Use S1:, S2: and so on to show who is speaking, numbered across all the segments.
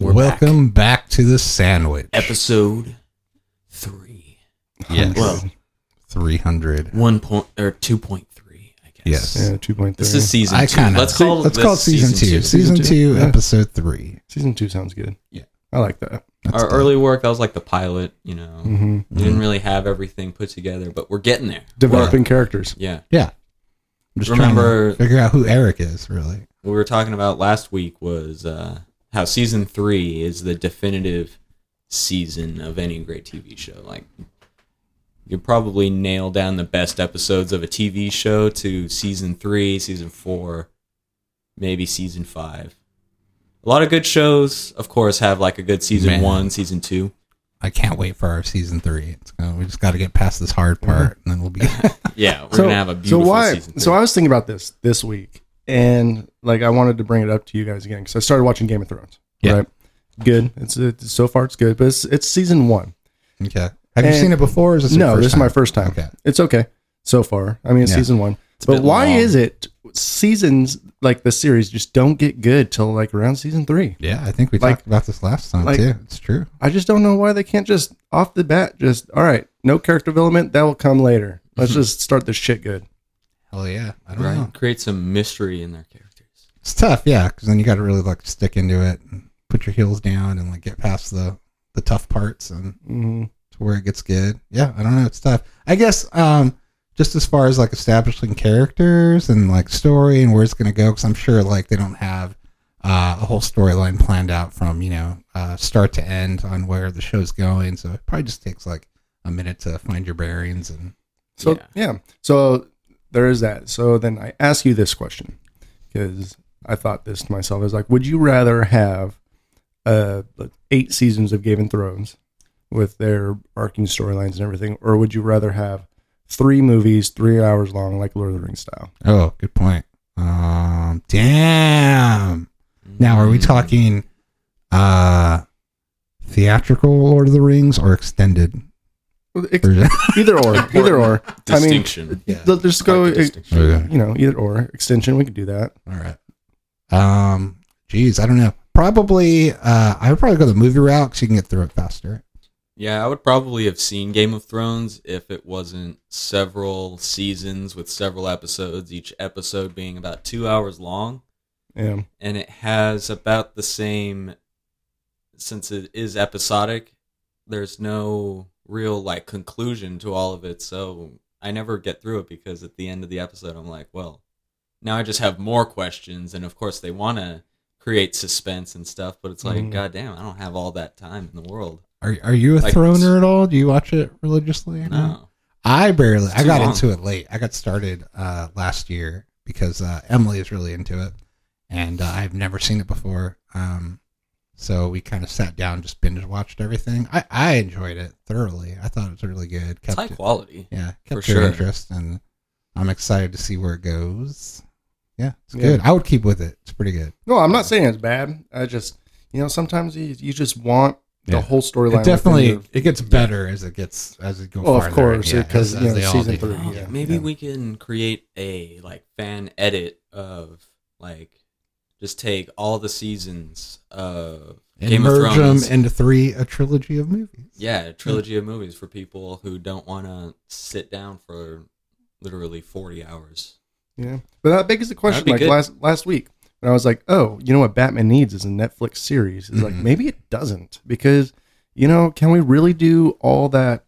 S1: We're
S2: Welcome back. to the sandwich.
S1: back. episode three.
S2: Yes.
S1: Well,
S2: 300.
S1: one point or two point three, I guess.
S2: Yes.
S3: Yeah, two point three.
S1: This is season
S2: I
S1: two.
S2: kinda-
S1: Let's call
S2: Let's
S1: this
S2: call it season, two. Season,
S3: Season
S2: two,
S3: two, yeah.
S2: episode three.
S3: season two sounds good.
S2: Yeah.
S3: I like that.
S2: That's
S1: Our
S2: dope.
S1: early work that was like the pilot. You know,
S3: hmm
S1: we didn't really have everything put together, but we're getting there.
S3: Developing characters.
S1: Yeah,
S2: Yeah. I'm just
S1: Remember-
S2: trying to figure out who Eric is, really.
S1: what we were talking about last week was uh, how season three is the definitive season of any great TV show. Like, you probably nail down the best episodes of a TV show to season three, season four, maybe season five. A lot of good shows, of course, have like a good season
S2: Man.
S1: one, season two.
S2: I can't wait for our season three. It's gonna, we just got to get past this hard part, and then we'll be.
S1: Yeah, we're gonna have a beautiful season. Three.
S3: So I was thinking about this this week, and like I wanted to bring it up to you guys again because I started watching Game of Thrones.
S2: Yeah.
S3: Right. Good. It's, it's so far it's good, but it's it's season one.
S2: okay. Have you
S3: And-
S2: seen it before? Or is this your
S3: no,
S2: first
S3: this is
S2: time?
S3: my first time.
S2: Okay.
S3: It's okay so far. I mean, it's
S2: Yeah.
S3: season one.
S1: a
S3: but
S1: bit
S3: why
S1: long.
S3: is it seasons like the series just don't get good till like around season three?
S2: Yeah, I think we
S3: Like-
S2: talked about this last time
S3: like-
S2: too. It's true.
S3: I just don't know why they can't just off the bat just all right, no character development that will come later. Let's just start this shit good.
S2: Hell yeah! I don't know.
S1: right, create some mystery in their characters.
S2: It's tough, yeah, because then you got to really like stick into it, and put your heels down, and like get past the the tough parts and
S3: Mm-hmm.
S2: to where it gets good. Yeah, I don't know. It's tough. I guess um, just as far as like establishing characters and like story and where it's going to go, because I'm sure like they don't have uh, a whole storyline planned out from you know uh, start to end on where the show's going. So it probably just takes like a minute to find your bearings and
S3: So
S1: Yeah.
S3: yeah. So there is that. So then I ask you this question because I thought this to myself. I was like, would you rather have uh like eight seasons of Game of Thrones with their arcing storylines and everything, or would you rather have three movies, three hours long, like Lord of the Rings style?
S2: Oh, good point. Um, damn. Now, are we
S1: Mm.
S2: talking uh theatrical Lord of the Rings or extended
S3: Well, it-
S2: version?
S3: Either or, either or. I mean,
S1: distinction?
S3: let's just
S1: Quite
S3: go. e-
S1: the
S3: You
S1: distinction.
S2: Okay.
S3: know, either or extension. We could do that.
S2: All right. Um, geez, I don't know. Probably, uh, I would probably go the movie route because you can get through it faster.
S1: Yeah, I would probably have seen Game of Thrones if it wasn't several seasons with several episodes, each episode being about two hours long.
S3: Yeah.
S1: And it has about the same, since it is episodic, there's no real like conclusion to all of it. So I never get through it because at the end of the episode, I'm like, well, now I just have more questions. And of course, they want to create suspense and stuff, but it's like,
S3: Mhm.
S1: goddamn, I don't have all that time in the world.
S2: Are, are you a
S1: Like-
S2: Throner at all? Do you watch it religiously?
S1: No.
S2: I barely. I
S1: too
S2: got
S1: long.
S2: into it late. I got started uh, last year because uh, Emily is really into it, and uh, I've never seen it before. Um, so we kind of sat down, just binge watched everything. I, I enjoyed it thoroughly. I thought it was really good.
S1: It's
S2: Kept
S1: high
S2: it-
S1: quality.
S2: yeah, kept
S1: for
S2: your
S1: sure.
S2: interest, and I'm excited to see where it goes. Yeah, it's
S3: Yeah.
S2: good. I would keep with it. It's pretty good.
S3: No, I'm not saying it's bad. I just, you know, sometimes you, you just want the
S2: Yeah.
S3: whole storyline.
S2: It definitely
S3: within
S2: it gets better as it gets as it goes.
S3: Well, of
S2: farther,
S3: course,
S2: yeah,
S3: because,
S2: as-
S3: you
S2: as
S3: know,
S2: they all
S3: season
S2: do.
S3: three,
S1: Oh,
S3: yeah,
S1: maybe
S3: yeah.
S1: we can create a like fan edit of like just take all the seasons of
S2: And
S1: Game
S2: merge
S1: of Thrones.
S2: them into three a trilogy of movies.
S1: yeah, a trilogy of movies for people who don't want to sit down for literally 40 hours.
S3: your- yeah. But that begs the question.
S1: be
S3: Like
S1: good.
S3: last last week, when I was like, oh, you know what Batman needs is a Netflix series. It's like
S2: Mhm.
S3: maybe it doesn't because, you know, can we really do all that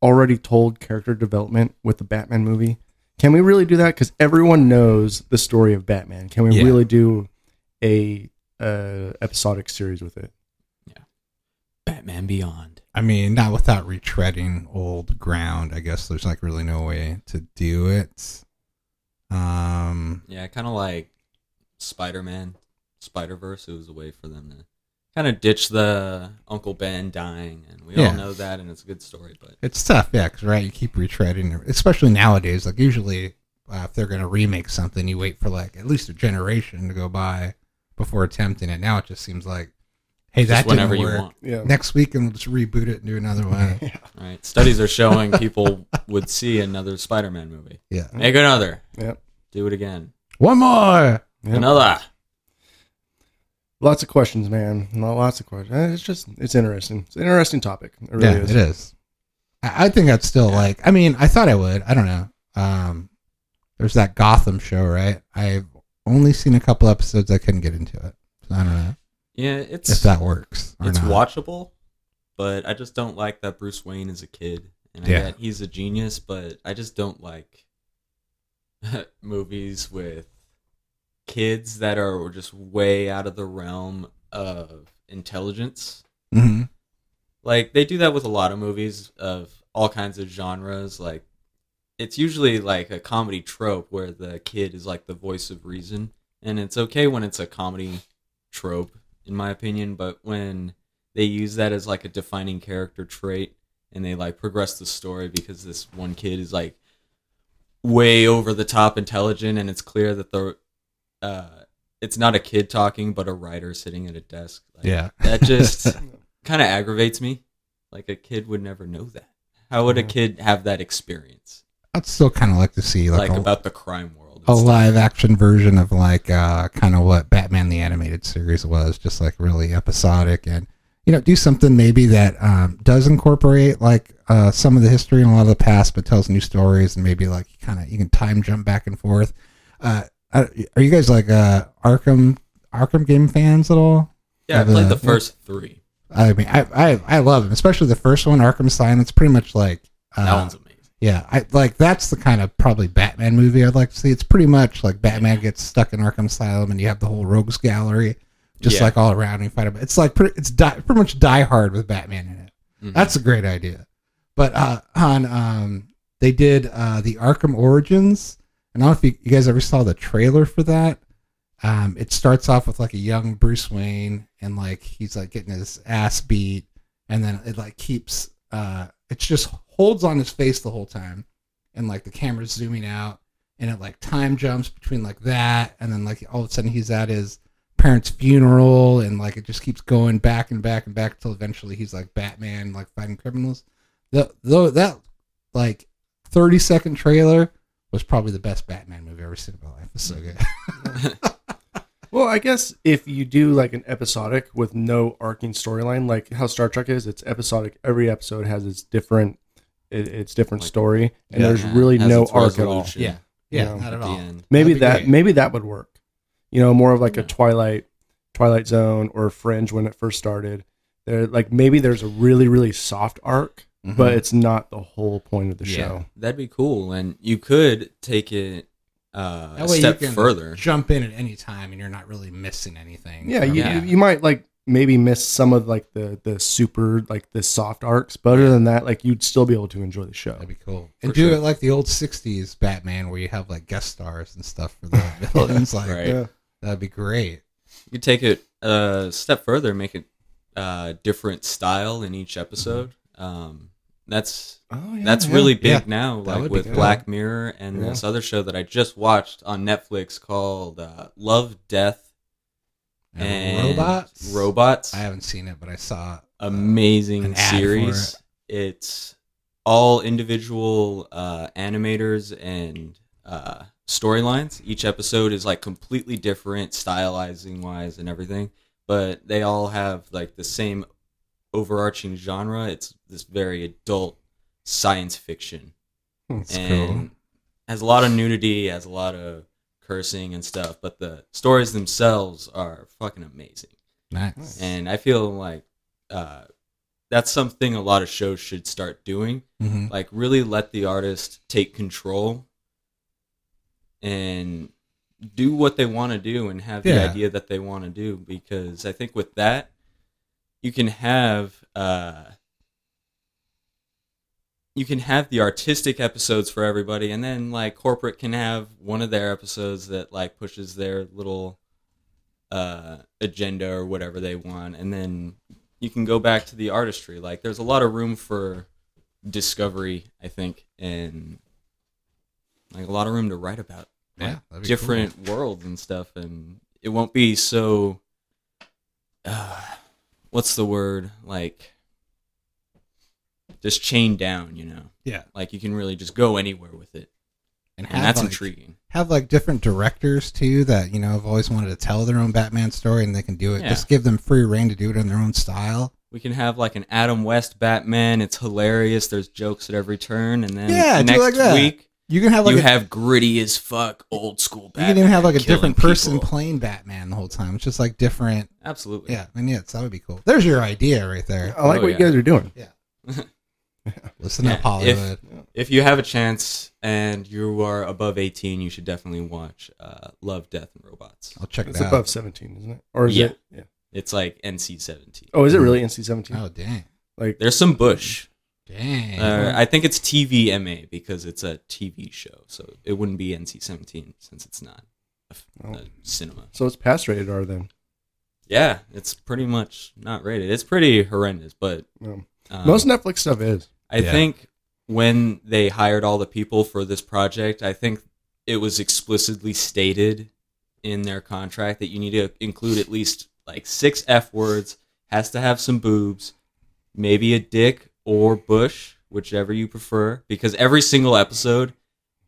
S3: already told character development with the Batman movie? Can we really do that? Because everyone knows the story of Batman. Can we
S2: Yeah.
S3: really do a uh, episodic series with it?
S1: Batman Beyond.
S2: I mean, not without retreading old ground. I guess there's like really no way to do it. Um,
S1: Yeah, kind of like Spider-Man, Spider-Verse. It was a way for them to kind of ditch the Uncle Ben dying and we
S2: Yeah.
S1: all know that and it's a good story, but
S2: it's tough, yeah, 'cause, right, you keep retreading, especially nowadays. Like usually, uh, if they're gonna remake something, you wait for like at least a generation to go by before attempting it. Now it just seems like, hey,
S1: just
S2: that
S1: whenever
S2: didn't
S1: you
S2: work.
S1: want.
S3: Yeah.
S2: Next week, and we'll just reboot it and do another one.
S1: Right. Studies are showing people would see another Spider-Man movie.
S2: yeah,
S1: Make another.
S3: Yep.
S1: Do it again.
S2: one more.
S3: Yep.
S1: Another.
S3: Lots of questions, man. Not lots of questions. Eh, It's just it's interesting. It's an interesting topic. It really
S2: yeah,
S3: is.
S2: it is. I I think I'd still like. I mean, I thought I would. I don't know. Um, there's that Gotham show, right? I've only seen a couple episodes. I couldn't get into it. So I don't know
S1: Yeah, it's
S2: if that works. Or
S1: it's
S2: not.
S1: watchable, but I just don't like that Bruce Wayne is a kid. And I
S2: Yeah.
S1: get he's a genius, but I just don't like movies with kids that are just way out of the realm of intelligence.
S2: Mhm.
S1: Like they do that with a lot of movies of all kinds of genres. Like it's usually like a comedy trope where the kid is like the voice of reason, and it's okay when it's a comedy trope, in my opinion. But when they use that as like a defining character trait, and they like progress the story because this one kid is like way over the top intelligent, and it's clear that the uh, it's not a kid talking, but a writer sitting at a desk. Like,
S2: Yeah.
S1: that just kind of aggravates me. Like a kid would never know that. How would a kid have that experience?
S2: I'd still kind of like to see like,
S1: Like
S2: a,
S1: about the crime world.
S2: a
S1: and stuff.
S2: live action version of like uh, kind of what Batman the animated series was, just like really episodic and you know do something maybe that um, does incorporate like uh, some of the history and a lot of the past, but tells new stories and maybe like kind of you can time jump back and forth. Uh, are are you guys like uh, Arkham Arkham game fans at all?
S1: Yeah, I played
S2: uh,
S1: the first three.
S2: I mean, I I, I love them, especially the first one, Arkham Silence. Pretty much like uh,
S3: Uh-huh.
S1: That one's amazing.
S2: yeah, I like that's the kind of probably Batman movie I'd like to see. It's pretty much like Batman gets stuck in Arkham Asylum, and you have the whole Rogues Gallery, just
S1: Yeah.
S2: like all around. You fight him. It's like pretty, it's die, pretty much Die Hard with Batman in it.
S1: Mhm.
S2: That's a great idea. But uh, on um, they did uh, the Arkham Origins, and I don't know if you, you guys ever saw the trailer for that. Um, it starts off with like a young Bruce Wayne, and like he's like getting his ass beat, and then it like keeps uh it just holds on his face the whole time and like the camera's zooming out and it like time jumps between like that and then like all of a sudden he's at his parents funeral and like it just keeps going back and back and back until eventually he's like batman like fighting criminals the, though that like 30 second trailer was probably the best batman movie i've ever seen in my life it's so good
S3: Well, I guess if you do like an episodic with no arcing storyline, like how Star Trek is, it's episodic. Every episode has its different, it, its different
S1: Like-
S3: story, and
S2: Yeah.
S3: there's
S1: Yeah,
S3: really
S1: has
S3: no
S1: its
S3: arc at all.
S1: resolution
S2: Yeah. yeah,
S3: Yeah.
S2: not
S1: at
S2: at
S1: the
S2: all
S1: end.
S3: Maybe
S2: That'd be
S3: that
S2: great.
S3: maybe that would work. You know, more of like
S1: Yeah.
S3: a Twilight, Twilight Zone or Fringe when it first started. There, like maybe there's a really really soft arc, but it's not the whole point of the
S2: Yeah.
S3: show.
S1: That'd be cool, and you could take it uh,
S2: That
S1: a
S2: way you
S1: step
S2: can
S1: further.
S2: jump in at any time and you're not really missing anything
S3: Yeah,
S2: from
S3: you,
S2: it.
S1: Yeah.
S3: You, you might like maybe miss some of like the the super like the soft arcs, but other than that, like you'd still be able to enjoy the show.
S2: That'd be cool. And
S1: For
S2: do
S1: sure.
S2: it like the old '60s Batman, where you have like guest stars and stuff for the villains. Like
S1: Right.
S3: Yeah.
S2: that'd be great.
S1: You could take it a step further, make it uh, different style in each episode. Um, that's
S3: Oh, yeah,
S1: that's
S3: yeah.
S1: really big
S2: Yeah.
S1: now,
S2: would
S1: like
S2: be
S1: with
S2: good.
S1: Black Mirror and
S3: Yeah.
S1: this other show that I just watched on Netflix called uh, Love, Death,
S2: And
S1: and
S2: robots.
S1: Robots.
S2: I haven't seen it, but I saw. uh, it.
S1: Amazing
S2: An ad for
S1: series. It's all individual uh, animators and uh, storylines. Each episode is like completely different, stylizing wise, and everything. But they all have like the same overarching genre. It's this very adult science fiction
S3: Hmm.
S2: It's
S1: and
S2: cool.
S1: has a lot of nudity, has a lot of cursing and stuff, but the stories themselves are fucking amazing.
S2: Nice.
S1: And I feel like uh, that's something a lot of shows should start doing.
S2: Mhm.
S1: Like, really let the artist take control and do what they want to do and have the
S2: Yeah.
S1: idea that they want to do. Because I think with that, you can have. Uh, you can have the artistic episodes for everybody and then like corporate can have one of their episodes that like pushes their little uh agenda or whatever they want and then you can go back to the artistry like there's a lot of room for discovery i think and like a lot of room to write about
S2: Yeah,
S1: like,
S2: that'd be
S1: different worlds and stuff and it won't be so uh, what's the word like just chained down you know
S2: Yeah.
S1: like you can really just go anywhere with it
S2: and have
S1: and that's
S2: like,
S1: intriguing.
S2: have like different directors too that you know have always wanted to tell their own Batman story and they can do it.
S1: Yeah.
S2: Just give them free reign to do it in their own style.
S1: We can have like an Adam West Batman. It's hilarious. There's jokes at every turn, and then
S2: Yeah, do it
S1: next
S2: like that.
S1: week
S2: You can have like
S1: you
S2: a,
S1: have gritty as fuck old school
S2: you
S1: Batman.
S2: can even have like a
S1: killing
S2: different person
S1: people.
S2: playing Batman the whole time. It's just like different.
S1: Absolutely.
S2: Yeah, I mean, yes, that would be cool. There's your idea right there.
S3: I like
S1: Oh,
S3: what
S1: yeah.
S3: you guys are doing.
S2: Listen
S1: Yeah,
S2: up,
S1: if-
S2: Hollywood.
S1: If you have a chance and you are above 18, you should definitely watch uh, Love, Death, and Robots.
S2: I'll check
S3: It's
S2: it out.
S3: above 17, isn't it? Or is
S1: Yeah. Mm-hmm.
S3: it? Yeah.
S1: It's like NC 17.
S3: Oh, is it really NC 17?
S2: Oh dang,
S3: Like,
S1: There's some Bush.
S2: dang.
S1: Uh, I think it's TVMA because it's a TV show, so it wouldn't be NC-17 since it's not a, f-
S3: Oh.
S1: a cinema.
S3: so it's past rated R then.
S1: Yeah, it's pretty much not rated. It's pretty horrendous, but
S3: No.
S1: um,
S3: Most Netflix stuff is.
S1: I
S2: Yeah.
S1: think when they hired all the people for this project, I think it was explicitly stated in their contract that you need to include at least like six F words, has to have some boobs, maybe a dick or bush, whichever you prefer, because every single episode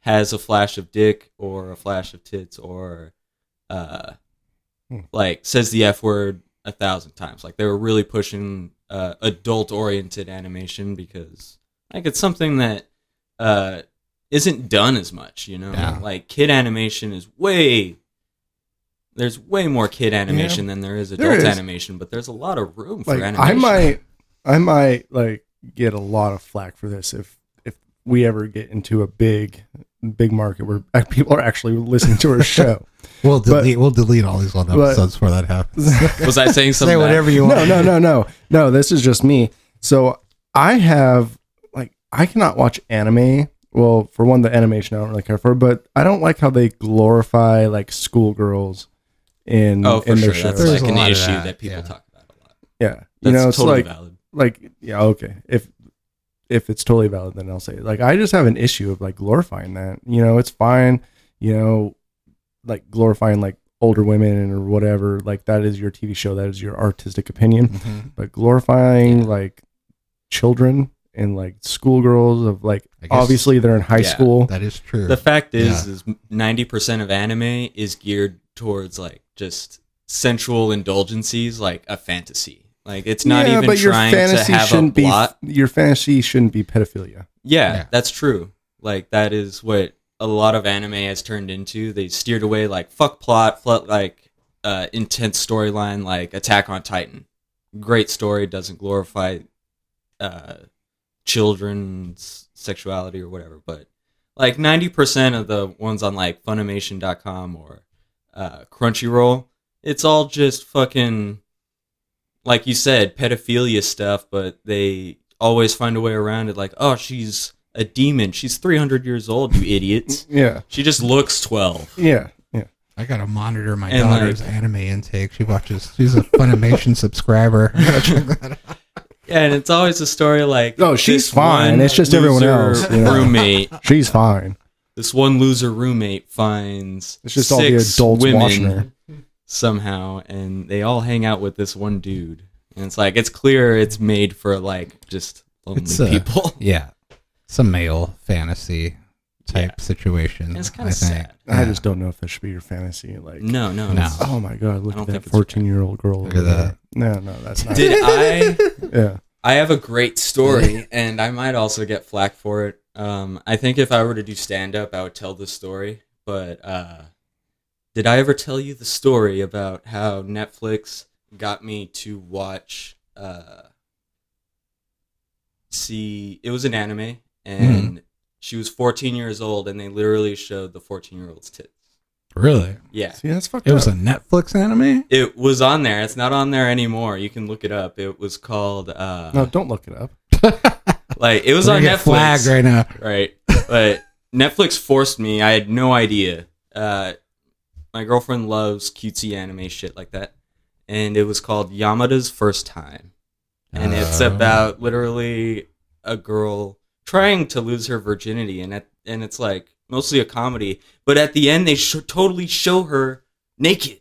S1: has a flash of dick or a flash of tits or uh
S3: Hmm.
S1: like says the F word a thousand times. Like they were really pushing uh, adult oriented animation because like it's something that uh isn't done as much, you know?
S2: Yeah.
S1: Like kid animation is way there's way more kid animation than there is
S3: There
S1: adult
S3: is.
S1: animation, but there's a lot of room for
S3: Like, I
S1: animation.
S3: might, I might like get a lot of flack for this if if we ever get into a big, big market where people are actually listening to our show.
S2: we'll delete. we'll delete all these old
S3: but-
S2: episodes before that happens.
S1: Was I saying something?
S2: Say
S1: bad?
S2: whatever you want.
S3: no, no, no, no, no. This is just me. So I have like I cannot watch anime. Well, for one, the animation I don't really care for, but I don't like how they glorify like schoolgirls in
S1: Oh, for
S3: in
S1: sure.
S3: their
S1: That's
S3: shows.
S2: There's
S1: like
S2: a
S1: an
S2: lot of
S1: issue that,
S2: that,
S1: people
S2: yeah.
S1: talk about a lot.
S3: yeah, you
S1: That's
S3: know, it's
S1: totally
S3: like
S1: valid.
S3: like yeah, okay. If if it's totally valid, then I'll say it. Like I just have an issue of like glorifying that. You know, it's fine. You know, like glorifying like older women or whatever. Like that is your TV show. That is your artistic opinion.
S2: Mhm.
S3: but glorifying like children and like schoolgirls of like
S2: I guess-
S3: obviously they're in high
S1: Yeah.
S3: school.
S2: That is true.
S1: The fact is, is ninety percent of anime is geared towards like just sensual indulgencies, like a fantasy. Like it's not even trying to have a
S3: shouldn't
S1: plot.
S3: be your fantasy shouldn't be pedophilia.
S1: Yeah,
S2: Yeah.
S1: that's true. Like that is what a lot of anime has turned into. They steered away like fuck plot, fuck like uh, intense storyline, like Attack on Titan. Great story doesn't glorify uh, children's sexuality or whatever, but like ninety percent of the ones on like Funimation.com or uh, Crunchyroll, it's all just fucking like you said, pedophilia stuff, but they always find a way around it. Like, oh, she's a demon. She's 300 years old, you idiots.
S3: Yeah.
S1: She just looks 12.
S3: Yeah. Yeah.
S2: I gotta monitor my
S1: And, like-
S2: daughter's anime intake. She watches. She's a Funimation subscriber. I gotta check that out.
S1: And it's always a story like,
S3: No, she's
S1: this
S3: fine.
S1: one
S3: It's just everyone
S1: loser
S3: else, you know.
S1: Roommate.
S3: She's fine.
S1: This one loser roommate finds
S3: It's just all the
S1: six
S3: adults
S1: women
S3: watching her.
S1: somehow, and they all hang out with this one dude. And it's like, it's clear it's made for like just lonely
S2: It's, uh,
S1: people.
S2: Yeah, some male fantasy type situation.
S1: It's kind
S2: I
S1: of
S2: think.
S1: sad.
S3: I just don't know if that should be your fantasy. Like
S1: No, no,
S2: No.
S1: it's-
S3: oh my god, look
S1: I don't think
S3: at that
S1: it's
S3: fourteen year old girl.
S2: Look at
S3: over
S2: that.
S3: there. No, no, that's not
S1: Did I
S3: yeah.
S1: I have a great story, and I might also get flack for it. Um, I think if I were to do stand up, I would tell this story. But uh, did I ever tell you the story about how Netflix got me to watch? Uh, see, it was an anime, and
S2: Hmm.
S1: she was 14 years old, and they literally showed the 14 year old's tits.
S2: Really,
S1: Yeah.
S3: See that's fucked
S2: it was
S3: up.
S2: a Netflix anime.
S1: It was on there. It's not on there anymore. You can look it up. It was called uh,
S3: no, don't look it up.
S1: like it was
S2: We're
S1: on
S2: gonna get
S1: Netflix.
S2: flagged right now.
S1: right? But Netflix forced me. I had no idea. Uh, my girlfriend loves cutesy anime shit like that, and it was called Yamada's First Time, and it's
S2: Oh.
S1: about literally a girl trying to lose her virginity, and at, and it's like mostly a comedy. But at the end, they sh- totally show her naked.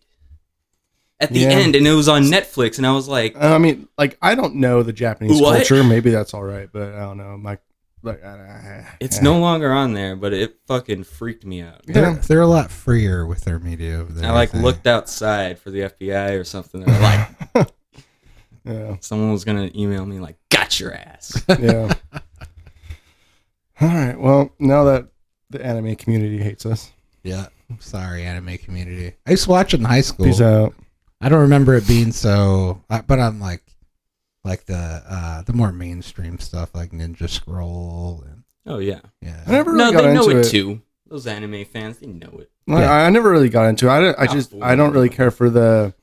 S1: At the
S3: Yeah.
S1: end, and it was on Netflix, and I was like,
S3: I mean, like I don't know the Japanese
S1: What?
S3: culture. Maybe that's all right, but I don't know. My like ah,
S1: It's
S3: yeah.
S1: no longer on there, but it fucking freaked me out.
S2: They're,
S3: Yeah.
S2: they're a lot freer with their media over there.
S1: I like
S2: think.
S1: looked outside for the FBI or something. They're like,
S3: yeah
S1: someone was gonna email me like, "Got your ass."
S3: yeah. All right. Well, now that the anime community hates us,
S2: Yeah. I'm sorry, anime community. I used to watch it in high school.
S3: peace out.
S2: I don't remember it being so, I- but I'm like, like the uh the more mainstream stuff like Ninja Scroll and
S1: oh yeah.
S2: yeah.
S3: I never
S1: No,
S3: really got
S1: they know
S3: into
S1: it,
S3: it.
S1: too. Those anime fans, they know it.
S3: Like,
S2: Yeah.
S3: I, I never really got into it. I, don't- I
S1: Ah,
S3: just
S1: fool.
S3: I don't really care for the.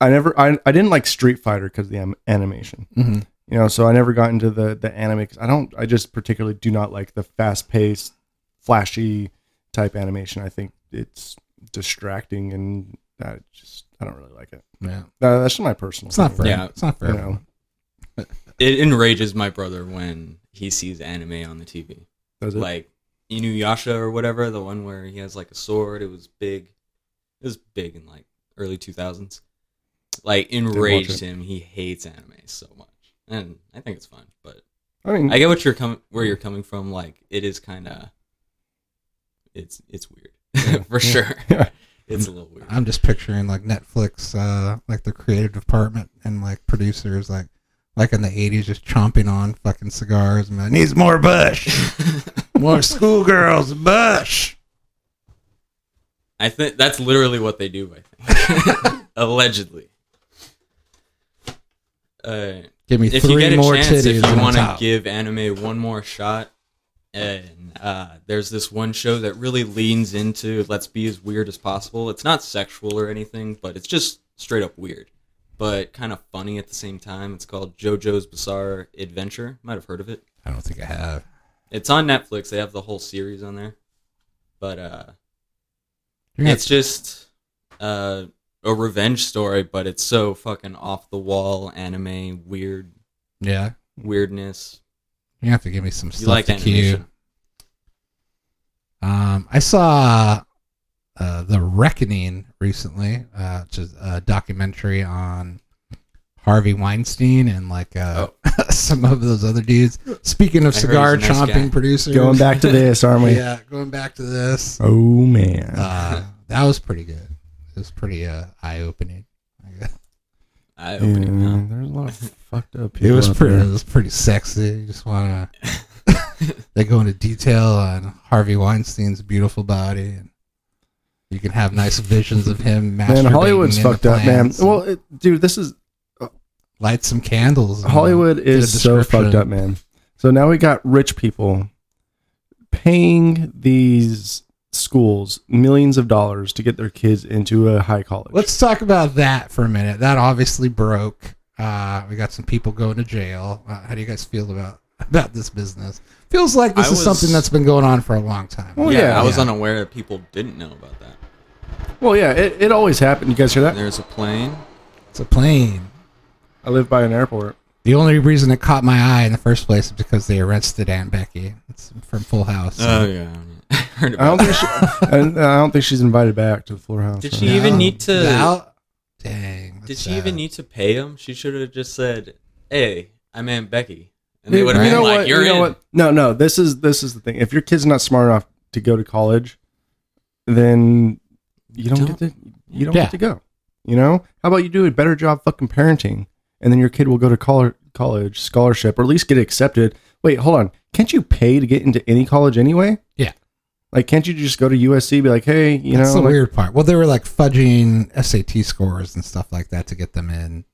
S3: I never I, I didn't like Street Fighter because of the am- animation,
S2: Mhm.
S3: you know. So I never got into the the anime 'cause I don't I just particularly do not like the fast paced, flashy type animation. I think it's distracting and I just I don't really like it.
S2: Yeah.
S3: Uh, that's just my personal.
S2: It's not
S3: thing,
S2: fair.
S1: Yeah.
S2: It's not fair.
S3: You know,
S1: It enrages my brother when he sees anime on the TV,
S3: Does it?
S1: like Inuyasha or whatever, the one where he has like a sword. It was big. It was big in like early two thousands. Like enraged
S3: it.
S1: him. He hates anime so much, and I think it's fun, but.
S3: I mean,
S1: I get what you're coming where you're coming from. Like it is kind of it's it's weird for
S3: Yeah.
S1: sure.
S3: Yeah.
S1: It's a little weird.
S2: I'm just picturing like Netflix, uh, like the creative department and like producers, like like in the '80s, just chomping on fucking cigars. Man, needs more Bush, more schoolgirls, Bush.
S1: I think that's literally what they do. I think allegedly. Uh,
S2: Give me
S1: if
S2: three
S1: you get a
S2: more
S1: chance,
S2: titties.
S1: if you
S2: and
S1: want
S2: I'm
S1: to
S2: out.
S1: give anime one more shot, and uh, there's this one show that really leans into let's be as weird as possible. It's not sexual or anything, but it's just straight up weird, but kind of funny at the same time. It's called JoJo's Bizarre Adventure. Might have heard of it.
S2: I don't think I have.
S1: It's on Netflix. They have the whole series on there, but uh,
S2: You're gonna
S1: it's just uh, a revenge story, but it's so fucking off the wall anime weird
S2: yeah,
S1: weirdness.
S2: you have to give me some stuff
S1: You like
S2: to cue.
S1: animation.
S2: Um, I saw uh, the Reckoning recently, uh, which is a documentary on Harvey Weinstein and like uh, some of those other dudes. Speaking of
S1: Oh. I heard he's a
S2: cigar
S1: nice
S2: chomping
S1: guy.
S2: producers,
S3: going back to this, aren't we?
S2: yeah, going back to this,
S3: Oh man.
S2: uh, that was pretty good. It was pretty uh, eye opening.
S1: I
S3: Yeah,
S1: open it now.
S3: There's a lot of fucked up people.
S2: It was
S3: out
S2: pretty.
S3: there.
S2: It was pretty sexy. You just wanna they go into detail on Harvey Weinstein's beautiful body, and you can have nice visions of him.
S3: Man,
S2: masturbating
S3: Hollywood's
S2: in the
S3: fucked up, man.
S2: plants and
S3: Well, it, dude, this is
S2: light some candles. and
S3: Hollywood
S2: Oh, a
S3: is so
S2: description.
S3: fucked up, man. So now we got rich people paying these schools millions of dollars to get their kids into a high college.
S2: Let's talk about that for a minute. That obviously broke. Uh, we got some people going to jail. Uh, how do you guys feel about about this business? Feels like this is
S1: I was-
S2: something that's been going on for a long time.
S3: Well,
S1: yeah,
S3: yeah.
S1: I was
S2: Oh, Yeah.
S1: unaware that people didn't know about that.
S3: well, yeah, it, it always happened. You guys hear that?
S1: There's a plane.
S2: It's a plane.
S3: I live by an airport.
S2: The only reason it caught my eye in the first place is because they arrested Aunt Becky. It's from Full House.
S1: Oh yeah, I heard
S3: I
S1: about. that.
S3: don't think she, and I don't think she's invited back to the floor house.
S1: Did
S3: right?
S1: she even need to-
S2: Val- Dang.
S1: Did
S2: that's
S1: she even
S2: sad.
S1: need to pay him? She should have just said, "Hey, I'm Aunt Becky," and
S2: Dude,
S1: they would have
S2: you
S1: been
S2: know
S1: like, "You're in."
S3: No, no. This is this is the thing. If your kid's not smart enough to go to college, then you don't,
S1: Don't-
S3: get to you don't
S2: Yeah.
S3: get to go. You know? How about you do a better job fucking parenting, and then your kid will go to col- college scholarship or at least get accepted. Wait, hold on. Can't you pay to get into any college anyway?
S2: Yeah.
S3: Like, can't you just go to USC? Be like, hey, you
S2: That's
S3: know,
S2: the
S3: like,
S2: weird part. Well, they were like fudging SAT scores and stuff like that to get them in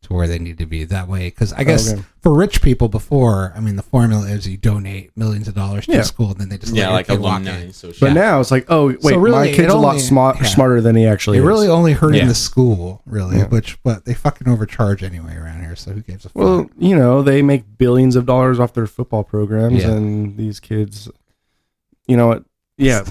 S2: to where they need to be. That way, because I guess
S3: Oh, Okay.
S2: for rich people before, I mean, the formula is you donate millions of dollars to
S3: Yeah.
S2: a school and then they just
S1: yeah,
S2: let
S1: like
S2: your kid walk
S1: alumni.
S2: in.
S1: So she,
S3: But now it's like, oh wait,
S2: really,
S3: my kid's
S2: it
S3: a lot
S2: only-
S3: smart,
S2: yeah.
S3: smarter than he actually
S2: They
S3: is.
S2: really only hurting
S1: Yeah.
S2: the school, really,
S3: Yeah.
S2: which but they fucking overcharge anyway around here. So who gives a fuck?
S3: Well, you know, they make billions of dollars off their football programs,
S2: Yeah.
S3: and these kids, you know what? Yeah,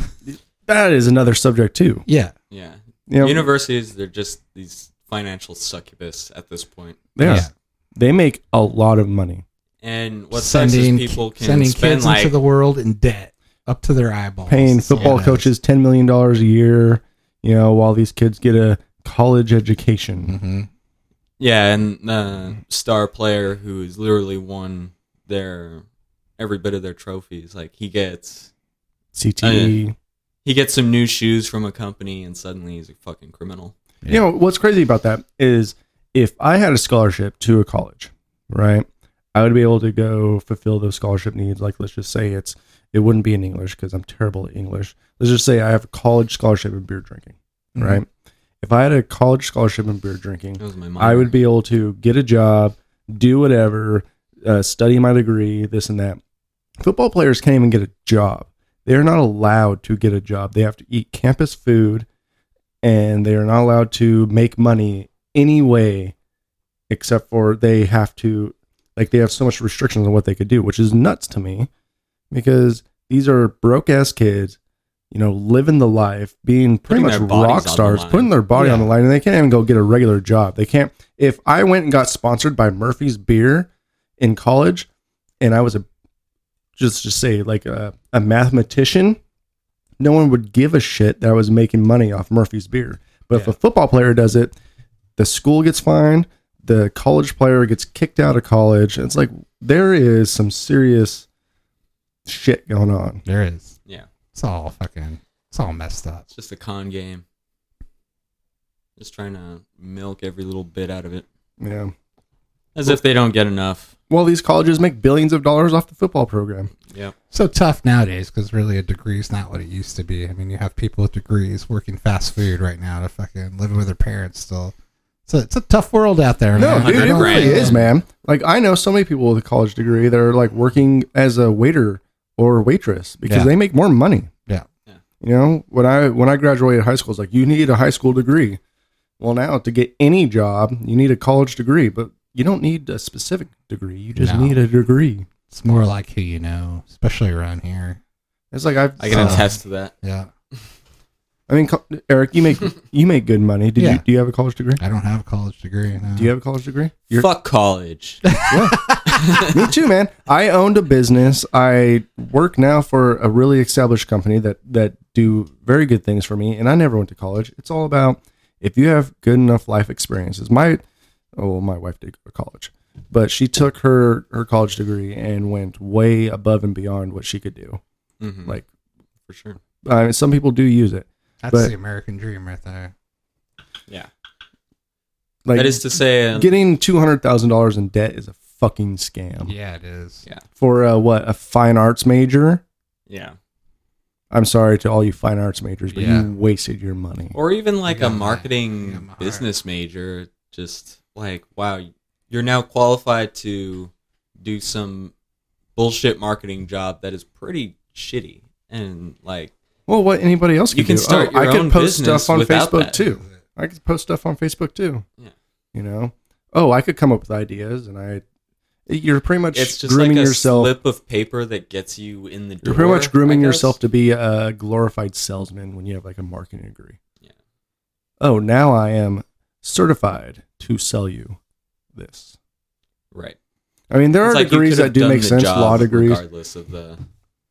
S3: that is another subject too.
S2: yeah,
S1: yeah,
S3: You know,
S1: universities they're just these financial succubus at this point.
S3: they are-
S2: Yeah.
S3: they make a lot of money.
S1: And what sucks is people can
S2: sending
S1: spend
S2: kids
S1: like
S2: into the world in debt up to their eyeballs,
S3: Paying
S2: That's all
S3: football
S2: it is.
S3: coaches ten million dollars a year, you know, while these kids get a college education.
S2: Mhm.
S1: Yeah, and the star player who's literally won their every bit of their trophies. Like he gets
S3: CT.
S2: Oh,
S1: he gets some new shoes from a company, and suddenly he's a fucking criminal.
S3: You know what's crazy about that is if I had a scholarship to a college, right? I would be able to go fulfill those scholarship needs. Like let's just say it's it wouldn't be in English because I'm terrible at English. Let's just say I have a college scholarship in beer drinking,
S2: Mm-hmm.
S3: right? If I had a college scholarship in beer drinking,
S1: That was my mom.
S3: I would be able to get a job, do whatever, uh, study my degree, this and that. Football players can't even get a job. They are not allowed to get a job. They have to eat campus food, and they are not allowed to make money any way, except for they have to, like they have so much restrictions on what they could do, which is nuts to me, because these are broke ass kids, you know, living the life, being pretty
S1: Putting their
S3: much
S1: bodies
S3: rock
S1: on the
S3: stars,
S1: line.
S3: putting their body on
S2: Yeah.
S3: the line, and they can't even go get a regular job. They can't. If I went and got sponsored by Murphy's Beer in college, and I was a just just say like a, a mathematician, no one would give a shit that I was making money off Murphy's beer. But if
S1: Yeah.
S3: a football player does it, the school gets fined, the college player gets kicked out of college. It's like there is some serious shit going on.
S2: Mm-hmm. There is.
S1: Yeah.
S2: It's all fucking. It's all messed up.
S1: It's just a con game. Just trying to milk every little bit out of it,
S3: Yeah.
S1: as if they don't get enough.
S3: Well, these colleges make billions of dollars off the football program.
S1: Yep.
S2: So tough nowadays because really a degree is not what it used to be. I mean, you have people with degrees working fast food right now to fucking living with their parents still. So it's a tough world out there.
S3: No,
S2: man.
S3: dude,
S2: I
S3: it
S2: don't
S3: really
S2: feel
S3: is, man. Like I know so many people with a college degree that are like working as a waiter or waitress because
S2: Yeah.
S3: they make more money.
S2: Yeah.
S3: You know, when I when I graduated high school, it's like you need a high school degree. Well, now to get any job, you need a college degree, but you don't need a specific degree. You just
S2: No.
S3: need a degree.
S2: It's more like who you know, especially around here.
S3: It's like I've,
S1: I can
S2: Uh,
S1: attest to that.
S2: Yeah.
S3: I mean, co- Eric, you make you make good money. Did
S2: Yeah.
S3: you do you have a college degree?
S2: I don't have a college degree. No.
S3: Do you have a college degree?
S1: Fuck college.
S3: Me too, man. I owned a business. I work now for a really established company that that do very good things for me, and I never went to college. It's all about if you have good enough life experiences. My oh, well, my wife did go to college, but she took her her college degree and went way above and beyond what she could do.
S1: Mhm,
S3: Like,
S1: for sure.
S3: I mean, some people do use it.
S2: That's
S3: but-
S2: the American dream right there.
S1: Yeah.
S3: Like
S1: that is to say, uh,
S3: getting two hundred thousand dollars in debt is a fucking scam
S2: Yeah, it is.
S1: Yeah.
S3: for a, what a fine arts major.
S1: yeah.
S3: I'm sorry to all you fine arts majors, but
S2: Yeah.
S3: you wasted your money.
S1: Or even like
S2: got
S1: a
S2: my-
S1: marketing
S2: I got my heart.
S1: business major, just like, wow, you're now qualified to do some bullshit marketing job that is pretty shitty. And like,
S3: Well, what anybody else
S1: You can
S3: can do. Oh,
S1: start
S3: I
S1: your
S3: could
S1: own
S3: post
S1: business
S3: stuff on
S1: without
S3: Facebook
S1: that.
S3: too. I could post stuff on Facebook too.
S1: Yeah.
S3: You know. Oh, I could come up with ideas, and I. You're pretty much
S1: it's just like a
S3: grooming yourself.
S1: slip of paper that gets you in the door.
S3: You're pretty much grooming
S1: I guess.
S3: yourself to be a glorified salesman when you have like a marketing degree.
S1: Yeah.
S3: Oh, now I am certified to sell you this.
S1: Right.
S3: I mean, there
S1: It's
S3: are
S1: like you
S3: degrees
S1: could have
S3: that do
S1: done
S3: make
S1: the
S3: sense.
S1: job
S3: Law degrees.
S1: Regardless of the,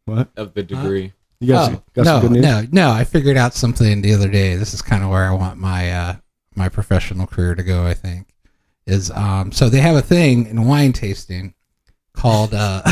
S3: What?
S1: of the degree.
S3: You got, some, got
S2: Oh, no,
S3: some good news?
S2: no, no! I figured out something the other day. This is kind of where I want my uh, my professional career to go. I think is um, so they have a thing in wine tasting called uh,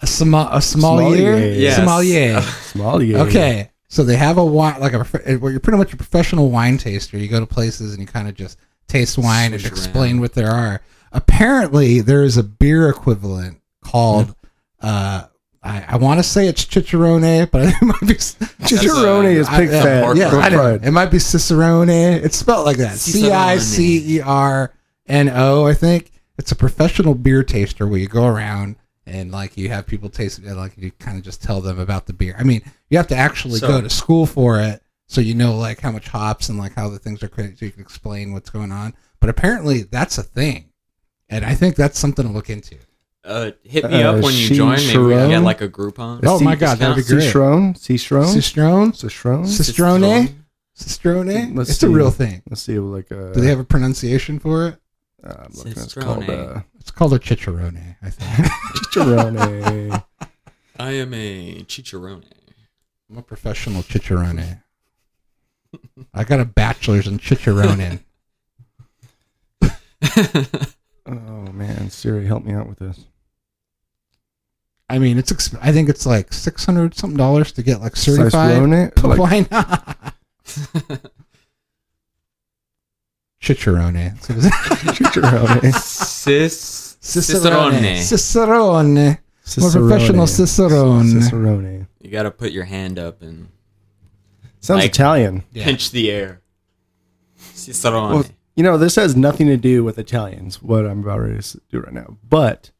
S2: a, som- a sommelier.
S3: Sommelier. Yes.
S2: Sommelier.
S3: Small yeah.
S2: Okay, so they have a wine like a prof- well, you're pretty much a professional wine taster. You go to places and you kind of just taste wine and
S1: Switch
S2: explain
S1: around.
S2: what there are. Apparently, there is a beer equivalent called. Uh, I, I want to say it's chicharrone, but it might be s-
S3: Chicharrone is pig
S2: I- yeah,
S3: fat.
S1: pork
S2: Yeah,
S1: fried.
S2: I
S3: pork
S2: know.
S3: fried.
S2: It might be Cicerone. It's spelled like that. C I C E R N O, I think. It's a professional beer taster where you go around and like you have people taste it, like you kind of just tell them about the beer. I mean, you have to actually
S1: So-
S2: go to school for it so you know like how much hops and like how the things are created so you can explain what's going on. But apparently that's a thing. And I think that's something to look into.
S1: Uh, hit me
S3: Uh,
S1: up when you
S3: she
S1: join. Maybe we can
S3: Sharon?
S1: get like a Groupon.
S2: Oh
S3: C-
S2: my god, that'd be great.
S3: Cicerone? Cicerone?
S2: Cicerone?
S3: Cicerone?
S2: Cicerone? Cicerone?
S3: Let's
S2: It's a
S3: see.
S2: real thing.
S3: Let's see, like uh,
S2: Do they have a pronunciation for it?
S3: uh, I'm looking, it's called
S1: Cicerone.
S3: uh,
S2: It's called a chicharrone, I think.
S3: Cicerone.
S1: I am a chicharone.
S2: I'm a professional chicharrone. I got a bachelor's in chicharronin.
S3: uh, oh man, Siri, help me out with this.
S2: I mean, it's exp- I think it's like six hundred something dollars to get like certified.
S3: Blown it?
S2: But
S3: Like,
S2: why not? Chicharone. That's what it is.
S3: Cicerone.
S1: Cis
S2: Cicerone.
S1: Cicerone.
S2: Cicerone. I'm a professional cicerone.
S3: Cicerone.
S1: You got to put your hand up and
S3: Sounds
S1: Like-
S3: Italian.
S2: Yeah.
S1: pinch the air. Cicerone.
S3: Well, you know, this has nothing to do with Italians, what I'm about ready to s- do right now. But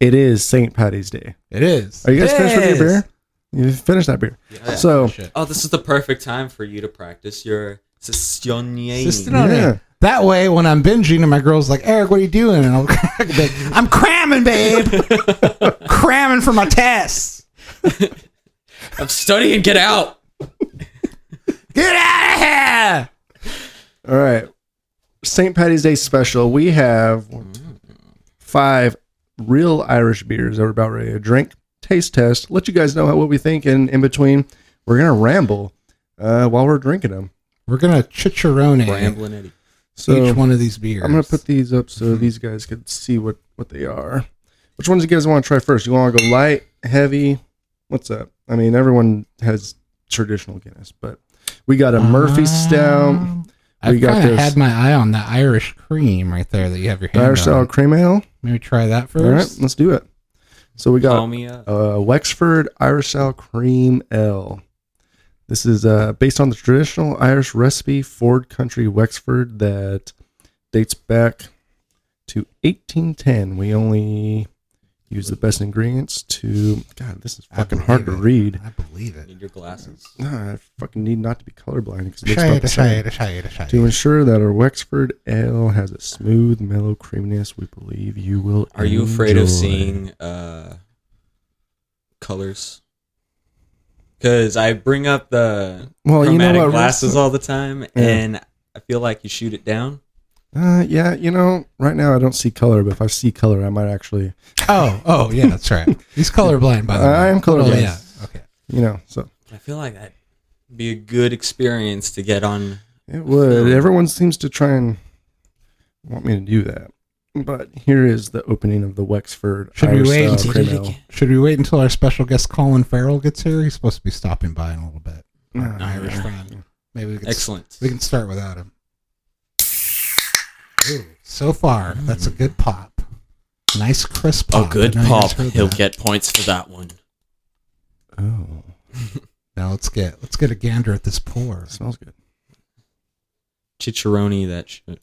S3: it is St. Patty's Day.
S2: It is.
S3: Are you guys finished with your
S1: Yes.
S3: beer? You finished that beer.
S1: Yeah.
S3: So,
S2: Shit.
S1: oh, this is the perfect time for you to practice your Cicerone.
S2: Cicerone.
S3: Yeah.
S2: That way, when I'm binging and my girl's like, Eric, what are you doing? And I'll be like, I'm cramming, babe. cramming for my tests.
S1: I'm studying. Get out.
S2: Get out of here.
S3: all right. St. Patty's Day special. We have five real Irish beers that we're about ready to drink. Taste test. Let you guys know how, what we think. And in between, we're going to ramble uh, while we're drinking them.
S2: We're going to chicharone
S1: Rambling Eddie.
S3: So,
S2: each one of Mm-hmm. these beers.
S3: I'm gonna put these up so these guys could see what what they are. Which ones you guys want to try first? You want to go light, heavy? What's up? I mean, everyone has traditional Guinness, but we got a Murphy Stout,
S2: I've
S3: We got
S2: kind of
S3: this.
S2: had my eye on that Irish cream right there that you have your hand
S3: Irish
S2: on.
S3: Style Cream Ale.
S2: Maybe try that
S3: All right,
S2: first.
S3: let's do it. So we
S1: Call
S3: got
S1: me up.
S3: uh, Wexford Irish Style Cream Ale. This is uh, based on the traditional Irish recipe, Ford Country Wexford, that dates back to 1810. We only use the best ingredients to. God, this is
S2: I
S3: fucking
S2: believe
S3: hard to
S2: it.
S3: read.
S2: I believe it.
S1: Need your glasses.
S3: Nah, I fucking need not to be colorblind. 'cause it looks
S2: Try
S3: about
S2: it,
S3: the
S2: try
S3: same.
S2: it, try it, try
S3: To
S2: it.
S3: ensure that our Wexford ale has a smooth, mellow creaminess, we believe you will.
S1: Are you afraid of
S3: enjoy.
S1: seeing uh, colors? Because I bring up the
S3: Well, Oh, you
S1: chromatic
S3: know what?
S1: glasses
S3: Russ?
S1: all the time, and I feel like you shoot it down.
S3: Uh, yeah, you know, right now I don't see color, but if I see color, I might actually,
S2: Oh, oh, yeah, that's right. He's colorblind, by the way.
S3: I am
S2: Oh,
S3: colorblind.
S2: yeah. Okay.
S3: you know, so
S1: I feel like that'd be a good experience to get on.
S3: it would. Everyone seems to try and want me to do that. But here is the opening of the Wexford
S2: Should we
S3: Irish uh,
S2: wait
S3: Style
S2: until-
S3: Cream Ale.
S2: Should Oh, we wait until our special guest Colin Farrell gets here? He's supposed to be stopping by in a little bit. An
S3: Ah,
S2: Irish friend. Maybe we can
S1: Excellent.
S2: we can start without him. Ooh, so far, that's a good pop. Nice crisp
S1: Oh,
S2: pop.
S1: good
S2: I know you
S1: pop.
S2: guys heard
S1: He'll
S2: that.
S1: get points for that one.
S3: Oh,
S2: Now let's get let's get a gander at this pour.
S3: it smells good.
S1: Chicharoni, that shit.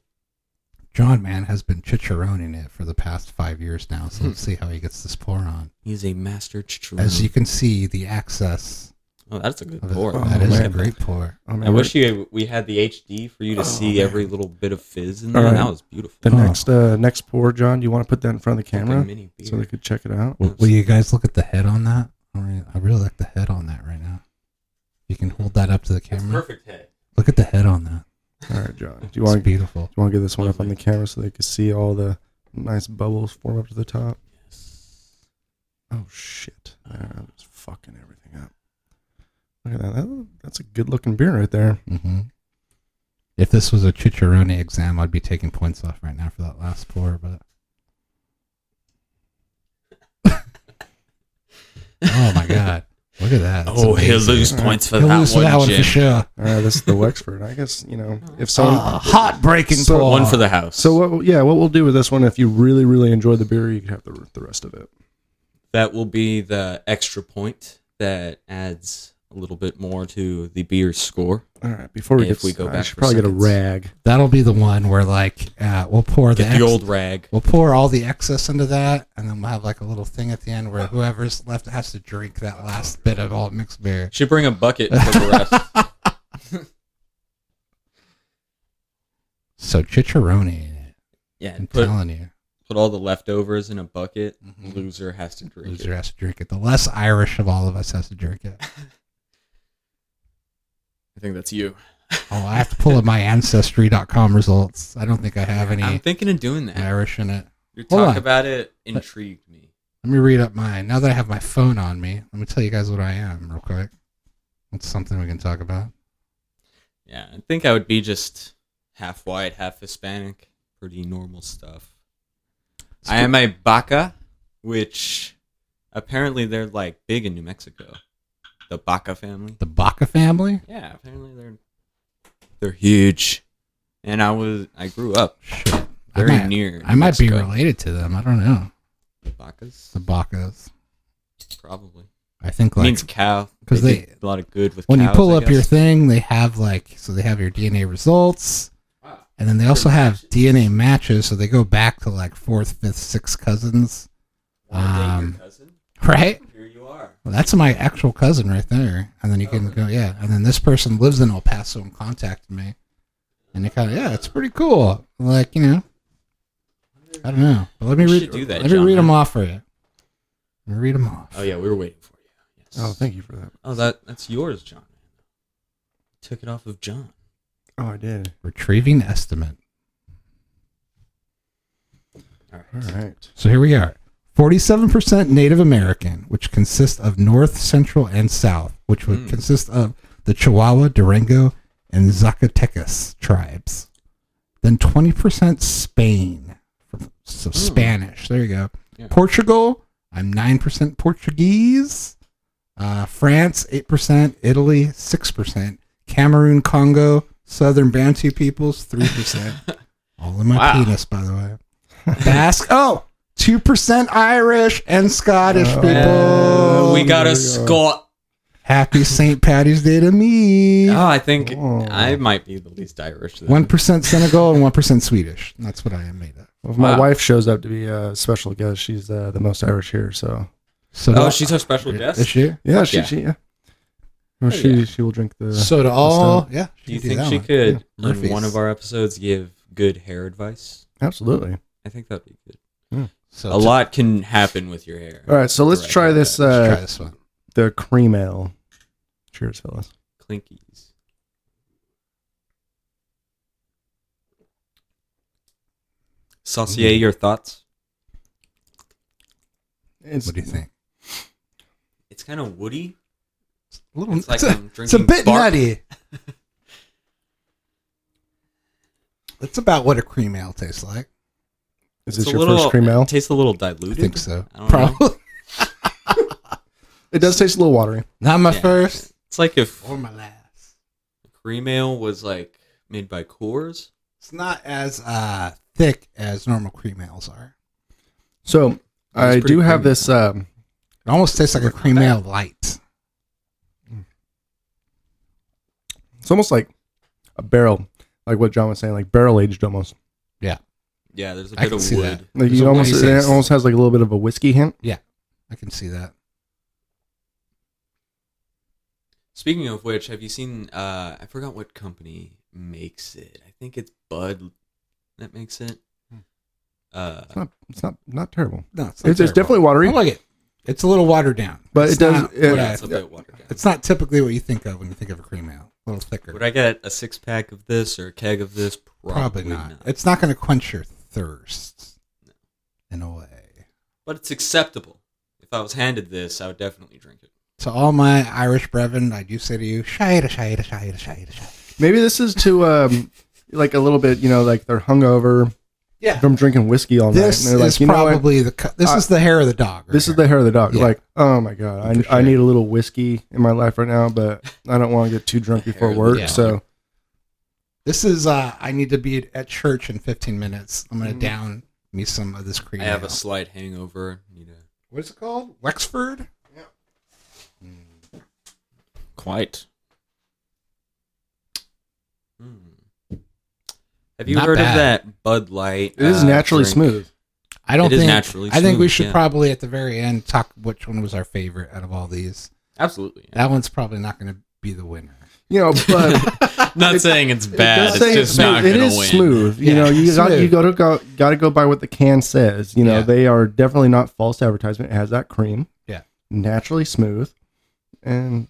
S2: John Man has been chicharroning it for the past five years now, so let's see how he gets this pour on.
S1: He's a master chicharoni.
S2: As you can see, the access
S1: oh, that's a good
S2: of it,
S1: pour.
S2: that
S3: Oh,
S2: is a
S3: man.
S2: great Oh, pour.
S3: Oh, man,
S1: I wish you we had the HD for you to see every little bit of fizz in there.
S3: Alright.
S1: That was beautiful.
S3: the
S2: Oh.
S3: next uh, next pour, John. Do you want to put that in front of the
S1: Like a
S3: camera
S1: mini beer.
S3: so they could check it out?
S2: Will, will you guys look at the head on that? I really, I really like the head on that right now. You can hold that up to the
S1: That's
S2: camera.
S1: perfect head.
S2: Look at the head on that.
S3: All right, John. Do you
S2: It's
S3: want do
S2: beautiful.
S3: you want to get this one up on
S1: Lovely.
S3: the camera so they can see all the nice bubbles form up to the top? Oh shit! I am just fucking everything up. Look at that. that that's a good looking beer right there.
S2: hmm If this was a chicharone exam, I'd be taking points off right now for that last pour. But oh my god, look at that! That's
S1: Oh, he'll
S2: amazing.
S1: lose points for
S2: He'll
S1: that,
S2: lose for
S1: one,
S2: that one for
S1: Jim.
S2: sure.
S3: All right, this is the Wexford. I guess you know if someone.
S2: Uh, hot breaking
S3: So-
S2: pour.
S1: Ah, One for the house.
S3: so what? Yeah, what we'll do with this one? If you really, really enjoy the beer, you can have the the rest of it.
S1: that will be the extra point that adds a little bit more to the beer score.
S3: All right. Before we
S1: If
S3: get,
S1: we go
S3: I
S1: back
S3: should
S1: for
S3: probably
S1: seconds.
S3: get a rag.
S2: That'll be the one where like uh, we'll pour the,
S1: Get the
S2: ex-
S1: old rag.
S2: We'll pour all the excess into that, and then we'll have like a little thing at the end where whoever's left has to drink that last bit of all mixed beer.
S1: Should bring a bucket for the rest.
S2: So chicharoni, in it,
S1: Yeah,
S2: I'm
S1: and put
S2: telling you,
S1: put all the leftovers in a bucket.
S2: Mhm.
S1: Loser has to drink
S2: loser
S1: it.
S2: has to drink it. The less Irish of all of us has to drink it.
S1: I think that's you.
S2: Oh, I have to pull up my ancestry.com results. I don't think I have
S1: I'm
S2: any
S1: thinking of doing that.
S2: Irish in it.
S1: Your
S2: Hold
S1: talk
S2: on.
S1: about it intrigued me.
S2: Let me read up mine. Now that I have my phone on me, let me tell you guys what I am real quick. That's something we can talk about.
S1: Yeah, I think I would be just half white, half Hispanic. Pretty normal stuff. I am a Baca, which Apparently, they're like big in New Mexico. The Baca family.
S2: The Baca family?
S1: Yeah, apparently they're they're huge. And I was I grew up
S2: Shit.
S1: very
S2: I might,
S1: near.
S2: I might be
S1: Mexico.
S2: related to them. I don't know.
S1: Bacas,
S2: The Bacas.
S1: probably
S2: I think like
S1: means cow
S2: 'Cause
S1: they,
S2: they-
S1: did a lot of good with
S2: when you
S1: cows,
S2: pull
S1: I
S2: up your
S1: guess.
S2: thing, they have like so they have your DNA results, and then they also have DNA matches. So they go back to like fourth, fifth, sixth cousins,
S1: Aren't they your
S2: um,
S1: cousin?
S2: right?
S1: Here you are.
S2: Well, that's my actual cousin right there, and then you
S1: Oh,
S2: can go, yeah. And then this person lives in El Paso and contacted me, and it kind of yeah, it's pretty cool. Like you know, I don't know. But let me
S1: You
S2: read.
S1: should do that,
S2: let me
S1: John.
S2: read them off for you. Let me read them off.
S1: Oh yeah, we were waiting for you. Yes.
S3: Oh, thank you for that.
S1: Oh, that that's yours, John. Took it off of John.
S3: Oh, I did.
S2: Retrieving estimate.
S1: All right.
S3: All right.
S2: So here we are. 47% Native American, which consists of North, Central, and South, which would
S1: Hmm.
S2: consist of the Chihuahua, Durango, and Zacatecas tribes. Then 20% Spain, from- so Spanish. There you go.
S1: Hmm. Yeah.
S2: Portugal, I'm 9% Portuguese. Uh, France, 8%. Italy, 6%. Cameroon, Congo, Southern Bantu peoples, 3%. All in my
S1: Wow.
S2: penis, by the way. Basque. Oh, 2% Irish and Scottish
S3: Oh.
S2: people.
S1: Uh, we got a
S3: there we go.
S1: Scot.
S2: Happy St. Patty's Day to me.
S1: Oh, I think
S3: Oh.
S1: I might be the least Irish. then.
S2: 1% Senegal and 1% Swedish. That's what I am made of.
S3: Well, if my
S1: Wow.
S3: wife shows up to be a special guest, she's uh, the most Irish here. So
S2: So
S1: Oh, she's our special guest.
S2: Is she?
S3: yeah, she
S1: Yeah.
S3: she yeah. Well,
S1: Oh,
S3: she
S1: yeah.
S3: she will drink the.
S2: So to all, yeah.
S1: Do you
S2: could
S1: think
S2: that
S1: she
S2: one.
S1: could,
S2: Yeah.
S1: on one of
S2: Murphy's.
S1: our episodes, give good hair advice?
S3: absolutely.
S1: I think that'd be good.
S2: So
S1: A
S2: to-
S1: lot can happen with your hair.
S3: All right, so let's
S1: Correct.
S3: try this.
S2: Let's
S3: Uh,
S2: try this one.
S3: the cream ale. Cheers, fellas.
S1: Clinkies. Saucier,
S2: Mm-hmm.
S1: your thoughts?
S3: It's
S2: What do you think?
S1: It's kind of woody.
S2: A little.
S1: It's like
S2: a-
S1: I'm drinking
S2: It's a bit
S1: bark.
S2: nutty. That's about what a cream ale tastes like.
S1: It's
S3: is this
S1: a
S3: your
S1: little-
S3: first cream ale?
S1: It tastes a little
S2: I
S1: diluted.
S2: think so.
S1: I don't know.
S2: Probably
S3: It does taste a little watery.
S2: not my
S1: Yeah.
S2: first
S1: It's like if
S2: or my last.
S1: cream ale was like made by Coors.
S2: It's not as uh, thick as normal cream ales are.
S3: So I
S1: pretty
S3: do have
S1: creamy.
S3: this. Um,
S2: It almost tastes like a cream ale light.
S3: it's almost like a barrel, like what John was saying, like barrel aged almost.
S1: Yeah, there's a
S2: I
S1: bit
S2: can
S1: of
S2: see
S1: wood.
S2: that.
S3: Like
S2: There's
S3: you
S2: a
S3: almost,
S2: white
S3: it
S2: taste.
S3: almost has like a little bit of a whiskey hint.
S2: I can see that.
S1: Speaking of which, have you seen? Uh, I forgot what company makes it. I think it's Bud that makes it. Uh,
S3: It's not. It's not not terrible.
S2: No, it's, not
S3: It's, it's
S2: terrible.
S3: definitely watery.
S2: I like it. It's a little watered down,
S3: But
S2: It's
S3: it does-
S2: not
S3: it-
S2: what
S1: yeah,
S2: I-
S1: it's a bit watered down.
S2: it's not typically what you think of when you think of a cream ale. A little thicker.
S1: Would I get a six pack of this or a keg of this?
S2: Probably not. It's not going to quench your thirst in a way.
S1: but it's acceptable. If I was handed this, I would definitely drink it.
S2: To all my Irish brethren, I do say to you, shire, shire, shire, shire, shire.
S3: Maybe this is to um, like a little bit. You know, like they're hungover
S2: Yeah.
S3: from drinking whiskey all
S2: This
S3: night. and they're
S2: is
S3: like, you know what?
S2: probably the co- this
S3: I-
S2: is the hair of the dog. right
S3: This is
S2: here.
S3: the hair of the dog.
S2: Yeah.
S3: Like, oh my god, I,
S2: For sure.
S3: I need a little whiskey in my life right now, but I don't want to get too drunk
S1: The
S3: before
S1: hair of the
S3: work.
S2: dog.
S3: So
S2: this is uh I need to be at church in 15 minutes. I'm going to
S3: Mhm.
S2: down me some of this cream.
S1: I have
S2: ale.
S1: a slight hangover. Need a
S2: What is it called? Wexford?
S1: quite. Hmm. Have you
S2: Not
S1: heard
S2: bad.
S1: of that Bud Light?
S3: it is
S1: uh,
S3: naturally
S1: drink?
S3: smooth.
S2: I don't
S1: It is
S2: think
S1: naturally
S2: I think we
S1: smooth,
S2: should
S1: yeah.
S2: probably at the very end talk which one was our favorite out of all these.
S1: Absolutely.
S2: That one's probably not going to be the winner.
S3: You know, but
S1: not
S3: It-
S1: saying it's
S3: It
S1: bad.
S3: does
S1: It's
S3: say
S1: just
S3: smooth.
S1: not
S3: It
S1: going to
S3: is
S1: win.
S3: smooth. You
S2: Yeah.
S3: know, you got you
S2: Smooth.
S3: got to go got to go by what the can says. You know,
S2: Yeah.
S3: they are definitely not false advertisement. It has that cream.
S2: Yeah.
S3: naturally smooth, and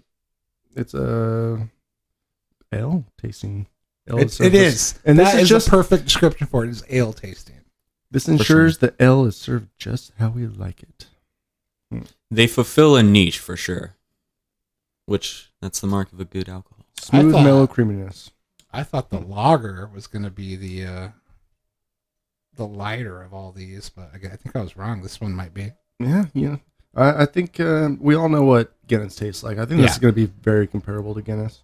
S3: it's a ale tasting. ale
S2: It, it
S3: surface.
S2: is.
S3: and
S2: that
S3: this
S2: is
S3: is just
S2: a perfect description for it. Is ale tasting.
S3: this ensures the ale is served just how we like it.
S1: They fulfill a niche for sure, which that's the mark of a good alcohol.
S3: Smooth,
S2: thought-
S3: mellow creaminess.
S2: I thought the lager was going to be the uh, the lighter of all these, but I, gu- I think I was wrong. This one might be.
S3: Yeah, yeah. I, I think um, we all know what Guinness tastes like. I think this
S2: Yeah.
S3: is going to be very comparable to Guinness.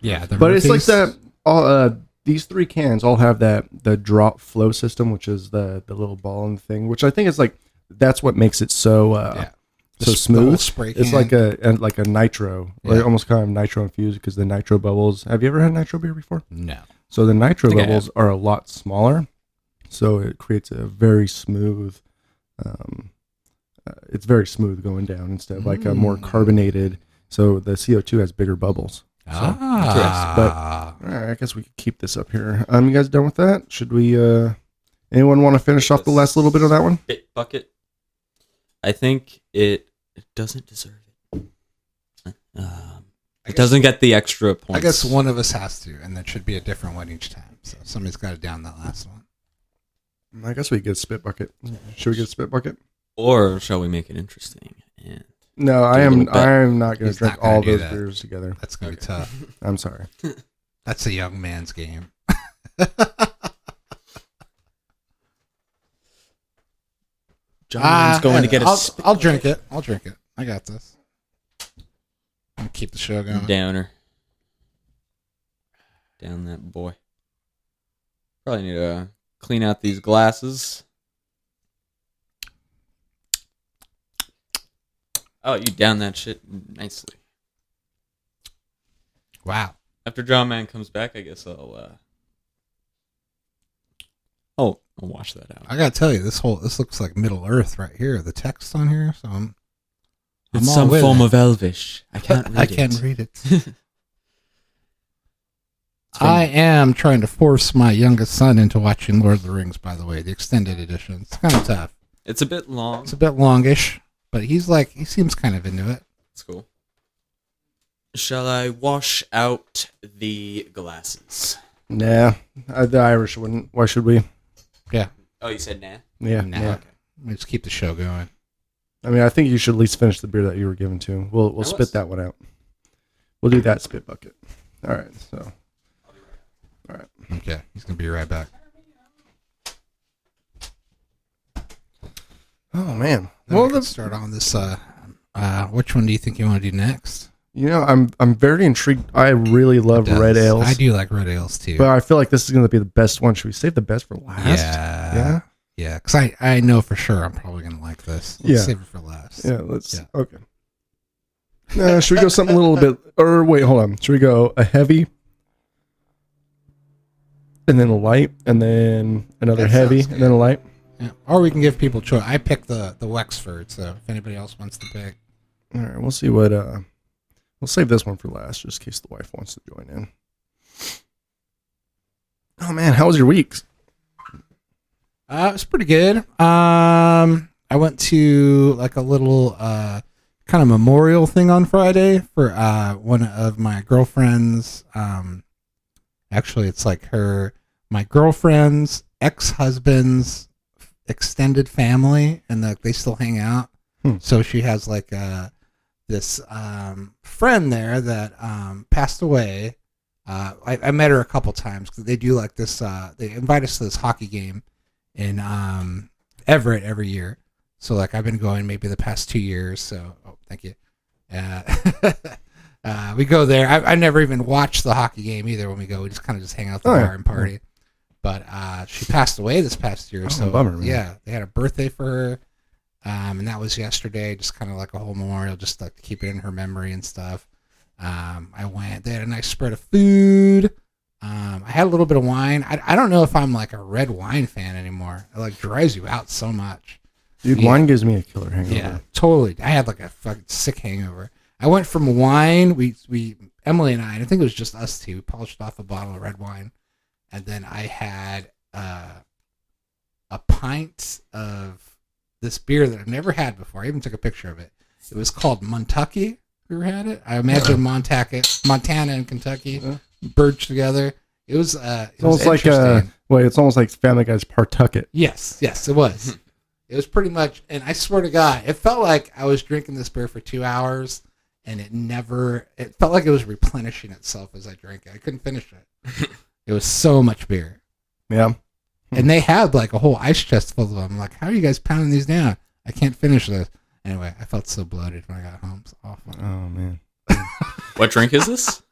S2: Yeah, the
S3: But it's like
S2: Murphy's-
S3: that. All uh, these three cans all have that the drop flow system, which is the the little ball and thing, which I think is like that's what makes it so uh,
S2: Yeah. The
S3: so
S2: s- the whole
S3: smooth.
S2: spray
S3: It's
S2: can.
S3: like a, a like a nitro,
S2: Yeah.
S3: like almost kind of nitro infused because the nitro bubbles. Have you ever had nitro beer before?
S2: no.
S3: So the nitro
S1: think I
S3: bubbles are a lot smaller, so it creates a very smooth. Um, uh, it's very smooth going down instead of like a more
S2: Mm.
S3: carbonated. So the CO two has bigger bubbles.
S2: ah,
S3: All right, I guess we could keep this up here. Um, you guys done with that? Should we? uh Anyone want to finish off the last little bit of that one?
S1: Bit bucket. I think it, it doesn't deserve it. Um, it doesn't get the extra points.
S2: I guess one of us has to, and that should be a different one each time. So somebody's got to down that last one.
S3: Mm, I guess we could get a spit bucket. Should we get a spit bucket?
S1: Or shall we make it interesting? And
S3: No, I
S1: a
S3: am.
S1: little bit.
S3: I am not going to
S2: He's
S3: drink
S2: not gonna
S3: all
S2: do
S3: those
S2: that.
S3: beers together.
S2: That's gonna be
S3: Uh,
S2: tough.
S3: I'm sorry.
S2: That's a young man's game.
S4: John's going to
S2: yeah,
S4: get a
S2: I'll,
S4: spit
S2: I'll drink it. I'll drink it. I got this. I'm gonna keep the show going.
S1: downer. Down that boy. Probably need to uh, clean out these glasses. Oh, you down that shit nicely.
S2: Wow.
S1: After John Man comes back, I guess I'll uh Oh, I'll wash that out.
S2: I gotta tell you, this whole this looks like Middle Earth right here. The text on here, so I'm.
S1: It's
S2: all
S1: some
S2: with
S1: form
S2: it.
S1: of Elvish. I can't read
S2: I
S1: it.
S2: can't read it. I am trying to force my youngest son into watching Lord of the Rings. By the way, the extended edition. It's kind of tough.
S1: It's a bit long.
S2: It's a bit longish, but he's like he seems kind of into it.
S1: It's cool. Shall I wash out the glasses?
S3: Nah, I, the Irish wouldn't. Why should we?
S2: Yeah.
S1: Oh, you said nah.
S3: Yeah,
S2: Nah.
S3: nah.
S2: Let's keep the show going.
S3: I mean, I think you should at least finish the beer that you were given to. We'll we'll
S1: I
S3: spit
S1: was.
S3: that one out. We'll do that spit bucket. All right. So
S2: Okay, he's gonna be right back.
S3: Oh man.
S2: Then well,
S3: Well,
S2: let's
S3: the,
S2: start on this. Uh, uh, which one do you think you want to do next?
S3: you know, I'm I'm very intrigued. I really love
S2: Does.
S3: red ales,
S2: I do like red ales too.
S3: but I feel like this is going to be the best one. Should we save the best for last?
S2: yeah,
S3: Yeah.
S2: yeah, because I I know for sure I'm probably gonna like this. Let's
S3: Yeah.
S2: save it for last.
S3: Yeah, let's.
S2: Yeah.
S3: Okay. No, should we go something a little bit? Or wait, hold on. Should we go a heavy, and then a light, and then another
S2: That
S3: heavy,
S2: sounds
S3: and then a light?
S2: Yeah. Or we can give people choice. I picked the the Wexford, so if anybody else wants to pick,
S3: All right, we'll see what. uh We'll save this one for last, just in case the wife wants to join in. Oh man, how was your week?
S2: uh, it was pretty good. Um, I went to like a little uh kind of memorial thing on Friday for uh one of my girlfriend's. Um, actually, it's like her my girlfriend's ex husband's extended family, and like they still hang out.
S3: Hmm.
S2: So she has like uh this um friend there that um passed away. Uh, I, I met her a couple times 'cause they do like this. Uh, they invite us to this hockey game in um, Everett every year. So like I've been going maybe the past two years. So oh, thank you. Uh, uh, we go there. I, I never even watched the hockey game either. When we go, we just kind of just hang out at the
S3: Oh, yeah.
S2: bar and party. But uh, she passed away this past year.
S3: Oh,
S2: so
S3: bummer, man.
S2: yeah, they had a birthday for her, um, and that was yesterday. Just kind of like a whole memorial, just like to keep it in her memory and stuff. Um, I went. They had a nice spread of food. Um, I had a little bit of wine. I, I don't know if I'm like a red wine fan anymore. It like dries you out so much.
S3: Dude,
S2: Yeah.
S3: wine gives me a killer hangover.
S2: Yeah, totally. I had like a fucking sick hangover. I went from wine. We we Emily and I. And I think it was just us two. We polished off a bottle of red wine, and then I had uh, a pint of this beer that I've never had before. I even took a picture of it. It was called Montucky. We ever had it? I imagine Montana, Montana and Kentucky
S3: Yeah.
S2: merged together. It was. Uh, it
S3: It's almost
S2: was
S3: like uh
S2: interesting.
S3: wait, it's almost like Family Guy's Partucket.
S2: Yes, yes, it was. it was pretty much, and I swear to God, it felt like I was drinking this beer for two hours, and it never. It felt like it was replenishing itself as I drank it. I couldn't finish it. it was so much beer,
S3: Yeah.
S2: and they had like a whole ice chest full of them. Like, how are you guys pounding these down? I can't finish this. Anyway, I felt so bloated when I got home. It's awful.
S3: Oh man.
S1: What drink is this?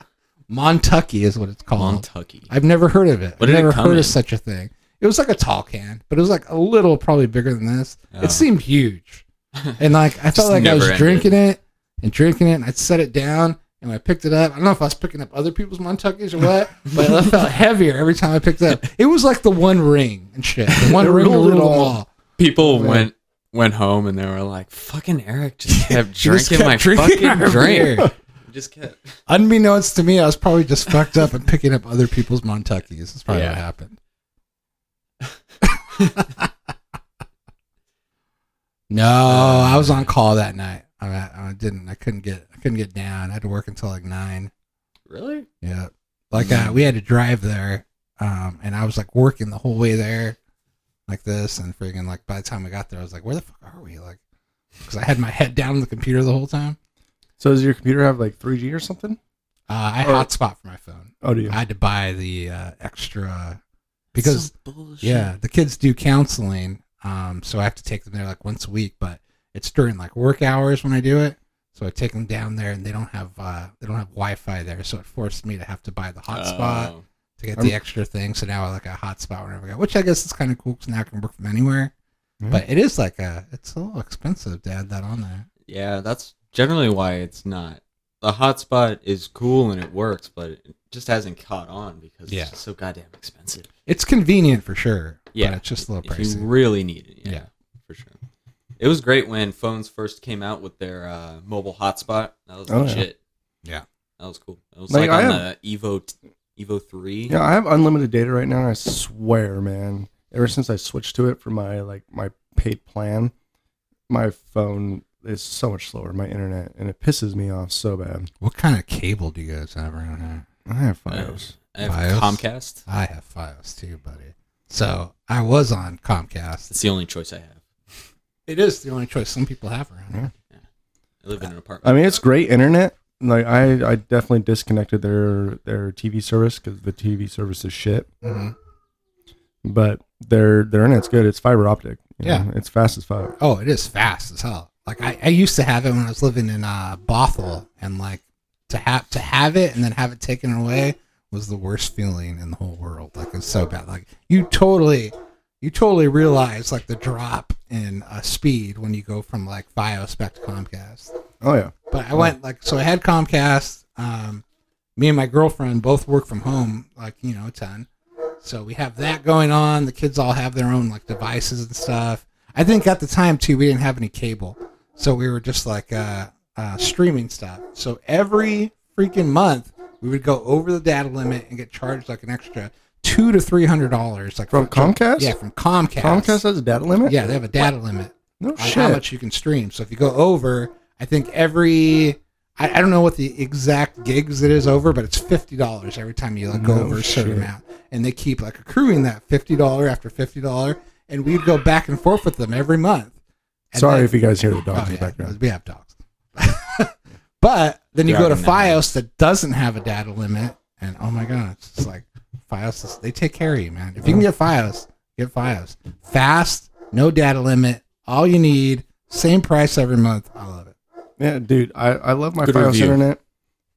S2: Montucky is what it's called.
S1: Montucky.
S2: I've never heard of it. I've
S1: What did it
S2: never
S1: come
S2: heard
S1: in?
S2: of such a thing. It was like a tall can, but it was like a little probably bigger than this.
S1: Oh.
S2: It seemed huge. And like I
S1: Just
S2: felt like I
S1: never
S2: was
S1: ended.
S2: drinking it and drinking it and I'd set it down and when I picked it up, I don't know if I was picking up other people's Montuckies or what, but it felt heavier every time I picked it up. It was like the one ring and shit. The one
S3: It
S2: ring to
S3: ruled
S2: rule
S3: it
S2: them
S3: all.
S2: all.
S1: People
S2: Yeah.
S1: went went home and they were like, "Fucking Eric just kept drinking
S2: just kept
S1: my
S2: drinking
S1: fucking
S2: our
S1: drink."
S2: beer.
S1: Just kept.
S2: Unbeknownst to me, I was probably just fucked up and picking up other people's Montuckies. That's probably
S1: Yeah.
S2: what happened. no, I was on call that night. I, I I didn't. I couldn't get. I couldn't get down. I had to work until like nine.
S1: Really?
S2: Yeah, like uh, we had to drive there, um, and I was like working the whole way there, like this, and freaking like by the time we got there, I was like, "Where the fuck are we?" Like, because I had my head down on the computer the whole time.
S3: So does your computer have like 3G or something?
S2: Uh, I had
S3: Or-
S2: hotspot for my phone.
S3: Oh, do you?
S2: I had to buy the uh, extra because
S1: Some bullshit.
S2: yeah, the kids do counseling, um, so I have to take them there like once a week, but it's during like work hours when I do it. So I take them down there, and they don't have uh, they don't have Wi-Fi there, so it forced me to have to buy the hotspot
S1: Oh.
S2: to get
S3: I'm-
S2: the extra thing. So now I like a hotspot whenever I go, which I guess is kind of cool because now I can work from anywhere.
S3: Yeah.
S2: But it is like a it's a little expensive to add that on there.
S1: yeah, that's generally why it's not. The hotspot is cool and it works, but it just hasn't caught on because
S2: Yeah.
S1: it's just so goddamn expensive.
S2: It's convenient for sure.
S1: Yeah.
S2: but it's just a little
S1: if
S2: pricey.
S1: you really need it. Yeah,
S2: Yeah.
S1: for sure. It was great when phones first came out with their uh, mobile hotspot. That was
S3: Oh, yeah.
S1: legit.
S2: Yeah.
S1: that was cool. That was like,
S3: Like, I
S1: on the Evo t- Evo three.
S3: Yeah, I have unlimited data right now. And I swear, man. Ever since I switched to it for my like my paid plan, my phone is so much slower. My internet and it pisses me off so bad.
S2: What kind of cable do you guys have around here?
S3: I have
S1: Uh,
S3: Fios.
S1: I have
S2: Fios.
S1: Comcast.
S2: I have Fios too, buddy. So I was on Comcast.
S1: That's the only choice I have.
S2: It is the only choice some people have around here.
S1: I live in an apartment.
S3: I mean, it's great internet. Like I, I definitely disconnected their their TV service because the TV service is shit.
S2: Mhm.
S3: But their their internet's good. It's fiber optic. you
S2: Yeah.
S3: know? it's fast as fuck.
S2: Oh, it is fast as hell. Like I, I used to have it when I was living in uh, Bothell, and like to have to have it and then have it taken away was the worst feeling in the whole world. Like it's so bad. Like you totally, you totally realize like the drop in uh, speed when you go from like Fios back to Comcast.
S3: Oh yeah,
S2: But I went like so I had Comcast. Um, me and my girlfriend both work from home, like you know, a ton. So we have that going on. The kids all have their own like devices and stuff. I think at the time too, we didn't have any cable, so we were just like uh, uh, streaming stuff. So every freaking month, we would go over the data limit and get charged like an extra two to three hundred dollars, like
S3: From
S2: for-
S3: Comcast?
S2: Yeah, from Comcast.
S3: Comcast has a data limit.
S2: Yeah, they have a data limit
S3: no
S2: on how
S3: Oh, shit.
S2: much you can stream. So if you go over, I think every I, I don't know what the exact gigs it is over, but it's fifty dollars every time you like go
S3: No
S2: over a certain
S3: shit.
S2: amount, and they keep like accruing that fifty dollar after fifty dollar, and we'd go back and forth with them every month. And
S3: Sorry
S2: then-
S3: if you guys hear the dogs
S2: Oh,
S3: in the
S2: yeah,
S3: background.
S2: we have dogs. but then you go to
S1: Driving that
S2: FiOS that doesn't have a data limit, and oh my god, it's just like FiOS. Is, they take care of you, man. If you can get FiOS, get FiOS. Fast, no data limit, all you need, same price every month. I love it.
S3: Yeah, dude, I, I love my
S1: Good
S3: Fios
S1: review.
S3: internet.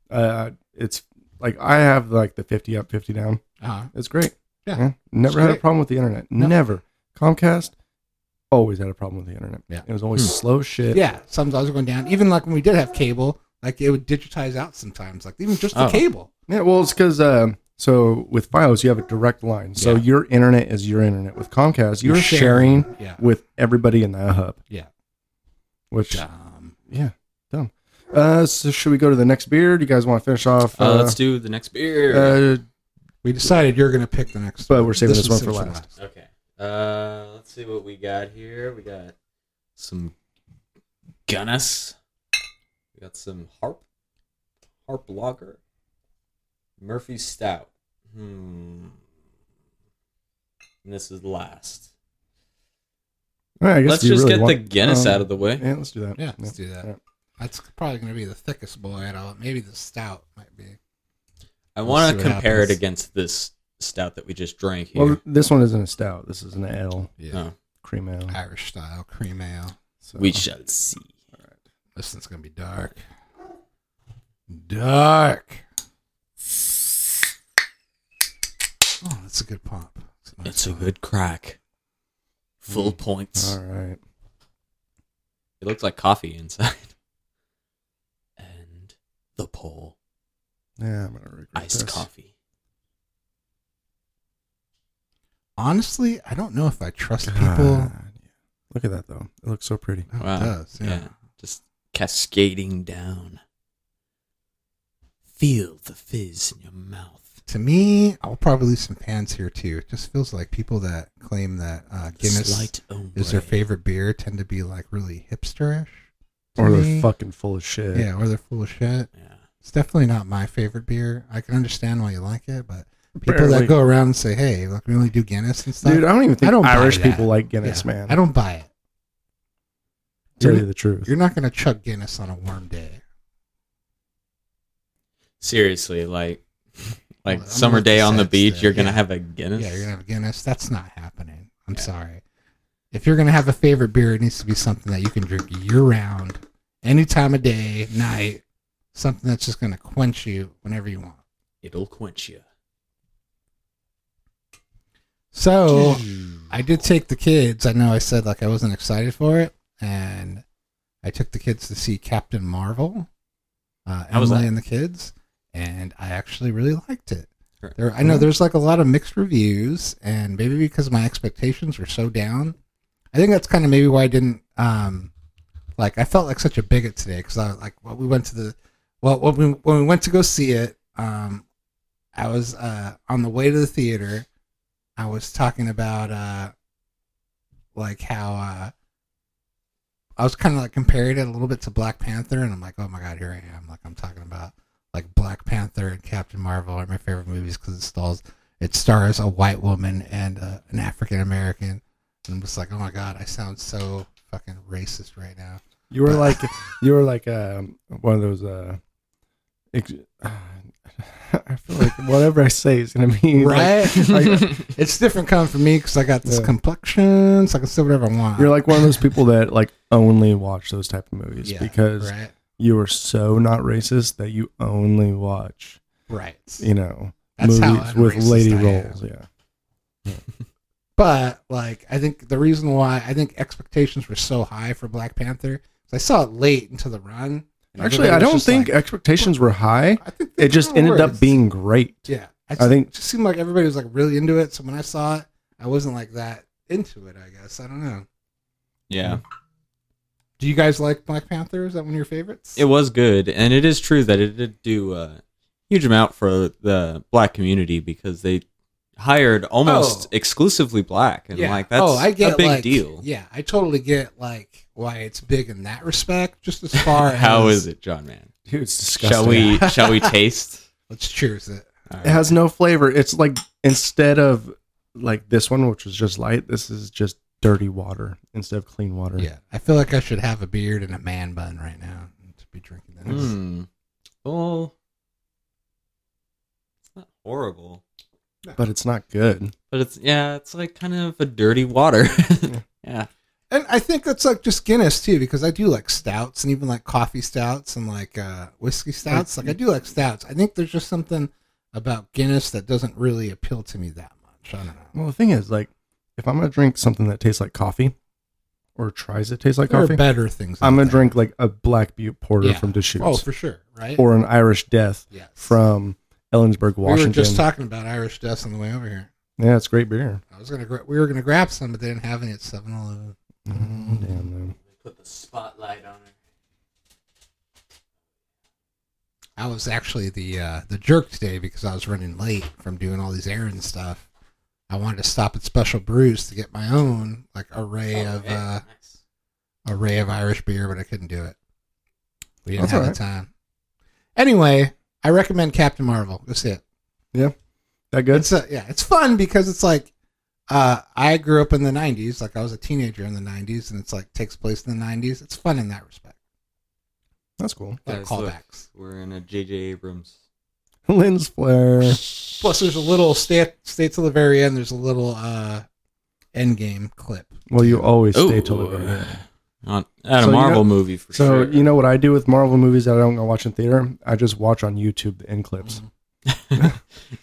S3: Uh, it's like I have like the fifty up, fifty down.
S2: Uh-huh.
S3: It's great.
S2: Yeah,
S3: never
S2: it's
S3: had a
S2: great.
S3: problem with the internet.
S2: No.
S3: Never. Comcast always had a problem with the internet.
S2: Yeah.
S3: it was always
S1: Hmm.
S3: slow as shit.
S2: Yeah, sometimes going down. Even like when we did have cable, like it would digitize out sometimes. Like even just the
S1: Oh.
S2: cable.
S3: Yeah, well, it's because um, so with Fios you have a direct line, so
S2: Yeah.
S3: your internet is your internet. With Comcast, you're,
S2: You're
S3: sharing,
S2: sharing. Yeah.
S3: with everybody in the hub.
S2: Yeah.
S3: which yeah,
S2: Um,
S3: dumb. Uh, so should we go to the next beer? Do you guys want to finish off?
S1: Uh, let's do the next beer.
S3: uh,
S2: we decided you're gonna pick the next.
S3: But we're saving this one
S2: is
S3: for
S2: the
S3: last.
S1: okay. Uh, let's see what we got here. We got some Guinness. We got some Harp. Harp Lager. Murphy Stout. Hmm. And this is last.
S3: all right, I guess
S1: Let's
S3: if you
S1: just
S3: really
S1: get the
S3: want-
S1: Guinness
S3: um,
S1: out of the way.
S3: Yeah, let's do that.
S2: Yeah, let's do that.
S3: Yeah.
S2: That's probably going to be the thickest boy at all. Maybe the stout might be.
S1: I
S2: We'll
S1: want
S2: see
S1: to
S2: what
S1: compare it
S2: happens.
S1: against this stout that we just drank here.
S3: Well, this one isn't a stout. This is an ale,
S1: Oh,
S3: cream ale.
S2: Irish style cream ale.
S3: So.
S1: we shall see.
S2: This is gonna be dark. Dark. Oh, that's a good pop. It's a nice
S1: It's a
S2: pop.
S1: good crack. Full points.
S3: Mm. All right.
S1: It looks like coffee inside. And the pole.
S3: Yeah, I'm gonna regret
S1: Iced
S3: this.
S1: coffee.
S2: Honestly, I don't know if I trust people.
S3: God, yeah. Look at that though. It looks so pretty.
S2: Oh, it
S1: Wow.
S2: does, yeah.
S1: Yeah. Just cascading down. Feel the fizz in your mouth.
S2: To me, I'll probably leave some pans here too. It just feels like people that claim that uh, Guinness
S1: Slight ombre.
S2: is their favorite beer tend to be like really hipsterish. to
S3: Or they're
S2: me.
S3: fucking full of shit.
S2: Yeah, or they're full of shit.
S1: Yeah.
S2: It's definitely not my favorite beer. I can understand why you like it, but people
S3: Barely.
S2: that go around and say, "Hey, look, we only do Guinness and stuff,"
S3: Dude, I don't even think
S2: I don't buy
S3: Irish
S2: that.
S3: people like
S2: Yeah,
S3: Guinness, man.
S2: I don't buy it.
S3: tell
S2: You're-
S3: you the truth.
S2: You're not gonna chuck Guinness on a warm day.
S1: Seriously, like like
S2: I'm
S1: summer
S2: with
S1: day
S2: the
S1: on the
S2: sense
S1: beach,
S2: there.
S1: you're gonna
S2: Yeah.
S1: have a Guinness.
S2: Yeah, you're gonna have Guinness. That's not happening. I'm sorry. If you're gonna have a favorite beer, it needs to be something that you can drink year round, any time of day, night. Something that's just gonna quench you whenever you want.
S1: It'll quench you.
S2: So I did take the kids. I know I said like I wasn't excited for it, and I took the kids to see Captain Marvel. Uh,
S1: How was
S2: Emily
S1: that?
S2: and the kids, and I actually really liked it.
S1: Sure.
S2: There, I know there's like a lot of mixed reviews, and maybe because my expectations were so down, I think that's kind of maybe why I didn't um, like. I felt like such a bigot today because I like well, we went to the well when we when we went to go see it. Um, I was uh, on the way to the theater. I was talking about uh, like how uh, I was kind of like comparing it a little bit to Black Panther, and I'm like, oh my god, here I am. Like I'm talking about like Black Panther and Captain Marvel are my favorite movies because it stalls. It stars a white woman and uh, an African American, and I'm just like, oh my god, I sound so fucking racist right now.
S3: You were like you were like um, one of those. Uh, ex- I feel like whatever I say is gonna be like- like,
S2: it's different coming from me because I got this
S3: Yeah.
S2: complexion, so I can say whatever I want.
S3: you're like one of those people that like only watch those type of movies
S2: Yeah,
S3: because
S2: right,
S3: you are so not racist that you only watch
S2: right.
S3: you know
S2: That's how
S3: movies with
S2: unracist
S3: lady
S2: I am.
S3: roles. Yeah,
S2: But like, I think the reason why I think expectations were so high for Black Panther is I saw it late into the run. and
S3: actually,
S2: everybody
S3: I
S2: was
S3: don't
S2: just
S3: think
S2: like-
S3: expectations were high.
S2: I think they
S3: It just
S2: kinda
S3: ended
S2: were.
S3: up being great.
S2: Yeah, I,
S3: I think-
S2: think it just seemed like everybody was like really into it. So when I saw it, I wasn't like that into it. I guess I don't know.
S1: Yeah.
S2: Do you guys like Black Panther? Is that one of your favorites?
S1: It was good, and it is true that it did do a huge amount for the black community because they hired almost
S2: Oh.
S1: exclusively black, and like that's
S2: oh, I get
S1: a big
S2: like,
S1: deal.
S2: Yeah, I totally get like why it's big in that respect. Just as far
S1: How
S2: as,
S1: is it, John Man?
S3: Dude, it's disgusting.
S1: Shall we? shall we taste?
S2: Let's cheers it.
S1: All right.
S3: It has no flavor. It's like instead of like this one, which was just light, this is just dirty water instead of clean water.
S2: Yeah, I feel like I should have a beard and a man bun right now to be drinking that.
S1: Hmm. Well, it's not horrible,
S3: But it's not good.
S1: but it's yeah, it's like kind of a dirty water. yeah.
S2: And I think that's like just Guinness too, because I do like stouts and even like coffee stouts and like uh, whiskey stouts. Like I do like stouts. I think there's just something about Guinness that doesn't really appeal to me that much. I don't know.
S3: Well, the thing is, like, if I'm gonna drink something that tastes like coffee or tries to taste like
S2: there
S3: coffee,
S2: are better things. out
S3: I'm gonna
S2: there.
S3: drink like a black butte porter
S2: Yeah.
S3: from Deschutes
S2: Oh, for sure, right?
S3: or an Irish death
S2: yes.
S3: from Ellensburg,
S2: We
S3: Washington.
S2: were just talking about Irish deaths on the way over here.
S3: yeah, it's great beer.
S2: I was gonna gra- we were gonna grab some, but they didn't have any at 7-Eleven.
S3: Mm, damn man.
S1: Put the spotlight on it.
S2: I was actually the uh, the jerk today because I was running late from doing all these errands stuff. I wanted to stop at Special Brews to get my own like
S1: Oh,
S2: array
S3: Oh,
S2: of uh, array of Irish beer, but I couldn't do it. We didn't
S3: That's
S2: have
S3: alright.
S2: the time. Anyway, I recommend Captain Marvel. Go see it.
S3: That good?
S2: It's a, yeah, it's fun because it's like uh, I grew up in the '90s. Like I was a teenager in the '90s, and it's like takes place in the '90s. It's fun in that respect.
S3: That's cool.
S2: A lot of
S1: Guys, look.
S2: callbacks.
S1: We're in a JJ Abrams.
S3: Lens flare.
S2: Plus, there's a little stay stay till the very end. There's a little uh, end game clip.
S3: Well, you always
S1: Oh.
S3: stay till the very end.
S1: on, at
S3: So
S1: a
S3: you
S1: Marvel
S3: know-
S1: movie for
S3: So
S1: sure.
S3: you know what I do with Marvel movies that I don't go watch in theater? I just watch on YouTube the end clips.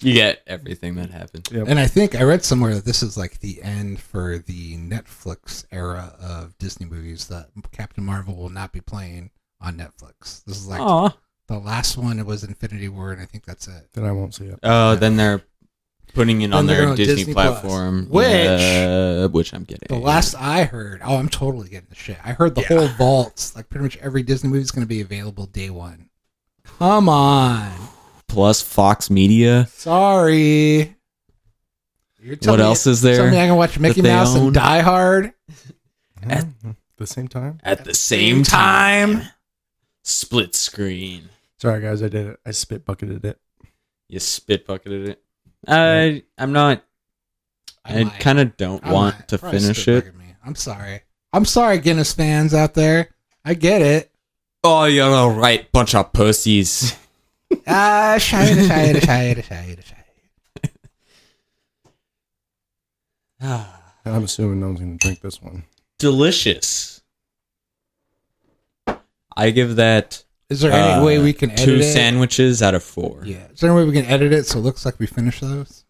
S1: you get everything that happened.
S3: Yep.
S2: And I think I read somewhere that this is like the end for the Netflix era of Disney movies that Captain Marvel will not be playing on Netflix. This is like
S1: Aw.
S2: the last one. It was Infinity War, and I think that's it.
S3: Then I won't see it.
S1: Oh, then they're putting it
S2: Then
S1: on
S2: they're
S1: their
S2: on
S1: Disney,
S2: Disney Plus,
S1: platform,
S2: which-
S1: yeah, which I'm getting.
S2: The last I heard, oh, I'm totally getting the shit. I heard the whole vaults, like pretty much every Disney movie is going to be available day one. Come on,
S1: plus Fox Media.
S2: sorry. You're telling
S1: What
S2: me-
S1: else is
S2: Tell me
S1: there
S2: I can watch Mickey
S1: they
S2: Mouse
S1: own?
S2: and Die Hard.
S3: At the same time.
S1: at the same time? Split screen.
S3: Sorry guys, I did it. I spit bucketed it.
S1: You spit bucketed it. I I'm not. I,
S2: might.
S1: kind of don't
S2: I
S1: want
S2: might.
S1: to
S2: Probably
S1: finish
S2: stood
S1: it.
S2: back at me. I'm sorry. I'm sorry, Guinness fans out there. I get it.
S1: Oh, you're all right, bunch of pussies.
S2: Ah, shite, shite, shite, shite, shite.
S3: I'm assuming no one's gonna drink this one.
S1: Delicious. I give that
S2: Is there any
S1: Uh,
S2: way we can edit
S1: two
S2: it?
S1: sandwiches out of four.
S2: yeah. Is there any way we can edit it so it looks like we finished those?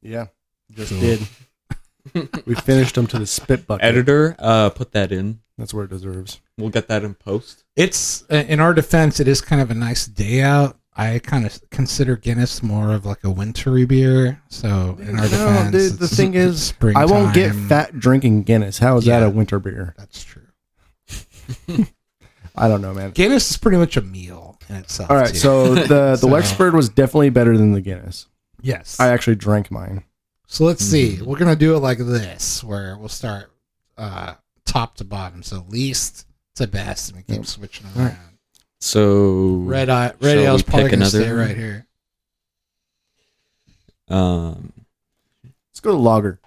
S3: Yeah. Just
S2: Cool.
S3: did. we finished them to the spit bucket.
S1: Editor, uh, put that in.
S3: That's where it deserves.
S1: We'll get that in post.
S2: It's uh, in our defense. It is kind of a nice day out. I kind of consider Guinness more of like a wintry beer. So in our
S3: No,
S2: defense,
S3: dude, the
S2: it's
S3: thing is,
S2: springtime.
S3: I won't get fat drinking Guinness. How is
S2: Yeah.
S3: that a winter beer?
S2: That's true.
S3: I don't know, man.
S2: Guinness is pretty much a meal in itself.
S3: All right,
S2: too.
S3: so the the
S2: So-
S3: Wexford was definitely better than the Guinness.
S2: yes,
S3: I Mm-hmm. actually drank mine.
S2: So let's see.
S1: Mhm.
S2: We're gonna do it like this, where we'll start uh, top to bottom, so least to best, and we keep
S3: Yep.
S2: switching
S3: All
S2: around. uh,
S3: right.
S1: So
S2: Red eye, red
S1: Shall
S2: eye is probably
S1: we pick
S2: gonna
S1: another
S2: stay
S1: one?
S2: right here.
S1: um,
S3: Let's go to lager.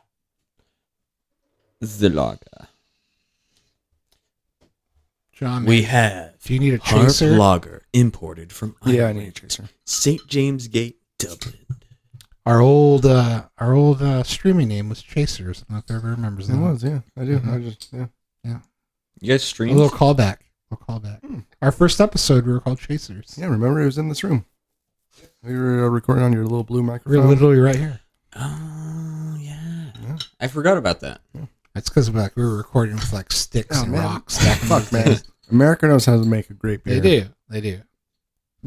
S1: the lager.
S2: John,
S1: We
S2: we
S1: have
S2: do you need a
S1: Harp
S2: chaser?
S1: Lager imported from
S3: Yeah, I
S1: Ireland,
S3: need a chaser.
S1: St James Gate, Dublin.
S2: Our old, uh, our old uh, streaming name was Chaser. So not ever remembers
S3: It
S2: that.
S3: was, yeah, I do.
S2: Mhm.
S3: I just, yeah.
S1: You guys
S2: A
S1: stream?
S2: little callback. A little callback.
S3: Hmm.
S2: Our first episode, we were called Chasers.
S3: Yeah, remember it was in this room. We were uh, recording on your little blue
S2: We're
S3: microphone.
S2: literally right here.
S1: Oh yeah.
S3: Yeah.
S1: I forgot about that.
S2: That's because like we were recording with like sticks
S3: Oh,
S2: and
S3: man.
S2: rocks. back in
S3: Fuck,
S2: the
S3: man.
S2: day.
S3: America knows how to make a great beer.
S2: They do. They do.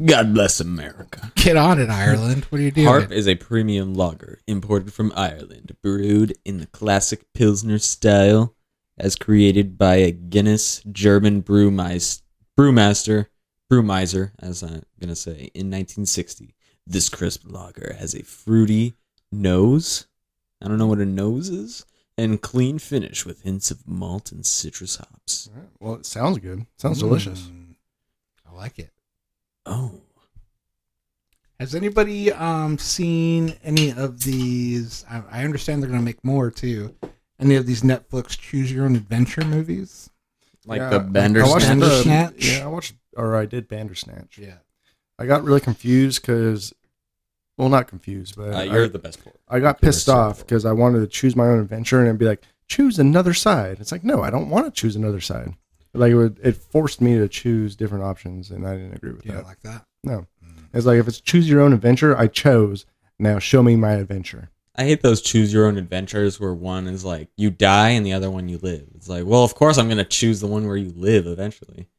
S1: God bless America.
S2: Get on it, Ireland. What are you doing?
S1: Harp is a premium lager imported from Ireland, brewed in the classic Pilsner style, as created by a Guinness German brewmeis- brewmaster, brewmiser, as I'm going to say, in 1960. This crisp lager has a fruity nose. I don't know what a nose is. And clean finish with hints of malt and citrus hops.
S3: All right. Well, it sounds good. Sounds delicious.
S2: Mm. I like it.
S1: Oh.
S2: Has anybody um seen any of these? I, I understand they're gonna make more too. Any of these Netflix Choose Your Own Adventure movies?
S1: Like
S3: Yeah,
S1: the
S3: I
S1: Bandersnatch.
S3: watched the-
S2: Bandersnatch?
S3: yeah, I watched, or I did Bandersnatch.
S2: Yeah.
S3: I got really confused because, well, not confused, but
S1: Uh,
S3: I-
S1: you're the best part.
S3: I got
S1: Give
S3: pissed
S1: us
S3: off
S1: support.
S3: because I wanted to choose my own adventure and it'd be like, choose another side. It's like, no, I don't want to choose another side. Like it, would, it forced me to choose different options and I didn't agree with
S2: Yeah,
S3: that.
S2: like that.
S3: no.
S2: Mm.
S3: It's like, if it's choose your own adventure, I chose. Now show me my adventure.
S1: I hate those choose your own adventures where one is like you die and the other one you live. It's like, well, of course I'm going to choose the one where you live eventually.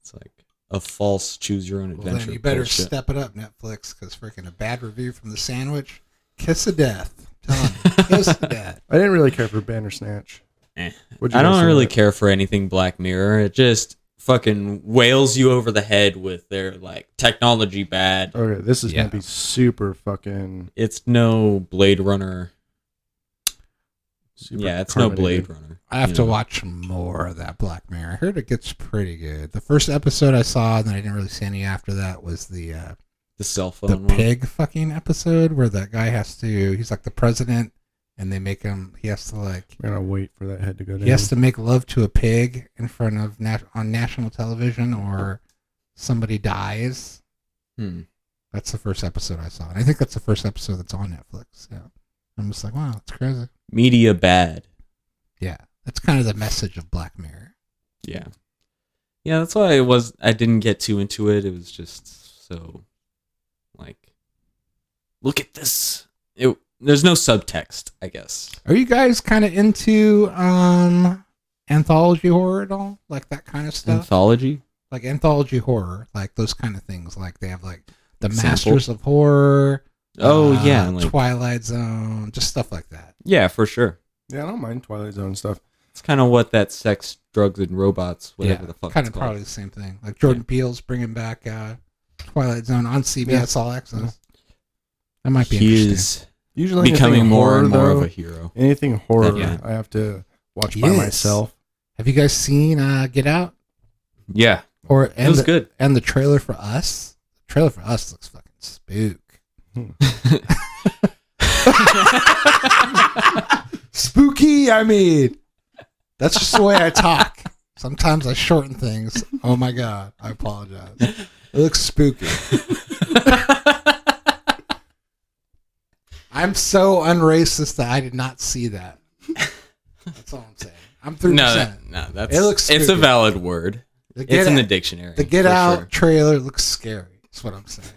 S1: It's like a false choose your own
S2: Well,
S1: adventure.
S2: then you better
S1: bullshit.
S2: step it up, Netflix, because freaking a bad review from the sandwich, kiss of death. Telling you, kiss of death.
S3: I didn't really care for Bandersnatch.
S1: Eh.
S3: What'd you
S1: I
S3: guys
S1: don't
S3: think
S1: really
S3: of it?
S1: care for anything Black Mirror. It just fucking wails you over the head with their like technology bad.
S3: Okay, this is
S2: Yeah.
S3: going to be super fucking.
S1: It's no Blade Runner.
S3: Super
S1: yeah, it's no
S3: carbonated.
S1: Blade Runner.
S2: I have
S1: you
S2: to
S1: know.
S2: watch more of that Black Mirror. I heard it gets pretty good. The first episode I saw, and then I didn't really see any after that, was the uh,
S1: the cell phone.
S2: the
S1: one.
S2: pig fucking episode where that guy has to he's like the president and they make him he has to like
S3: We're going to wait for that head to go down.
S2: he has to make love to a pig in front of nat- on national television or somebody dies
S1: Hmm.
S2: that's the first episode i saw and i think that's the first episode that's on netflix yeah i'm just like wow it's crazy
S1: Media bad.
S2: yeah that's kind of the message of black mirror
S1: yeah, yeah. That's why I was. I didn't get too into it. It was just so, like, look at this. It there's no subtext, I guess.
S2: Are you guys kind of into um anthology horror at all? Like that kind of stuff?
S1: Anthology.
S2: like anthology horror, like those kind of things. Like they have like the
S1: Example?
S2: Masters of Horror.
S1: Oh
S2: uh,
S1: yeah, like,
S2: Twilight Zone, just stuff like that.
S1: yeah, for sure.
S3: Yeah, I don't mind Twilight Zone stuff.
S1: It's kind of what that sex, drugs, and robots, whatever the fuck.
S2: kind
S1: it's
S2: of
S1: called.
S2: probably the same thing. Like Jordan Peele's bringing back uh, Twilight Zone on CBS All Access. That might be
S1: he
S2: interesting.
S1: is
S3: Usually anything
S1: becoming more
S3: horror,
S1: and more
S3: though,
S1: of a hero.
S3: anything horror.
S1: Yeah.
S3: I have to watch by
S2: Yes.
S3: myself.
S2: Have you guys seen uh, Get Out
S1: Yeah,
S2: or
S1: it
S2: and
S1: was
S2: the,
S1: good.
S2: and the trailer for Us? The trailer for Us looks fucking spook. Spooky, I mean. That's just the way I talk. Sometimes I shorten things. Oh my god, I apologize. It looks spooky. I'm so unracist that I did not see that. That's all I'm saying. I'm three
S1: No,
S2: percent.
S1: that- no, that's
S2: It looks
S1: It's a
S2: stupid.
S1: valid word.
S2: The
S1: It's
S2: get,
S1: in
S2: out,
S1: the
S2: the,
S1: dictionary.
S2: get
S1: for
S2: out
S1: sure.
S2: trailer looks scary. That's what I'm saying.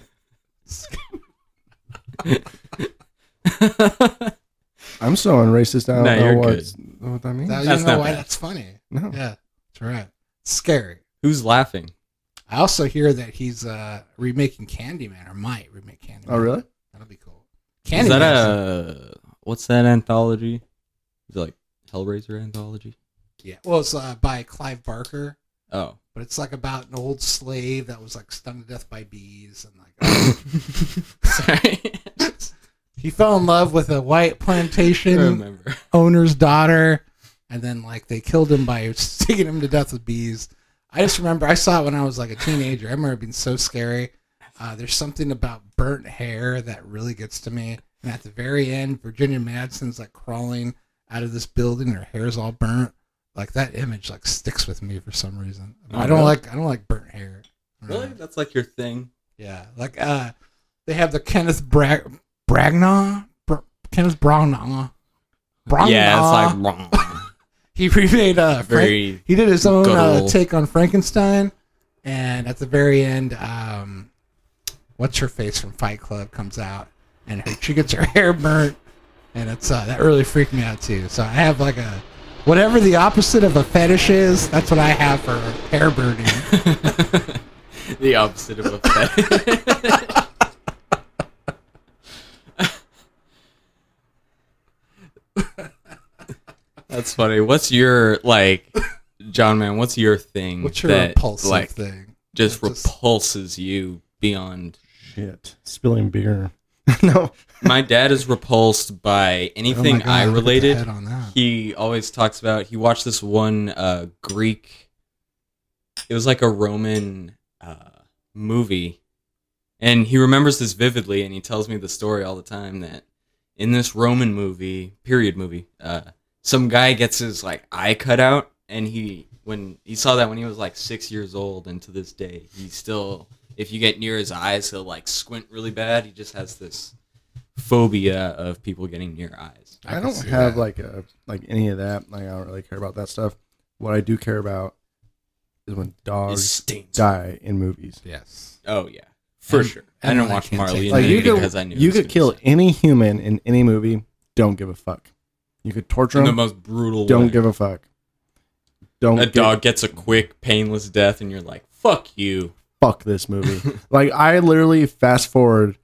S3: I'm so unracist. I don't
S1: No,
S3: know
S1: you're
S3: what's- what that means.
S2: Now, you
S1: That's
S2: know
S1: not
S2: why
S1: bad.
S2: that's funny.
S3: no.
S2: Yeah, that's right. Scary.
S1: Who's laughing?
S2: I also hear that he's uh, remaking Candyman or might remake Candyman.
S3: Oh, really?
S2: That'll be cool.
S1: Is
S2: Candyman.
S1: that a what's that anthology? Is it like Hellraiser anthology?
S2: Yeah. Well, it's uh, by Clive Barker,
S1: Oh,
S2: but it's like about an old slave that was like stung to death by bees and like uh,
S1: sorry,
S2: he fell in love with a white
S1: I
S2: plantation
S1: remember.
S2: owner's daughter, and then like they killed him by sticking him to death with bees. I just remember I saw it when I was like a teenager. I remember it being so scary. Uh, there's something about burnt hair that really gets to me. And at the very end, Virginia Madsen's like crawling out of this building, her hair's all burnt. Like that image like sticks with me for some reason.
S1: Oh,
S2: I don't
S1: really?
S2: like I don't like burnt hair.
S1: Really, that's like your thing.
S2: Yeah, like uh, they have the Kenneth Bra- Bragna, Br- Kenneth Bragna. Bragna.
S1: Yeah, it's like wrong.
S2: he remade uh, Frank-
S1: very
S2: he did his own uh,
S1: guttural.
S2: take on Frankenstein, and at the very end, um, what's her face from Fight Club comes out, and her, she gets her hair burnt, and it's uh, that really freaked me out too. So I have like a whatever the opposite of a fetish is, that's what I have for hair burning.
S1: the opposite of a fetish. That's funny. What's your like, John? Man, what's your thing?
S2: What's your
S1: that,
S2: repulsive
S1: like,
S2: thing?
S1: Just
S2: that just-
S1: repulses you beyond.
S3: Shit. Spilling beer. no.
S1: My dad is repulsed by
S2: Oh my
S1: anything
S2: God,
S1: eye
S2: look at the
S1: related.
S2: head on that.
S1: he always talks about he watched this one uh greek it was like a roman uh movie and he remembers this vividly and he tells me the story all the time that in this roman movie period movie uh some guy gets his like eye cut out and he when he saw that when he was like six years old and to this day he still if you get near his eyes he'll like squint really bad he just has this phobia of people getting near eyes
S3: I,
S2: can
S3: don't
S2: see
S3: have
S2: that.
S3: like a like any of that. Like I don't really care about that stuff. What I do care about is when
S1: It
S3: dogs
S1: stinks.
S3: die in movies.
S2: Yes.
S1: Oh yeah, for
S2: And-
S1: sure.
S2: and
S1: I didn't
S2: I
S1: watch
S2: can't
S1: Marley
S2: take
S1: and
S3: Like
S2: it.
S1: Me
S3: you
S1: because
S3: could
S1: I knew it
S3: you
S1: was
S3: could
S1: gonna
S3: kill
S1: be
S3: any human in any movie. Don't give a fuck. You could torture
S1: in the
S3: them.
S1: most brutal.
S3: don't
S1: way.
S3: give a fuck. Don't
S1: a
S3: give-
S1: dog gets a quick, painless death, and you're like, "Fuck you."
S3: fuck this movie. like I literally fast forward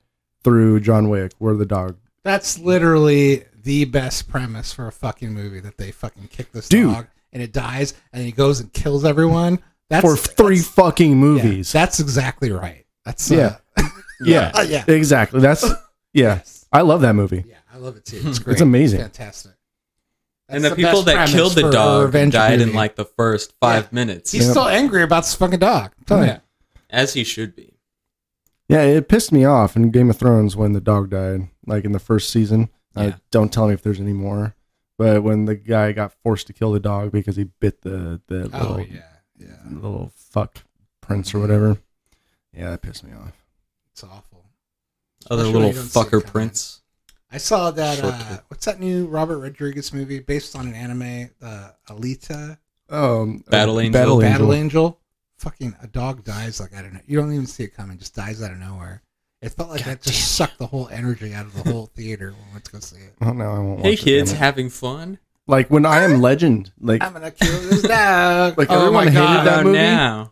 S3: through John Wick where the dog.
S2: That's literally the best premise for a fucking movie that they fucking kick this
S3: Dude.
S2: dog and it dies and he goes and kills everyone. That's
S3: for three
S2: that's-
S3: fucking
S2: yeah,
S3: movies.
S2: that's exactly right. That's
S3: Yeah.
S2: yeah,
S3: Yeah.
S2: uh, yeah.
S3: Exactly. That's yeah. I love that movie.
S2: yeah. I love it too. It's great.
S3: amazing.
S2: fantastic.
S1: And the,
S2: That's
S1: people
S2: best
S1: that
S2: premise
S1: killed
S2: for
S1: the
S2: a
S1: dog
S2: revenge
S1: died in
S2: movie.
S1: like the first five
S2: Yeah.
S1: minutes,
S2: he's
S3: Yeah.
S2: still angry about this fucking dog. I'm telling
S1: Yeah. as he should be.
S3: Yeah, it pissed me off in Game of Thrones when the dog died, like in the first season. Uh,
S1: Yeah.
S3: don't tell me if there's any more. But when the guy got forced to kill the dog because he bit the the
S2: you. Oh
S3: little,
S2: yeah, yeah.
S3: little fuck prince or whatever, yeah, that pissed me off.
S2: It's awful. Especially
S1: Other
S2: when
S1: little
S2: you don't see it
S1: fucker
S2: coming.
S1: prince.
S2: I saw that.
S1: Short
S2: Uh,
S1: clip.
S2: what's that new Robert Rodriguez movie based on an anime, uh, Alita
S3: um,
S1: Battle
S3: uh,
S1: Angel.
S3: Battle Angel.
S2: Battle Angel. Fucking a dog dies like I don't know. You don't even see it coming. Just dies out of nowhere. It felt like that just sucked the whole energy out of the whole theater when we went to go see it.
S3: Oh no, I won't.
S1: Hey
S3: watch it,
S1: kids,
S3: damn it.
S1: having fun?
S3: like when I am Legend, like
S2: I'm gonna kill this dog.
S3: Like,
S2: oh
S3: everyone
S2: my
S3: hated
S2: god,
S3: that movie?
S1: now.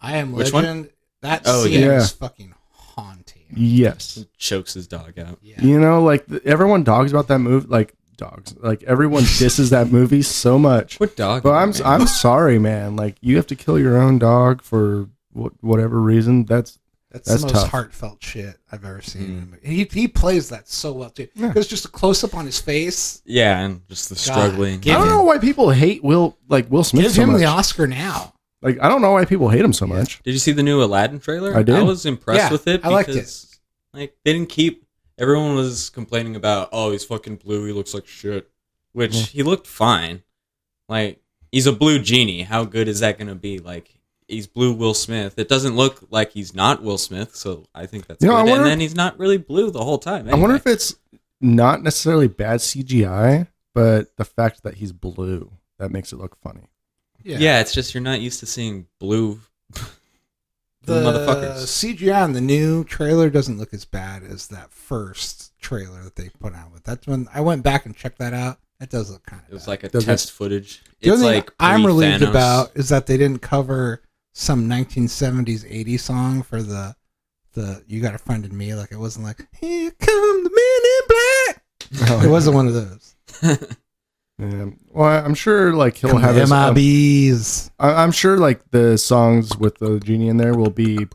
S2: I am
S1: Which one?
S2: legend. That
S1: Oh,
S2: scene
S3: yeah.
S2: is fucking haunting.
S3: yes,
S1: Chokes his dog out.
S2: Yeah.
S3: you know, like th- everyone dogs about that movie, like dogs, like everyone disses that movie so much.
S1: What dog?
S3: But I'm
S1: man?
S3: I'm sorry, man. Like you have to kill your own dog for wh- whatever reason. That's
S2: That's,
S3: That's
S2: the most
S3: tough. Mm.
S2: heartfelt shit I've ever seen. in a movie. He, he plays that so well too.
S3: Yeah.
S2: There's just a close up on his face.
S1: yeah, and just the struggling.
S2: give
S3: I don't
S2: him-
S3: know why people hate Will like Will Smith
S2: Give
S3: so
S2: him
S3: much.
S2: the Oscar now.
S3: like I don't know why people hate him so much.
S1: Did you see the new Aladdin trailer?
S3: I did.
S1: I was impressed
S2: Yeah,
S1: with it.
S2: I liked it.
S1: Like they didn't keep. Everyone was complaining about, oh, he's fucking blue. He looks like shit. Which
S3: Yeah.
S1: he looked fine. Like he's a blue genie. How good is that gonna be? Like he's blue Will Smith. It doesn't look like he's not Will Smith. So I think that's
S3: You know, I
S1: good.
S3: wonder
S1: and
S3: if-
S1: then he's not really blue the whole time.
S3: I wonder
S1: anyway.
S3: if it's not necessarily bad CGI, but the fact that he's blue that makes it look funny.
S1: Yeah. it's just you're not used to seeing blue.
S2: the
S1: motherfuckers.
S2: CGI in the new trailer doesn't look as bad as that first trailer that they put out with. That's when I went back and checked that out. It does look kind of.
S1: It was like a
S3: Doesn't-
S1: test footage.
S2: the
S1: It's
S2: only thing
S1: like
S2: I'm relieved
S1: pre-Thanos.
S2: about is that they didn't cover some 1970s 80s song for the the You Got a Friend in Me. Like it wasn't like Here Come the Men in
S1: Oh,
S2: Black. it wasn't one of those.
S3: Yeah. Well, I- I'm sure like he'll
S2: Come
S3: have his. um,
S2: MIBs.
S3: I- I'm sure like the songs with the genie in there will be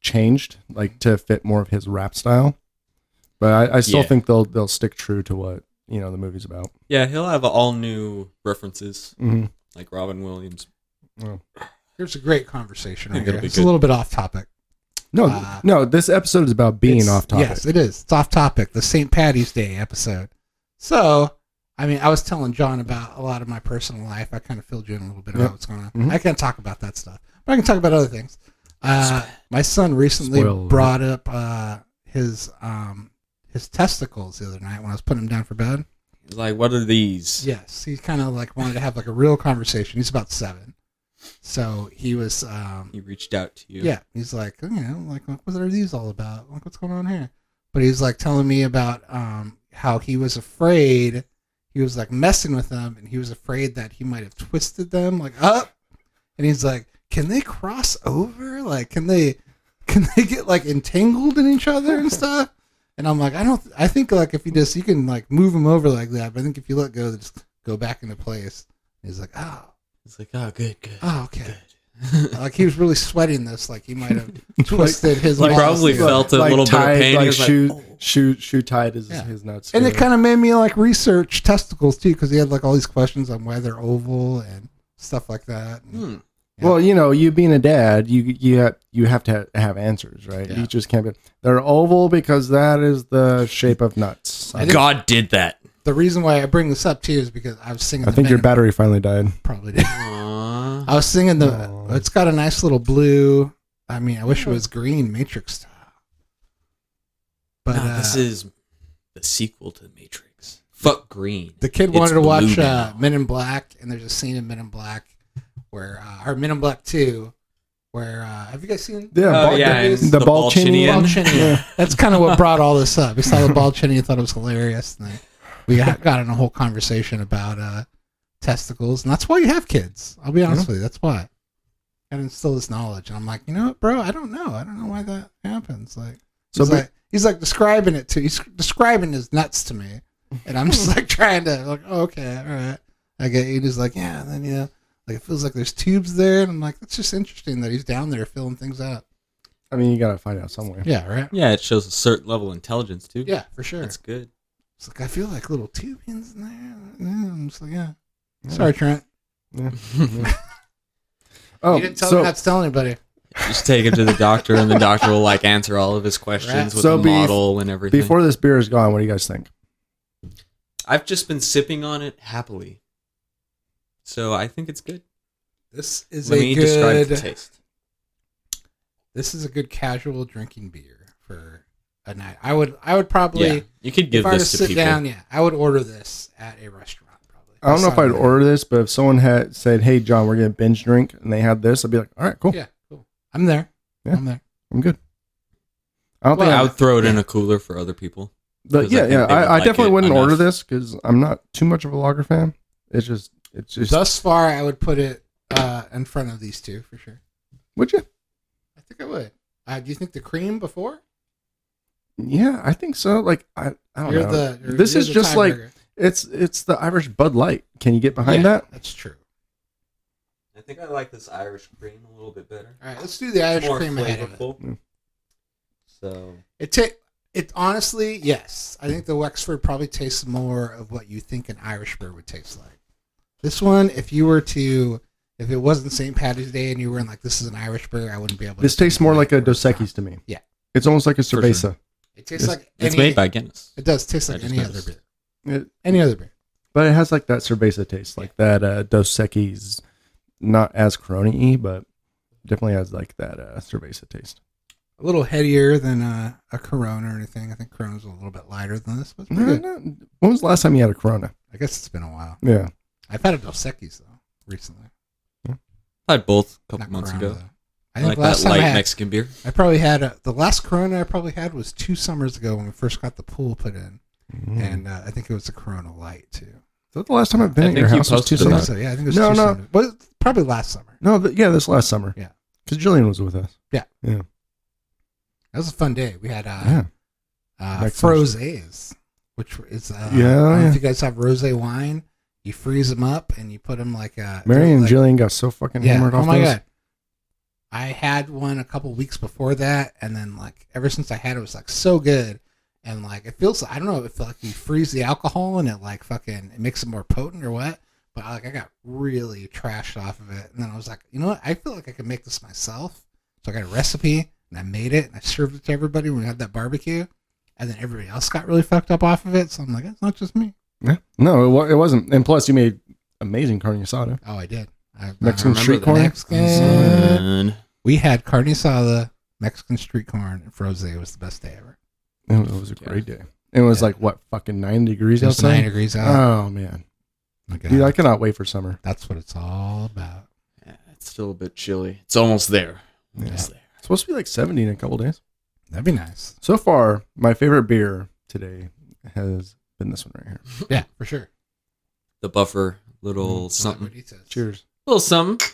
S3: changed like to fit more of his rap style, but I, I still
S1: Yeah.
S3: think they'll they'll stick true to what you know the movie's about.
S1: Yeah, he'll have all new references
S3: Mm-hmm.
S1: like Robin Williams.
S2: Here's a great conversation right
S1: It'll
S2: here.
S1: be
S2: It's a
S1: good.
S2: little bit off topic.
S3: No,
S2: Uh,
S3: no, this episode is about being
S2: It's-
S3: off topic.
S2: Yes, it is. It's off topic. The St. Patty's Day episode. So, I mean, I was telling John about a lot of my personal life. I kind of filled you in a little bit about
S3: Yep.
S2: what's going on.
S3: Mhm.
S2: I can't talk about that stuff, but I can talk about other things. Uh, my son recently
S3: Spoiler alert.
S2: brought up uh, his um, his testicles the other night when I was putting him down for bed.
S1: He's like, what are these?
S2: Yes, he kind of like wanted to have like a real conversation. He's about seven, so he was um,
S1: He reached out to you.
S2: yeah, he's like, you know, like what are these all about? Like what's going on here? But he's like telling me about um how he was afraid. He was like messing with them, and he was afraid that he might have twisted them like up. And he's like, can they cross over? Like, can they, can they get like entangled in each other and stuff? And I'm like, I don't. I think like if you just you can like move them over like that, but I think if you let go, they just go back into place. He's like, oh,
S1: He's like, oh, good, good.
S2: oh, okay.
S1: good.
S2: Like he was really sweating this. Like he might have twisted his.
S1: He
S2: balls
S1: probably
S2: together.
S1: felt a little bit of pain. He
S3: Like
S1: was like,
S3: shoe,
S1: "Oh."
S3: shoe, shoe tied is
S2: Yeah.
S3: his nuts.
S2: And it kind of made me like research testicles too, because he had like all these questions on why they're oval and stuff like that. And
S1: Hmm.
S3: well, you know, you being a dad, you you have you have to have answers, right?
S2: Yeah.
S3: You just can't be. They're oval because that is the shape of nuts.
S2: I
S3: I,
S2: didn't-
S1: God did that.
S2: The reason why I bring this up too is because I was singing. the
S3: think your
S2: Venom-
S3: battery finally died.
S2: probably did.
S1: Aww.
S2: I was singing the.
S3: Aw.
S2: It's got a nice little blue. I mean, I
S1: Hmm.
S2: wish it was green Matrix style. But
S1: no,
S2: uh,
S1: this is the sequel to Matrix. Fuck green.
S2: the kid
S1: It's
S2: wanted to
S1: blue
S2: watch uh,
S1: now.
S2: Men in Black, and there's a scene in Men in Black where, uh, or Men in Black Two, where uh, have you guys seen?
S3: Yeah,
S1: Oh,
S3: ball-
S1: yeah,
S3: the,
S1: and
S3: the
S1: the
S3: ball
S1: ball
S3: chin-
S1: chin-
S2: Ball
S1: Ian.
S2: Cheney.
S3: Yeah.
S2: That's kind of what brought all this up. We saw the ball chinny and thought it was hilarious. And then we ha- got in a whole conversation about uh, testicles. And that's why you have kids. I'll be honest with you. That's why. And instill this knowledge. And I'm like, you know what, bro? I don't know. I don't know why that happens. Like,
S3: So,
S2: he's,
S3: but-
S2: like he's like describing it to, he's describing his nuts to me. And I'm just like trying to, like, oh, okay, all right. I get you. Just like, yeah. And then, you know, like it feels like there's tubes there. And I'm like, that's just interesting that he's down there filling things out.
S3: I mean, you gotta find out somewhere.
S2: Yeah, right.
S1: Yeah, it shows a certain level of intelligence, too.
S2: Yeah, for sure.
S1: That's good.
S2: It's like I feel like little tubings in there. Yeah, I'm just like, yeah. Sorry, Trent. Mm-hmm.
S3: Oh,
S2: you didn't tell
S3: so
S2: me not to tell anybody.
S1: Just take him to the doctor, and the doctor will like answer all of his questions with
S3: So
S1: a
S3: be-
S1: model and everything.
S3: before this beer is gone, what do you guys think?
S1: I've just been sipping on it happily, so I think it's good.
S2: This is
S1: Let
S2: a
S1: me describe
S2: good.
S1: the taste.
S2: This is a good casual drinking beer for a night. I would, I would probably
S1: yeah, you could give
S2: if I were to
S1: this to
S2: sit
S1: people.
S2: down. Yeah, I would order this at a restaurant probably.
S3: I don't know if
S2: side
S3: I'd
S2: of it.
S3: order this, but if someone had said, "Hey, John, we're gonna binge drink," and they had this, I'd be like, "All right, cool,
S2: Yeah, cool. I'm there.
S3: Yeah.
S2: I'm there.
S3: I'm good." I don't
S1: Well,
S3: think
S1: I
S3: I,
S1: would throw it in a cooler for other people.
S3: but
S1: 'cause I
S3: yeah,
S1: think
S3: yeah,
S1: they
S3: I,
S1: would
S3: I
S1: like
S3: definitely
S1: it
S3: wouldn't
S1: enough.
S3: order this because I'm not too much of a lager fan. It's just, it's just,
S2: Thus far, I would put it uh, in front of these two for sure.
S3: would you?
S2: I think I would. Uh, do you think the cream before?
S3: Yeah, I think so. Like, I, I don't
S2: You're
S3: know.
S2: the- you're-
S3: this
S2: you're
S3: is
S2: the
S3: just like
S2: tiebreaker.
S3: it's it's the Irish Bud Light. Can you get behind
S2: Yeah,
S3: that?
S2: That's true.
S1: I think I like this Irish cream a little bit better.
S2: All right, let's do the Irish cream ahead of it.
S1: Mm. So
S2: It ta- it honestly, yes. I think the Wexford probably tastes more of what you think an Irish beer would taste like. This one, if you were to, if it wasn't St. Patty's Day and you were in like this is an Irish beer, I wouldn't be able.
S3: This
S2: to
S3: tastes more like a Dos Equis to me.
S2: Yeah.
S3: it's almost like a
S1: For
S3: cerveza.
S2: It tastes like
S1: it's
S2: any-
S1: made by Guinness.
S2: It does taste
S1: I
S2: like
S1: just
S2: any other
S1: noticed.
S2: beer.
S3: It-
S2: Any other beer.
S3: but it has like that cerveza taste, like that uh, Dos Equis, not as crony y, but definitely has like that uh, cerveza taste.
S2: A little headier than uh, a Corona or anything. I think Corona's a little bit lighter than this, but it's pretty
S3: No,
S2: good.
S3: no. When was the last time you had a Corona?
S2: I guess it's been a while.
S3: Yeah,
S2: I've had a Dos Equis though recently.
S1: I had both a couple
S2: Not
S1: months
S2: Corona,
S1: ago.
S2: though. I
S1: I
S2: think
S1: like
S2: last
S1: that
S2: time I
S1: light
S2: had,
S1: Mexican beer.
S2: I probably had a, the last Corona I probably had was two summers ago when we first got the pool put in,
S3: and
S2: and uh, I think it was a Corona Light too.
S3: Mm. is that the last time I've been
S1: I
S3: at your
S1: think you
S3: house? Was two
S1: posted
S2: So,
S1: that.
S3: summers.
S2: so, yeah, I think it was
S3: No,
S2: two
S3: no.
S2: summers, but it's probably last summer.
S3: No, th- yeah, this last summer.
S2: Yeah.
S3: because Jillian was with us.
S2: That was a fun day. We had uh,
S3: Yeah,
S2: uh,
S3: Back to
S2: frosés, which is uh, I
S3: Yeah,
S2: don't know
S3: yeah.
S2: if you guys have rosé wine. You freeze them up and you put them like uh,
S3: Mary and
S2: like,
S3: Jillian got so fucking
S2: Yeah.
S3: hammered
S2: Oh
S3: off.
S2: my
S3: those.
S2: god. I had one a couple weeks before that, and then like ever since I had it, it was like so good, and like it feels I don't know if like you freeze the alcohol and it like fucking it makes it more potent or what, but like I got really trashed off of it, and then I was like, you know what, I feel like I can make this myself, so I got a recipe and I made it and I served it to everybody when we had that barbecue, and then everybody else got really fucked up off of it, so I'm like, it's not just me.
S3: Yeah. No, it, wa- it wasn't. And plus, you made amazing carne asada.
S2: Oh, I did. I,
S3: Mexican
S1: remember
S3: street
S1: that.
S3: corn.
S2: Mexican.
S1: And
S2: We had carne asada, Mexican street corn, and froze. It was the best day ever.
S3: It was a great day. It was
S2: Yeah.
S3: like what fucking nine degrees
S2: It was
S3: outside.
S2: nine degrees out.
S3: Oh man,
S2: My God.
S3: dude, I cannot wait for summer.
S2: That's what it's all about.
S4: Yeah, it's still a bit chilly. It's almost there. Almost there.
S3: It's supposed to be like seventy in a couple days.
S2: That'd be nice.
S3: So far, my favorite beer today has been this one right here.
S2: Yeah, for sure.
S1: the buffer,
S2: Mm.
S1: little something,
S2: Margaritas.
S3: Cheers.
S1: little something.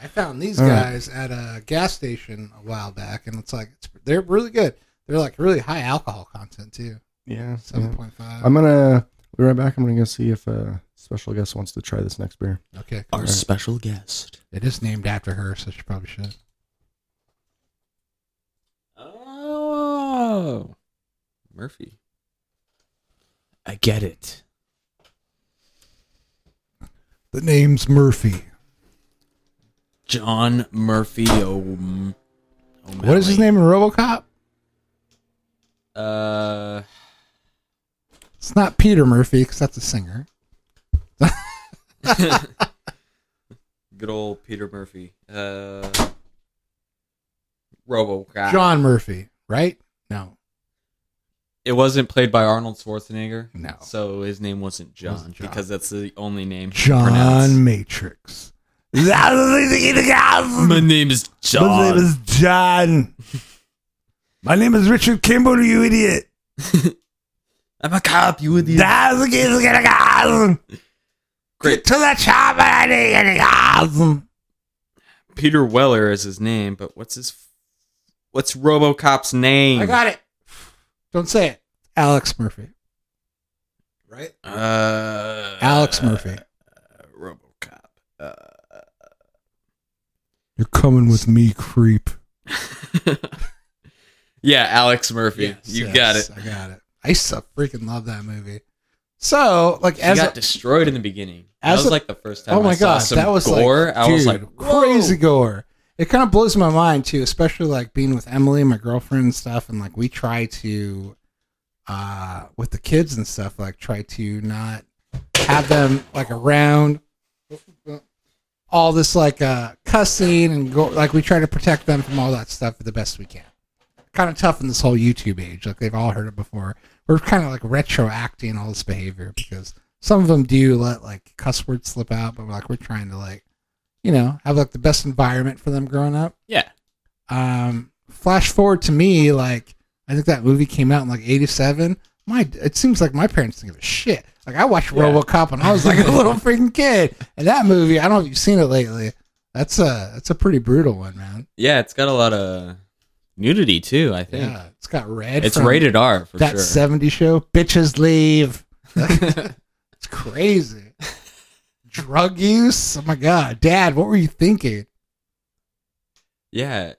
S2: I found these
S3: All right.
S2: guys at a gas station a while back, and it's like it's, they're really good. They're like really high alcohol content too,
S3: Yeah.
S2: seven
S3: yeah.
S2: point five.
S3: I'm gonna be right back. I'm gonna go see if a special guest wants to try this next beer.
S2: Okay,
S4: Our special guest.
S2: it is named after her, so she probably should.
S1: Oh, Murphy.
S4: I get it.
S2: The name's Murphy.
S4: John Murphy
S1: oh,
S4: O'M- O'Malley.
S2: What is his name in RoboCop?
S1: Uh,
S2: It's not Peter Murphy because that's a singer.
S1: good old Peter Murphy. Uh, RoboCop.
S2: John Murphy, right? No,
S1: It wasn't played by Arnold Schwarzenegger,
S2: no.
S1: so his name wasn't John,
S2: Wasn't John.
S1: because that's the only name.
S2: John
S1: pronounced.
S2: Matrix. My
S4: My name is John.
S2: is John. My name is Richard Kimball, you idiot.
S1: I'm a cop. You idiot.
S2: That's
S1: Great.
S2: to the chopper, I
S1: Peter Weller is his name, but what's his? What's RoboCop's name?
S2: I got it. Don't say it. Alex Murphy. Right?
S4: uh,
S2: Alex Murphy.
S4: uh, RoboCop. Uh,
S2: You're coming with me, creep.
S1: yeah, Alex Murphy. you got it.
S2: I got it. I used to freaking love that movie. So, like,
S1: She
S2: as
S1: got
S2: a-
S1: destroyed in the beginning. That
S2: as
S1: was
S2: a-
S1: like the first time.
S2: Oh my
S1: I saw
S2: gosh,
S1: some
S2: that was
S1: gore.
S2: like,
S1: I was like,
S2: dude,
S1: "Whoa."
S2: crazy gore. It kind of blows my mind too, especially like being with Emily, my girlfriend, and stuff, and like we try to, uh, with the kids and stuff, like try to not have them like around all this like uh cussing and go like we try to protect them from all that stuff the best we can. Kind of tough in this whole YouTube age, like they've all heard it before. We're kind of like retroacting all this behavior because some of them do let like cuss words slip out, but like we're trying to like, you know, have like the best environment for them growing up.
S1: Yeah.
S2: Um, flash forward to me, like I think that movie came out in like '87. My, it seems like my parents didn't give a shit. Like I watched
S1: Yeah.
S2: RoboCop when I was like a little freaking kid, and that movie, I don't know if you've seen it lately. That's a that's a pretty brutal one, man.
S1: Yeah, it's got a lot of nudity too. I think
S2: Yeah, it's got red.
S1: it's
S2: from
S1: rated R for
S2: That
S1: sure.
S2: 70 show, bitches leave. it's crazy. Drug use. Oh my god, Dad, what were you thinking?
S1: Yeah.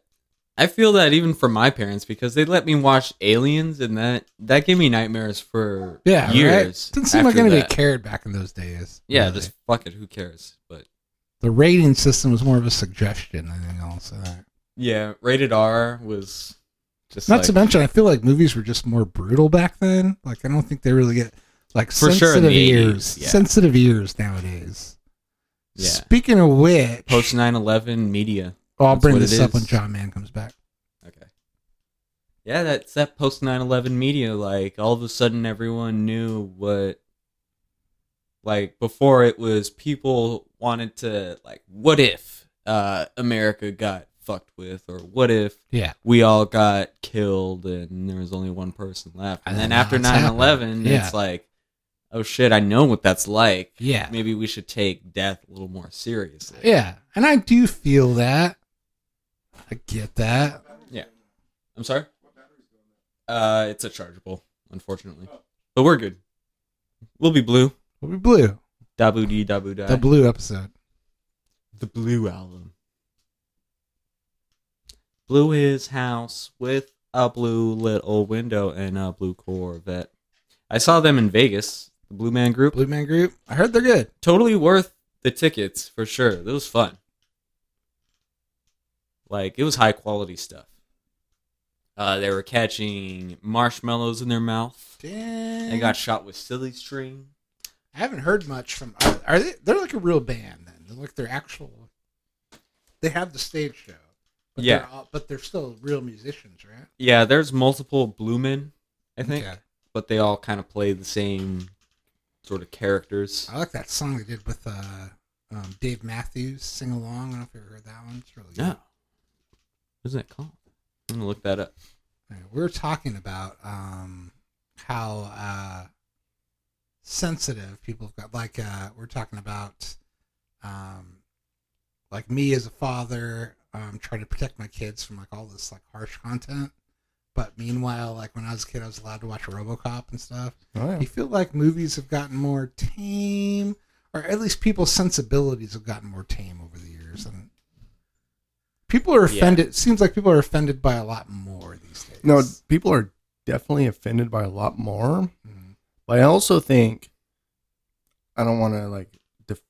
S1: I feel that even for my parents because they let me watch Aliens and that that gave me nightmares for
S2: Yeah, right?
S1: years.
S2: Didn't seem like
S1: after
S2: anybody
S1: that.
S2: cared back in those days.
S1: Yeah,
S2: really.
S1: just fuck it, who cares? But
S2: the rating system was more of a suggestion than anything else. Uh,
S1: yeah, rated R was just
S2: Not
S1: like,
S2: to mention, I feel like movies were just more brutal back then. Like I don't think they really get like
S1: For sure in
S2: sensitive
S1: the
S2: ears,
S1: 80s, yeah.
S2: sensitive ears nowadays.
S1: Yeah.
S2: Speaking of which,
S1: post 9/11 media.
S2: oh, I'll
S1: that's
S2: bring
S1: what it
S2: this up
S1: is.
S2: when John Mann comes back.
S1: Okay. Yeah, that's that post 9/11 media like all of a sudden everyone knew what like before it was people wanted to like what if uh America got fucked with or what if
S2: Yeah,
S1: we all got killed and there was only one person left. And
S2: And
S1: then
S2: now
S1: after
S2: it's
S1: 9 11,
S2: Ah, happened. Yeah.
S1: it's like, oh shit, I know what that's like.
S2: yeah.
S1: Maybe we should take death a little more seriously.
S2: Yeah, and I do feel that. I get that.
S1: I'm sorry? Uh, it's a chargeable, unfortunately. But we're good. We'll be blue.
S2: We'll be blue.
S1: Dabu dee dabu da.
S2: The blue episode.
S1: the blue album. Blew his house with a blue little window and a blue Corvette. I saw them in Vegas, the Blue Man Group.
S2: Blue Man Group. I heard they're good.
S1: totally worth the tickets for sure. It was fun. Like it was high quality stuff. Uh, they were catching marshmallows in their mouth.
S2: Damn.
S1: They got shot with silly string.
S2: I haven't heard much from. Are, are they? They're like a real band. Then they're like they're actual. They have the stage show. But
S1: Yeah.
S2: They're all, but they're still real musicians, right?
S1: Yeah, there's multiple Blumen, I think,
S2: Okay.
S1: but they all kind of play the same sort of characters.
S2: I like that song they did with uh, um, Dave Matthews, "Sing Along." I don't know if you ever heard that one. It's really good.
S1: No. What's that called? I'm gonna look that up.
S2: All right, we were talking about um, how uh, sensitive people have got. Like uh, we're talking about, um, like me as a father, um, trying to protect my kids from like all this like harsh content. But meanwhile, like when I was a kid, I was allowed to watch RoboCop and stuff.
S3: Oh,
S2: Do you feel like movies have gotten more tame, or at least people's sensibilities have gotten more tame over the years? And people are
S1: Yeah.
S2: offended. It seems like people are offended by a lot more these days.
S3: No, people are definitely offended by a lot more.
S2: Mhm.
S3: But I also think I don't want to like. Def-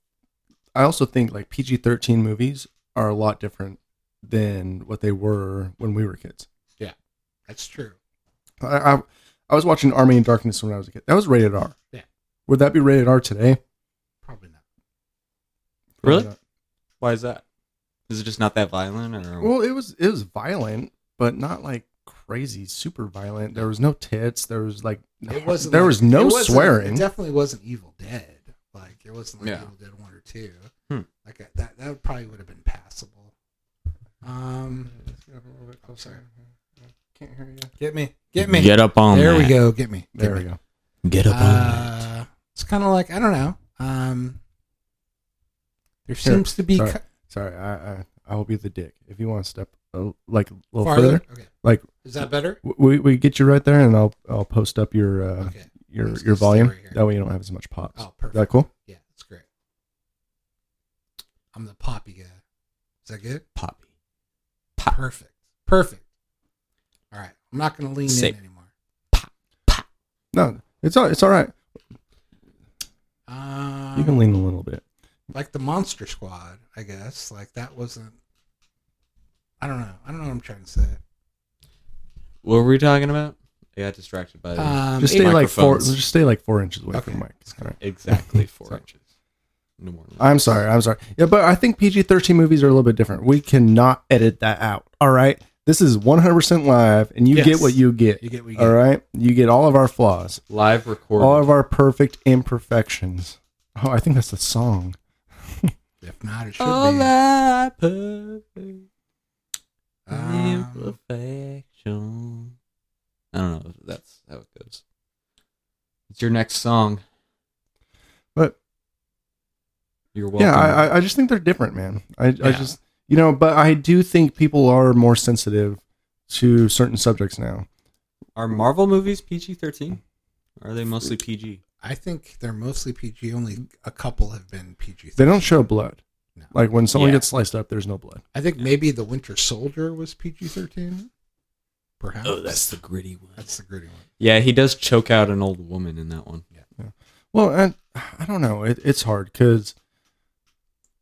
S3: I also think like PG thirteen movies are a lot different than what they were when we were kids.
S2: that's true.
S3: I, I I was watching Army in Darkness when I was a kid. That was rated R.
S2: Yeah.
S3: Would that be rated R today? Uh,
S2: Probably not.
S3: Probably
S1: Really?
S3: not.
S1: Why is that? Is it just not that violent, or
S3: Well, it was it was violent, but not like crazy super violent. There was no tits. There was like
S2: It wasn't.
S3: there
S2: like-
S3: was
S2: it
S3: no
S2: wasn't-
S3: swearing.
S2: It definitely wasn't Evil Dead. Like it wasn't like
S1: Yeah.
S2: Evil Dead one or two.
S1: Hmm.
S2: Like I- that. That would probably would have been passable. Um, oh, sorry.
S3: Can't hear you.
S2: Get me. Get me.
S1: up on
S2: there we go. Get me. Get
S3: There we
S2: me.
S3: go.
S1: Get
S2: Uh, it's kind of like I don't know. Um, there
S3: Here,
S2: seems to be
S3: sorry.
S2: cu-
S3: Sorry, I, I I will be the dick. If you want to step a, like a little
S2: farther.
S3: further,
S2: Okay.
S3: like-
S2: is that better?
S3: w- we, we get you right there, and I'll I'll post up your uh,
S2: Okay.
S3: your
S2: Let's
S3: your
S2: just stay
S3: volume.
S2: right here.
S3: that way you don't have as much pops.
S2: Oh,
S3: Is
S2: perfect.
S3: that cool?
S2: Yeah, that's great. I'm the poppy guy. Is that good?
S1: Poppy.
S2: Perfect. Perfect. All right. I'm not going to lean
S1: Sick.
S2: in anymore.
S3: No, it's all it's all right.
S2: Um,
S3: You can lean a little bit.
S2: Like the Monster Squad, I guess. Like that wasn't. I don't know. I don't know what I'm trying to say.
S1: What were we talking about? I got distracted by the
S2: Um,
S3: just
S2: it-
S3: stay like four.
S1: microphones.
S3: Just stay like four inches away from
S2: Okay.
S3: the mic. It's all right.
S1: exactly four
S3: Sorry.
S1: inches. No more. than that.
S3: I'm sorry. I'm sorry. Yeah, but I think PG 13 movies are a little bit different. We cannot edit that out. All right. This is 100% live, and you
S1: Yes.
S3: get what you get.
S2: You get what you
S3: All
S2: get.
S3: right, you get all of our flaws,
S1: Live recorded.
S3: all of our perfect imperfections. Oh, I think that's the song.
S2: If not, it should
S1: All
S2: be.
S1: our perfect
S3: Ah.
S2: Um,
S1: imperfection. I don't know. if That's how it goes. It's your next song.
S3: But
S1: You're welcome.
S3: yeah, I, I- I just think they're different, man. I, I
S1: Yeah.
S3: just you know, but I do think people are more sensitive to certain subjects now.
S1: Are Marvel movies PG thirteen? Are they mostly PG?
S2: I think they're mostly PG. Only a couple have been PG.
S3: They don't show blood.
S2: No.
S3: Like when someone
S1: Yeah.
S3: gets sliced up, there's no blood.
S2: I think maybe the Winter Soldier was PG thirteen. Perhaps.
S1: Oh, the gritty one.
S2: that's the gritty one.
S1: Yeah, he does choke out an old woman in that one.
S3: Well, I, I don't know. It, it's hard because,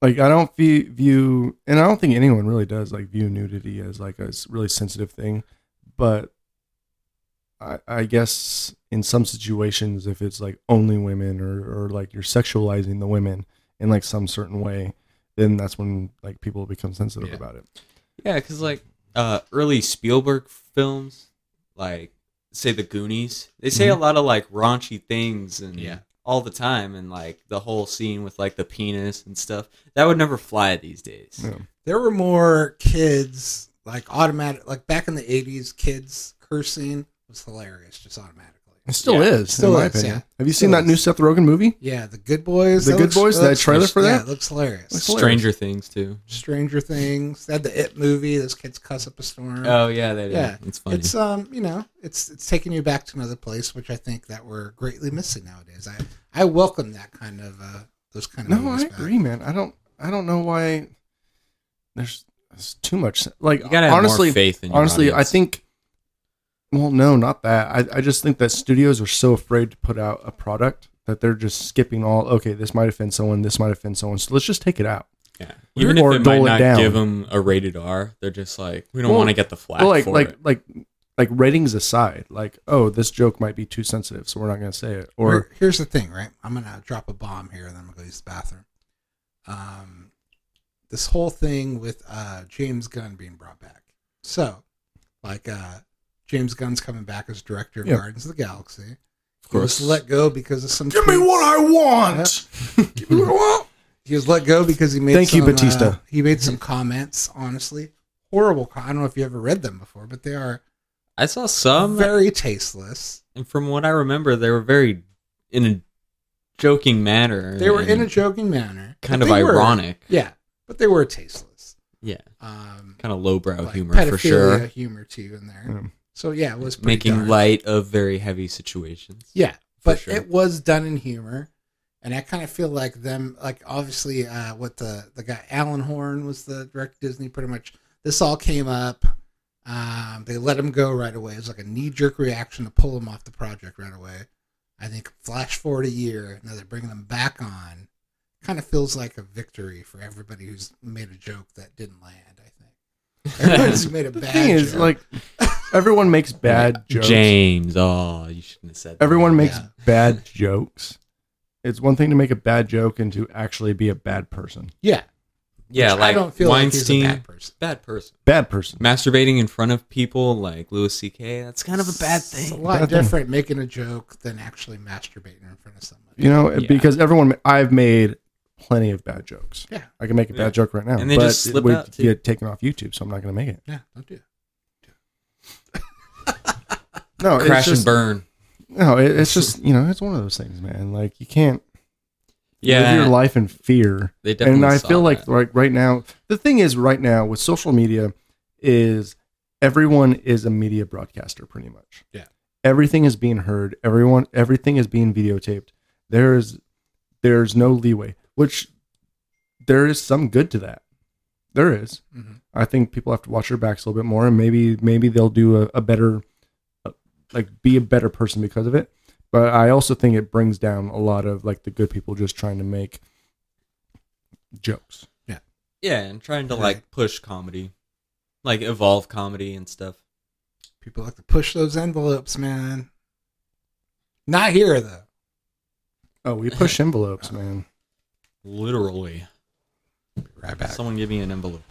S3: like, I don't view, view, and I don't think anyone really does like view nudity as like a s- really sensitive thing. But I, I guess in some situations, if it's like only women or or like you're sexualizing the women in like some certain way, then that's when like people become sensitive
S2: Yeah.
S3: about it.
S1: Yeah, because like uh, early Spielberg films, like say the Goonies, they say
S3: Mm-hmm.
S1: a lot of like raunchy things and
S2: Yeah.
S1: all the time, and like the whole scene with like the penis and stuff that would never fly these days.
S3: Yeah.
S2: there were more kids like automatic like back in the 80s kids cursing was hilarious just automatically
S3: It still
S1: Yeah.
S3: is,
S2: Still
S3: in my
S2: is,
S3: opinion.
S2: yeah.
S3: Have you
S2: Still
S3: seen that
S2: is.
S3: new Seth Rogen movie?
S2: yeah the good boys
S3: The
S2: that
S3: Good
S2: looks-
S3: Boys,
S2: that
S3: that
S2: looks-
S3: trailer for
S2: yeah,
S3: that?
S2: it looks hilarious
S3: hilarious.
S1: Stranger Things too.
S2: stranger things they had the it movie those kids cuss up a storm
S1: Oh yeah, they did.
S2: Yeah,
S1: it's funny.
S2: It's um, you know, it's it's taking you back to another place, which I think that we're greatly missing nowadays. I I welcome that kind of uh, those kind of
S3: No, I
S2: movies back.
S3: agree, man. I don't. I don't know why. There's, there's too much. Like
S1: you gotta have
S3: honestly,
S1: more faith in your
S3: honestly, I
S1: audience.
S3: think. Well, no, not that. I, I just think that studios are so afraid to put out a product that they're just skipping all. Okay, this might offend someone. This might offend someone. So let's just take it out.
S1: yeah.
S3: we're-
S1: even if
S3: or
S1: it might
S3: dull it
S1: not
S3: down.
S1: give them a rated R, they're just like we don't
S3: Well,
S1: want to get the flack
S3: well, like
S1: for
S3: like
S1: it.
S3: like like ratings aside, like oh, this joke might be too sensitive, so we're not gonna say it. Or
S2: Here- here's the thing, right? I'm gonna drop a bomb here, and then I'm gonna go use the bathroom. Um, this whole thing with uh, James Gunn being brought back. So, like, uh, James Gunn's coming back as director of
S3: Yeah.
S2: Guardians of the Galaxy.
S1: Of
S2: He was
S1: course,
S2: let go because of some.
S3: give me
S2: tweets.
S3: what I want.
S2: Give me what I want. He was let go because he made.
S3: Thank you,
S2: some, uh,
S3: Batista.
S2: he made some comments. Honestly, horrible. co- I don't know if you ever read them before, but they are
S1: I saw some,
S2: very tasteless.
S1: and from what I remember, they were very in a joking manner.
S2: They were in
S1: and
S2: a joking manner, but
S1: kind of
S2: they were-
S1: ironic.
S2: yeah, but they were tasteless.
S1: Yeah,
S2: um,
S1: kind of lowbrow
S2: like
S1: humor for
S2: pedophilia
S1: sure,
S2: humor too in there.
S3: Yeah.
S2: So yeah, it was pretty
S1: making
S2: dark.
S1: light of very heavy situations.
S2: Yeah, but
S1: sure.
S2: it was done in humor, and I kind of feel like them, like obviously, uh, what the the guy Alan Horn was the director of Disney. Pretty much, this all came up. Um, they let him go right away. It was like a knee jerk reaction to pull him off the project right away. I think flash forward a year, now they're bringing him back on. Kind of feels like a victory for everybody who's made a joke that didn't land. I think everybody's made a
S3: The
S2: bad.
S3: thing is,
S2: joke.
S3: like, everyone makes bad jokes.
S1: James, oh, you shouldn't have said. that.
S3: Everyone makes
S2: Yeah.
S3: bad jokes. It's one thing to make a bad joke and to actually be a bad person.
S2: yeah,
S1: yeah,
S2: Which
S1: like
S2: I don't feel
S1: Weinstein,
S2: like he's a bad person.
S1: bad person.
S3: Bad person.
S1: Masturbating in front of people like Louis C.K. That's kind of a bad
S2: It's a
S1: thing.
S2: lot
S3: Bad thing.
S2: different making a joke than actually masturbating in front of somebody.
S3: You know,
S1: Yeah.
S3: because everyone, I've made plenty of bad jokes.
S2: Yeah.
S3: I can make a bad
S1: Yeah.
S3: joke right now.
S1: And they
S3: but
S1: just slip
S3: it would
S1: out, too.
S3: get taken off YouTube, so I'm not going to make it.
S2: Yeah, don't do it.
S3: No,
S1: Crash
S3: it's
S1: and
S3: just,
S1: burn.
S3: No, it, it's just, you know, it's one of those things, man. Like, you can't
S1: Yeah,
S3: live your life in fear.
S1: they definitely.
S3: and I
S1: saw
S3: feel like
S1: that.
S3: like right now the thing is right now with social media is everyone is a media broadcaster pretty much.
S2: Yeah.
S3: Everything is being heard. Everyone everything is being videotaped. There is there's no leeway, which there is some good to that. There is.
S2: Mhm.
S3: I think people have to watch their backs a little bit more and maybe maybe they'll do a, a better uh, like be a better person because of it. But I also think it brings down a lot of like the good people just trying to make jokes.
S1: yeah, and trying to
S2: Right.
S1: like push comedy, like evolve comedy and stuff.
S2: People like to push those envelopes, man. Not here though.
S3: Oh, we push envelopes, man.
S1: Literally,
S2: Right back.
S1: someone give me an envelope.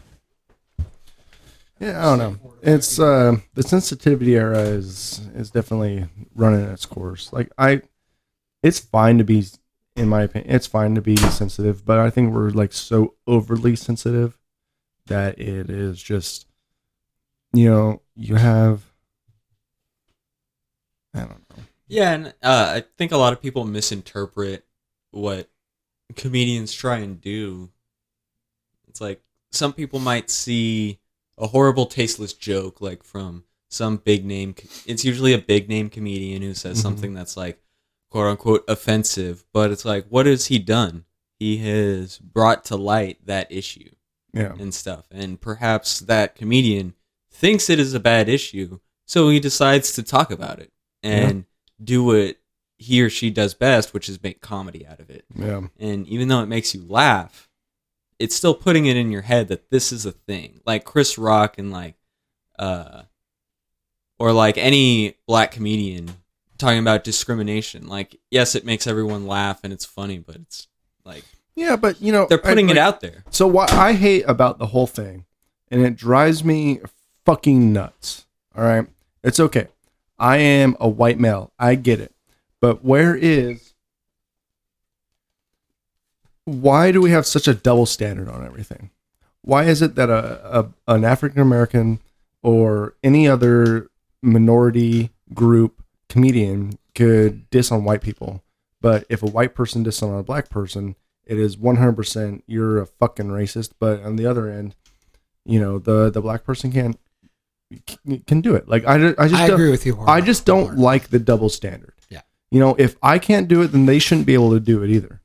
S3: Yeah, I don't know. It's uh, the sensitivity era is is definitely running its course. Like I, it's fine to be, in my opinion, it's fine to be sensitive, but I think we're like so overly sensitive that it is just, you know, you have, I don't know.
S1: Yeah, and uh, I think a lot of people misinterpret what comedians try and do. It's like some people might see a horrible, tasteless joke, like from some big name. co- It's usually a big name comedian who says
S3: Mhm.
S1: something that's like quote unquote offensive, but it's like, what has he done? He has brought to light that issue
S3: Yeah,
S1: and stuff. And perhaps that comedian thinks it is a bad issue, so he decides to talk about it and do what he or she does best, which is make comedy out of it.
S3: yeah,
S1: And even though it makes you laugh, it's still putting it in your head that this is a thing. Like Chris Rock and like uh or like any black comedian talking about discrimination. Like yes, it makes everyone laugh and it's funny, but it's like
S3: yeah. But you know,
S1: they're
S3: I-
S1: putting
S3: like-
S1: it out there.
S3: So what I hate about the whole thing, and it drives me fucking nuts. All right, it's okay. I am a white male. I get it, but where is? Why do we have such a double standard on everything? Why is it that a, a an African American or any other minority group comedian could diss on white people, but if a white person disses on a black person, it is 100% you're a fucking racist but on the other end you know the the black person can can- can do it like i, ju- I just
S2: I
S3: don't,
S2: agree with you.
S3: I just don't
S2: wholeheartedly.
S3: like the double standard
S2: Yeah.
S3: you know if i can't do it then they shouldn't be able to do it either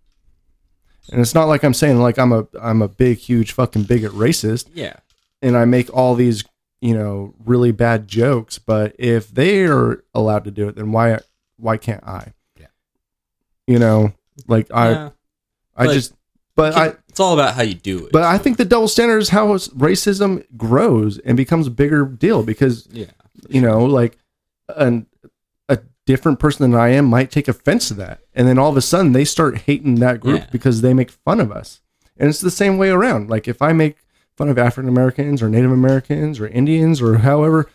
S3: and it's not like i'm saying like i'm a i'm a big huge fucking bigot racist
S1: Yeah.
S3: and i make all these you know really bad jokes but if they are allowed to do it then why why can't i
S2: Yeah.
S3: you know like i
S1: Yeah.
S3: i
S1: But-
S3: just but i
S1: it's all about how you do it.
S3: But I think the double standard is how s- racism grows and becomes a bigger deal because
S1: yeah,
S3: you know, like, an a different person than I am might take offense to that, and then all of a sudden they start hating that group
S1: Yeah.
S3: because they make fun of us, and it's the same way around. Like if I make fun of African Americans or Native Americans or Indians or however,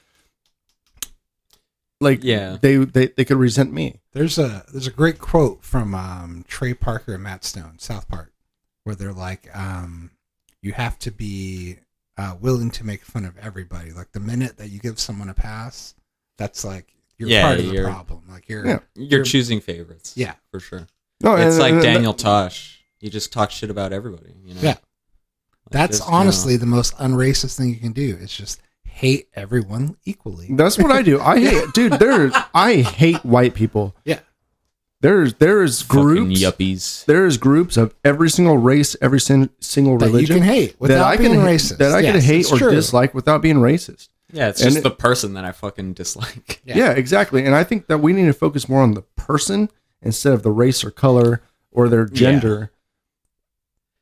S3: like
S1: Yeah.
S3: they they they could resent me.
S2: There's a there's a great quote from um, Trey Parker and Matt Stone, South Park, where they're like, um, "You have to be uh, willing to make fun of everybody. Like the minute that you give someone a pass, that's like you're
S1: Yeah,
S2: part of the
S1: you're-
S2: problem. Like you're
S3: Yeah.
S2: yeah,
S1: you're choosing favorites.
S2: Yeah.
S1: for sure.
S3: No,
S1: It's
S3: Oh, and-
S1: like
S3: and-
S1: Daniel Tosh. You just talk shit about everybody. You know?
S2: Yeah.
S1: Like,
S2: that's
S1: there's no-
S2: honestly the most unracist thing you can do. It's just hate everyone equally.
S3: That's what I do. I hate, dude. There's I hate white people.
S2: Yeah.
S3: There's there's
S1: fucking
S3: groups.
S1: yuppies.
S3: There's groups of every single race, every sin, single
S2: That
S3: religion
S2: you can hate without
S3: that I
S2: being
S3: can
S2: racist.
S3: that I can
S2: Yes,
S3: hate
S2: it's
S3: or
S2: true.
S3: dislike without being racist.
S1: Yeah, it's
S3: And
S1: just
S3: it-
S1: the person that I fucking dislike.
S2: Yeah.
S3: Yeah. exactly. And I think that we need to focus more on the person instead of the race or color or their gender.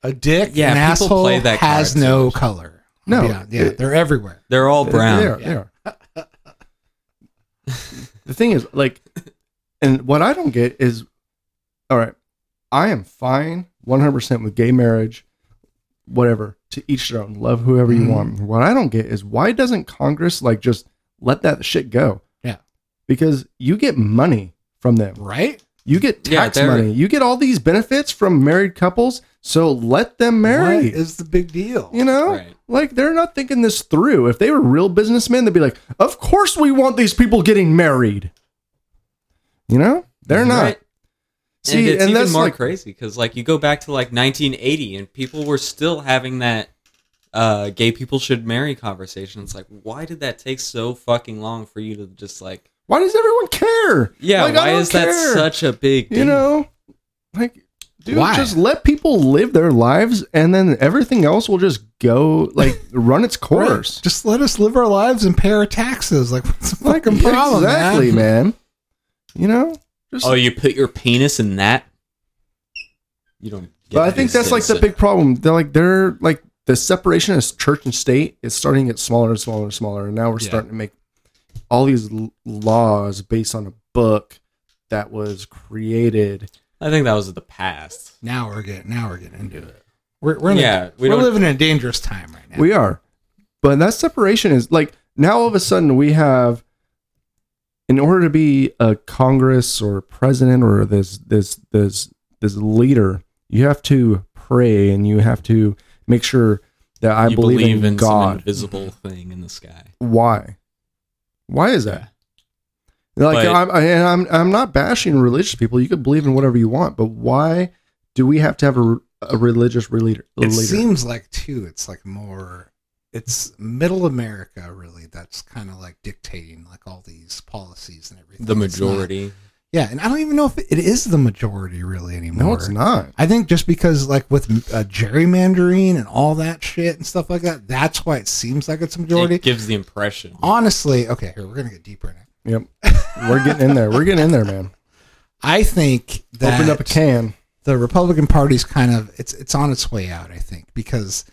S2: A dick,
S1: Yeah,
S2: an
S1: people
S2: asshole
S1: play that
S2: has
S1: card
S2: no
S1: too much.
S2: color.
S3: No,
S2: yeah, yeah,
S3: it-
S2: they're everywhere.
S1: They're all Oh, brown.
S3: They are, they are. the thing is, like, and what I don't get is, all right, I am fine 100% with gay marriage, whatever, to each their own. Love whoever you
S1: Mm-hmm.
S2: Mhm.
S3: want. What I don't get is why doesn't Congress, like, just let that shit go?
S2: Yeah.
S3: Because you get money from them.
S2: Right?
S3: You get
S1: Yeah,
S3: tax
S1: they're-
S3: money. You get all these benefits from married couples. So let them marry.
S2: What is the big deal?
S3: You know,
S1: Right.
S3: like they're not thinking this through. If they were real businessmen, they'd be like, "Of course, we want these people getting married." You know, they're not.
S1: Right?
S3: See,
S1: and
S3: and,
S1: it's even
S3: that's
S1: more
S3: like,
S1: crazy because, like, you go back to like 1980, and people were still having that uh, "gay people should marry" conversation. It's like, why did that take so fucking long for you to just like,
S3: why does everyone care?
S1: yeah,
S3: Like, I
S1: why
S3: don't
S1: is
S3: care.
S1: that such a big?
S3: You
S1: deal?
S3: know, like, dude,
S2: Why?
S3: just let people live their lives, and then everything else will just go like run its
S2: Right.
S3: course.
S2: Just let us live our lives and pay our taxes. Like, what's the
S3: Like,
S2: fucking problem?
S3: exactly,
S2: man?
S3: man. You know, just
S1: Oh, you put your penis in that? You don't. Get
S3: but I think that's like the big problem. They're like they're like the separation of church and state is starting to get smaller and smaller and smaller, and now we're
S2: Yeah.
S3: starting to make all these l- laws based on a book that was created.
S1: I think that was the past.
S2: Now we're getting now we're getting into it. We're we're in a-
S1: Yeah, we
S2: we're
S1: don't-
S2: living in a dangerous time right now.
S3: We are, But that separation is like now all of a sudden we have in order to be a Congress or president or this this this this leader, you have to pray and you have to make sure that I
S1: you
S3: believe, in,
S1: some
S3: God.
S1: invisible thing in the sky.
S3: Why? Why is that? Like
S1: But-
S3: I'm, I, and I'm I'm not bashing religious people. You could believe in whatever you want, but why do we have to have a, a religious re- leader?
S2: It
S3: leader?
S2: seems like too. It's like more. It's middle America really. That's kind of like dictating like all these policies and everything.
S1: The
S2: It's not-
S1: majority.
S2: yeah, and I don't even know if it is the majority really anymore.
S3: no, it's not.
S2: I think just because like with uh, gerrymandering and all that shit and stuff like that, that's why it seems like it's majority.
S1: It gives the impression.
S2: Honestly, okay, here we're gonna get deeper in it.
S3: Yep, we're getting in there. We're getting in there, man.
S2: I think that
S3: Opened up a can.
S2: the Republican Party's kind of it's it's on its way out, I think, because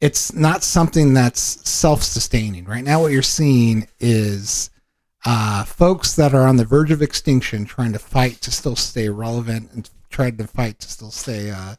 S2: it's not something that's self-sustaining. Right now what you're seeing is uh, folks that are on the verge of extinction trying to fight to still stay relevant and trying to fight to still stay uh,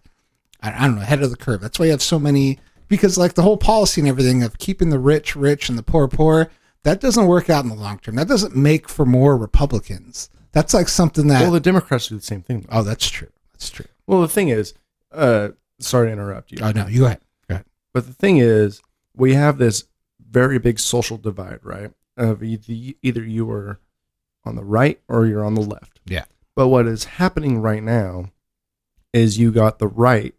S2: I, I don't know, ahead of the curve. That's why you have so many because like the whole policy and everything of keeping the rich rich and the poor poor, that doesn't work out in the long term. That doesn't make for more Republicans. That's like something that
S3: Well, the Democrats do the same thing.
S2: Oh, that's true. That's true.
S3: Well, the thing is, uh, sorry to interrupt you,
S2: Oh no, you go ahead. Go ahead.
S3: but the thing is, we have this very big social divide, right? Of either, either you are on the right or you're on the left.
S2: Yeah.
S3: But what is happening right now is you got the right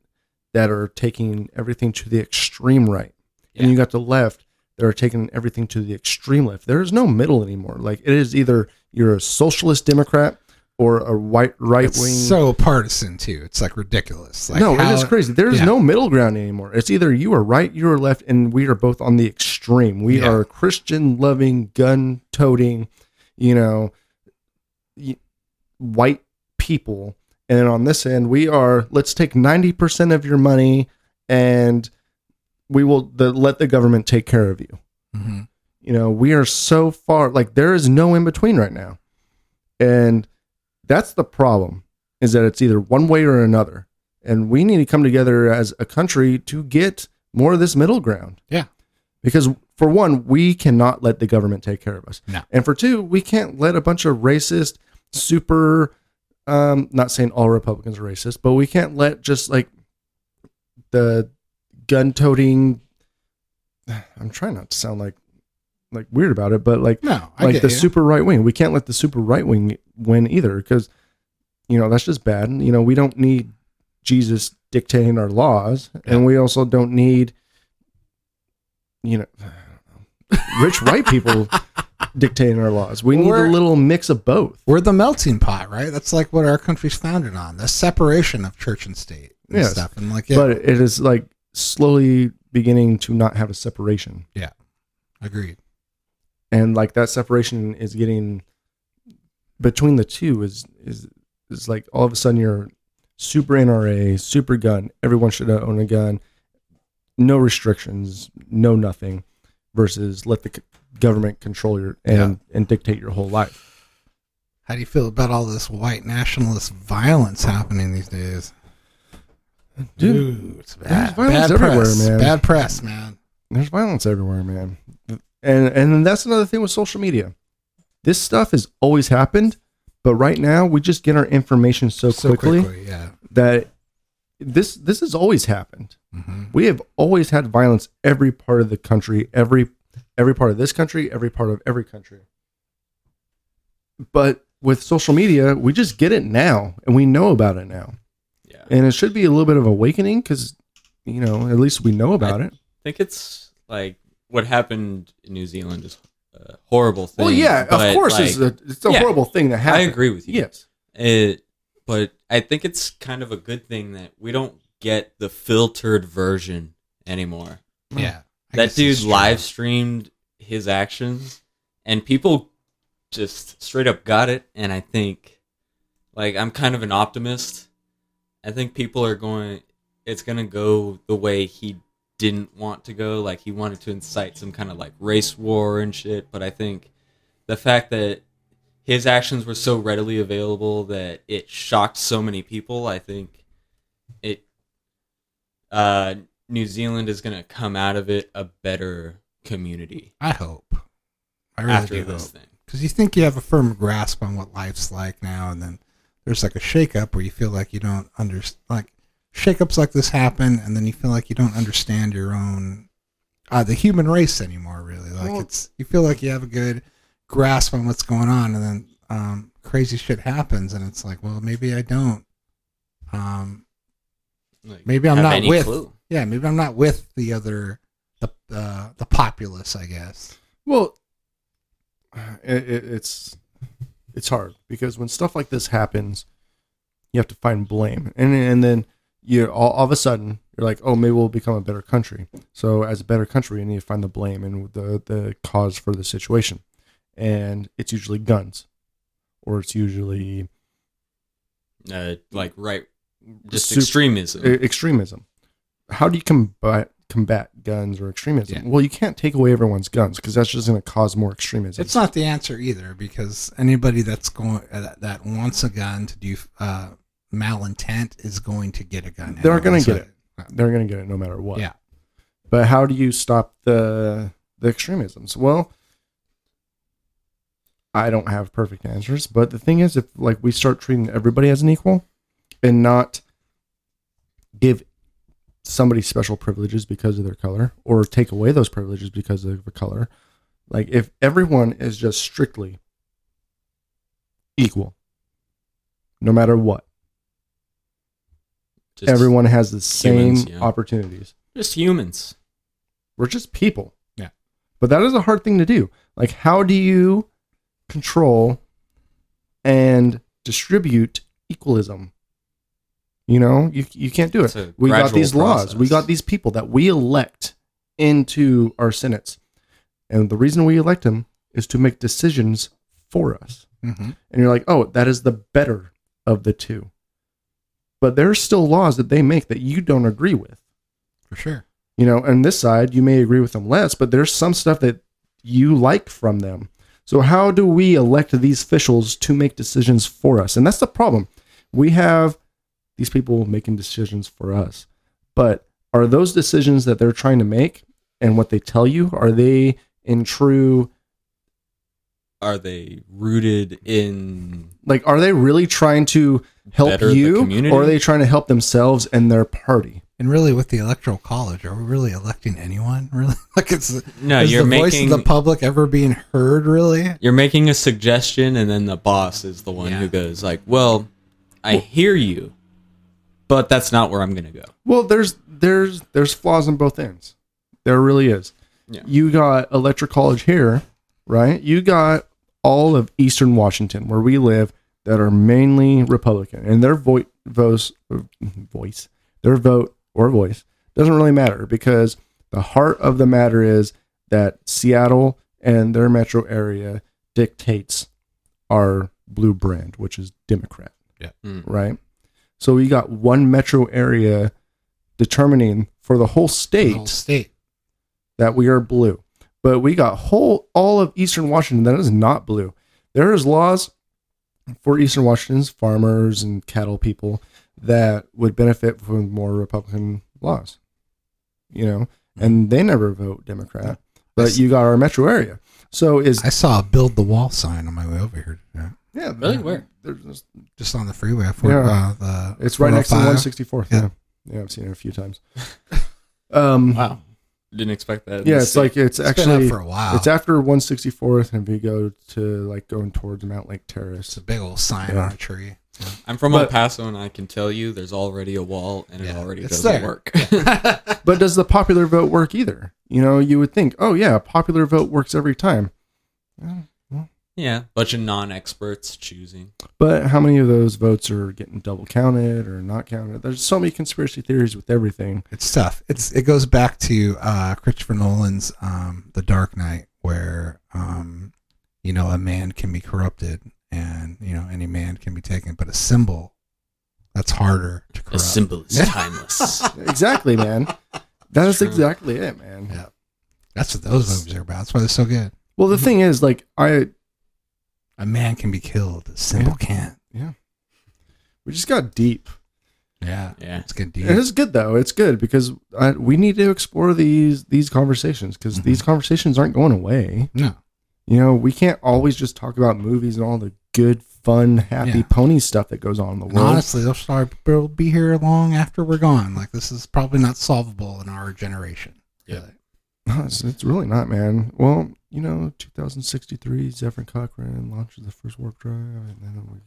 S3: that are taking everything to the extreme right,
S1: Yeah.
S3: and you got the left that are taking everything to the extreme left. There is no middle anymore. Like it is either you're a socialist Democrat or a white right
S2: It's
S3: wing.
S2: so partisan too. It's like ridiculous. Like
S3: no,
S2: how-
S3: it is crazy. There is
S2: yeah.
S3: no middle ground anymore. It's either you are right, you are left, and we are both on the extreme. We
S2: Yeah.
S3: are Christian loving, gun toting, you know, y- white people. And then on this end, we are let's take 90% of your money and we will the, let the government take care of you.
S2: Mhm.
S3: You know, we are so far like there is no in between right now. And that's the problem is that it's either one way or another. And we need to come together as a country to get more of this middle ground.
S2: Yeah.
S3: Because for one, we cannot let the government take care of us.
S2: No.
S3: And for two, we can't let a bunch of racist super um not saying all Republicans are racist, but we can't let just like the gun toting I'm trying not to sound like like weird about it, but like
S2: No, I
S3: like
S2: get
S3: the
S2: you.
S3: super right wing. We can't let the super right wing win either because you know that's just bad. You know we don't need Jesus dictating our laws, and we also don't need you know rich white people dictating our laws. We need
S2: Or-
S3: a little mix of both.
S2: We're the melting pot, right? That's like what our country's founded on: the separation of church and state and
S3: Yes.
S2: stuff. And like, yeah,
S3: But it is like slowly beginning to not have a separation.
S2: agreed.
S3: and like that separation is getting between the two is is is like all of a sudden you're super NRA, super gun. Everyone should own a gun. No restrictions, no nothing. Versus let the c- government control your and and dictate your whole life.
S2: How do you feel about all this white nationalist violence happening these days,
S3: Dude,
S2: It's
S3: there's
S2: bad.
S3: violence
S2: Bad
S3: everywhere,
S2: press.
S3: man.
S2: Bad press, man.
S3: There's violence everywhere, man. And and that's another thing with social media. This stuff has always happened, but right now we just get our information so, quickly,
S2: yeah.
S3: that this this has always happened.
S1: Mm-hmm.
S2: Mhm.
S3: We have always had violence every part of the country, every every part of this country, every part of every country. But with social media, we just get it now and we know about it now.
S1: Yeah.
S3: And it should be a little bit of awakening cuz you know, at least we know about it.
S1: I think it's like what happened in New Zealand is a horrible thing.
S3: Well, yeah,
S1: but,
S3: of course it's
S1: like,
S3: a, it's a
S1: yeah.
S3: horrible thing that
S1: I
S3: happened.
S1: agree with you.
S3: Yes.
S1: It, but I think it's kind of a good thing that we don't get the filtered version anymore.
S2: Yeah. I
S1: that
S2: guess
S1: dude
S2: it's true.
S1: live streamed his actions, and people just straight up got it. And I think, like, I'm kind of an optimist. I think people are going. It's gonna go the way he didn't want to go. Like he wanted to incite some kind of like race war and shit. But I think the fact that his actions were so readily available that it shocked so many people, I think it uh, New Zealand is going to come out of it a better community
S2: I hope. I really
S1: after
S2: do
S1: this
S2: hope.
S1: thing.
S2: Because you think you have a firm grasp on what life's like now, and then there's like a shakeup where you feel like you don't understand. Like shakeups like this happen, and then you feel like you don't understand your own, uh, the human race anymore. Really, like
S3: Well-
S2: it's you feel like you have a good grasp on what's going on, and then um, crazy shit happens, and it's like, well, maybe I don't. Um,
S1: Like,
S2: Maybe I'm
S1: have
S2: not
S1: any
S2: with-
S1: clue.
S2: yeah, maybe I'm not with the other the uh, the populace, I guess.
S3: Well, it, it, it's it's hard because when stuff like this happens, you have to find blame, and and then you're all, all of a sudden you're like, oh, maybe we'll become a better country. So as a better country, you need to find the blame and the the cause for the situation, and it's usually guns, or it's usually
S1: Uh, like right, just
S3: Super-
S1: extremism.
S3: e- extremism. How do you combat combat guns or extremism?
S2: Yeah.
S3: Well, you can't take away everyone's guns because that's just going to cause more extremism.
S2: It's not the answer either, because anybody that's going uh, that, that wants a gun to do uh, malintent is going to get a gun.
S3: They're gonna
S2: So-
S3: get it. they're going to get it no matter what.
S2: Yeah.
S3: But how do you stop the the extremisms? Well, I don't have perfect answers, but the thing is if like we start treating everybody as an equal and not give somebody special privileges because of their color or take away those privileges because of the color, like if everyone is just strictly equal no matter what,
S1: just,
S3: everyone has the same
S1: humans, yeah.
S3: opportunities.
S1: just humans.
S3: We're just people.
S2: Yeah.
S3: But that is a hard thing to do. Like, how do you control and distribute equalism? You know, you, you can't do
S1: It's
S3: it.
S1: a
S3: We got
S1: gradual
S3: these laws. We
S1: process.
S3: got these people that we elect into our senates. And the reason we elect them is to make decisions for us.
S2: Mhm.
S3: And you're like, oh, that is the better of the two. But there's still laws that they make that you don't agree with
S2: for sure.
S3: you know on this side you may agree with them less but there's some stuff that you like from them so how do we elect these officials to make decisions for us and that's the problem we have these people making decisions for us but are those decisions that they're trying to make and what they tell you are they in true
S1: Are they rooted in
S3: like are they really trying to help
S1: Better the
S3: you
S1: community?
S3: or are they trying to help themselves and their party
S2: And really, with the electoral college, are we really electing anyone? Really, like it's
S1: no?
S2: is
S1: You're
S2: the voice
S1: making
S2: of the public ever being heard? Really?
S1: you're making a suggestion, and then the boss is the one who
S2: Yeah.
S1: goes like, "Well, I hear you, but that's not where I'm gonna go."
S3: Well, there's there's there's flaws on both ends. There really is.
S1: Yeah.
S3: You got Electric College here, right? You got all of Eastern Washington where we live that are mainly Republican, and their voice voice voice their vote or voice doesn't really matter because the heart of the matter is that Seattle and their metro area dictates our blue brand, which is Democrat right? So you got one metro area determining for the whole
S2: The
S3: state
S2: whole state.
S3: that we are blue. But we got whole all of Eastern Washington that is not blue. There is laws for Eastern Washington's farmers and cattle people that would benefit from more Republican laws. You know, and they never vote Democrat. But you got our metro area. So is
S2: I saw a build the wall sign on my way over here. today.
S3: yeah,
S1: Really? Where?
S3: there's-
S2: Just on the freeway. For,
S3: Yeah.
S2: uh, the
S3: It's right next to
S2: 405.
S3: 164th.
S2: Yeah.
S3: Yeah. yeah, I've seen it a few times. Um,
S1: Wow, didn't expect that. in
S3: yeah,
S1: the
S3: it's
S1: city.
S3: like
S2: It's
S3: it's
S2: been
S3: actually
S2: up for a while.
S3: it's after 164th, and if you go to like going towards Mount Lake
S2: It's
S3: Terrace,
S2: a big old sign
S3: Yeah.
S2: on a tree.
S1: I'm from El
S3: but-
S1: Paso, and I can tell you, there's already a wall, and it
S2: Yeah,
S1: already
S2: it's
S1: doesn't
S2: there.
S1: work.
S3: but does the popular vote work either? You know, you would think, oh yeah, popular vote works every time,
S1: yeah, bunch of non-experts choosing.
S3: but how many of those votes are getting double counted or not counted? There's so many conspiracy theories with everything.
S2: It's tough. It's it goes back to uh, Christopher Nolan's um, The Dark Knight, where um, you know a man can be corrupted, and you know any man can be taken, but a symbol that's harder to corrupt.
S1: A symbol is
S2: Yeah.
S1: timeless.
S3: Exactly, man. That is
S1: True.
S3: exactly it, man.
S2: Yeah. That's what those movies are about. That's why they're so good.
S3: Well, the thing is, like, I
S2: A man can be killed. A symbol can't.
S3: we just got deep.
S2: Yeah.
S1: Yeah.
S2: It's good
S3: It
S2: deal.
S3: is good though. It's good because I, we need to explore these these conversations because these conversations aren't going away.
S2: No.
S3: You know, we can't always just talk about movies and all the good, fun, happy
S2: Yeah.
S3: pony stuff that goes on in the
S2: And
S3: world.
S2: honestly, they'll start they'll be here long after we're gone. Like this is probably not solvable in our generation.
S1: Yeah.
S2: really.
S3: No, it's, it's really not, man. Well, you know, 2063, Zephyr Cochrane launches the first warp drive, and then we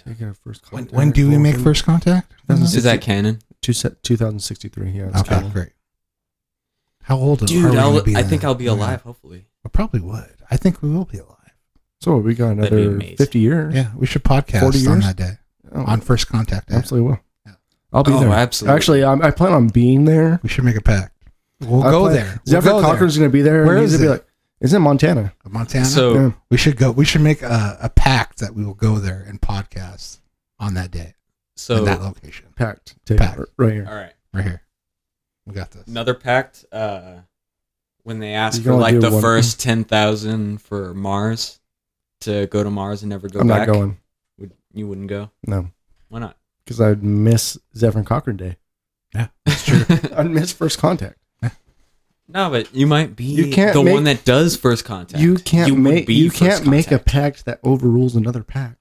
S3: take our first
S2: When,
S3: contact.
S2: when do we
S3: Well,
S2: make
S3: then-
S2: first contact?
S3: Doesn't
S1: Is that canon?
S3: Two se- 2063, yeah. it's
S2: Okay,
S3: canon.
S2: great. How old are
S1: Dude,
S2: we gonna
S1: I'll,
S2: be
S1: I
S2: then?
S1: think I'll be
S2: Yeah.
S1: alive. Hopefully,
S2: I probably would. I think we will be alive.
S3: So we got
S1: That'd be
S3: another
S1: amazing.
S3: 50 years.
S2: Yeah, we should
S3: 40
S2: podcast on
S3: years?
S2: that day
S3: Oh,
S2: on first contact. Day.
S3: absolutely will.
S2: Yeah.
S3: I'll be
S1: Oh,
S3: there.
S1: absolutely.
S3: Actually, I'm, I plan on being there.
S2: We should make a pact. We'll
S3: I
S2: go
S3: plan-
S2: there. We'll
S3: Zephyr
S2: go there.
S3: Cochrane's going to be there.
S2: Where
S3: and
S2: is
S3: he's gonna
S2: it?
S3: Be like, it's in Montana.
S2: Montana.
S1: So
S3: Yeah.
S2: we should go. We should make a, a pact that we will go there and podcast on that day
S1: so
S2: in that location
S3: Packed. Take
S2: Packed.
S3: it Right here.
S1: all right.
S2: right here. We got this.
S1: Another pact. Uh, when they asked
S3: You
S1: for
S3: can only
S1: like
S3: do
S1: the
S3: one.
S1: first ten thousand for Mars to go to Mars and never go
S3: I'm
S1: back,
S3: not going.
S1: Would, you wouldn't go.
S3: No.
S1: Why not?
S3: Because I'd miss Zephyr Cochrane Day.
S1: That's true.
S3: I'd miss First Contact.
S1: no, but you might be
S3: You can't
S1: the
S3: make-
S1: one that does first contact.
S3: You can't
S1: would
S3: make
S1: be
S3: you
S1: first
S3: can't make a
S1: contact.
S3: pact that overrules another pact.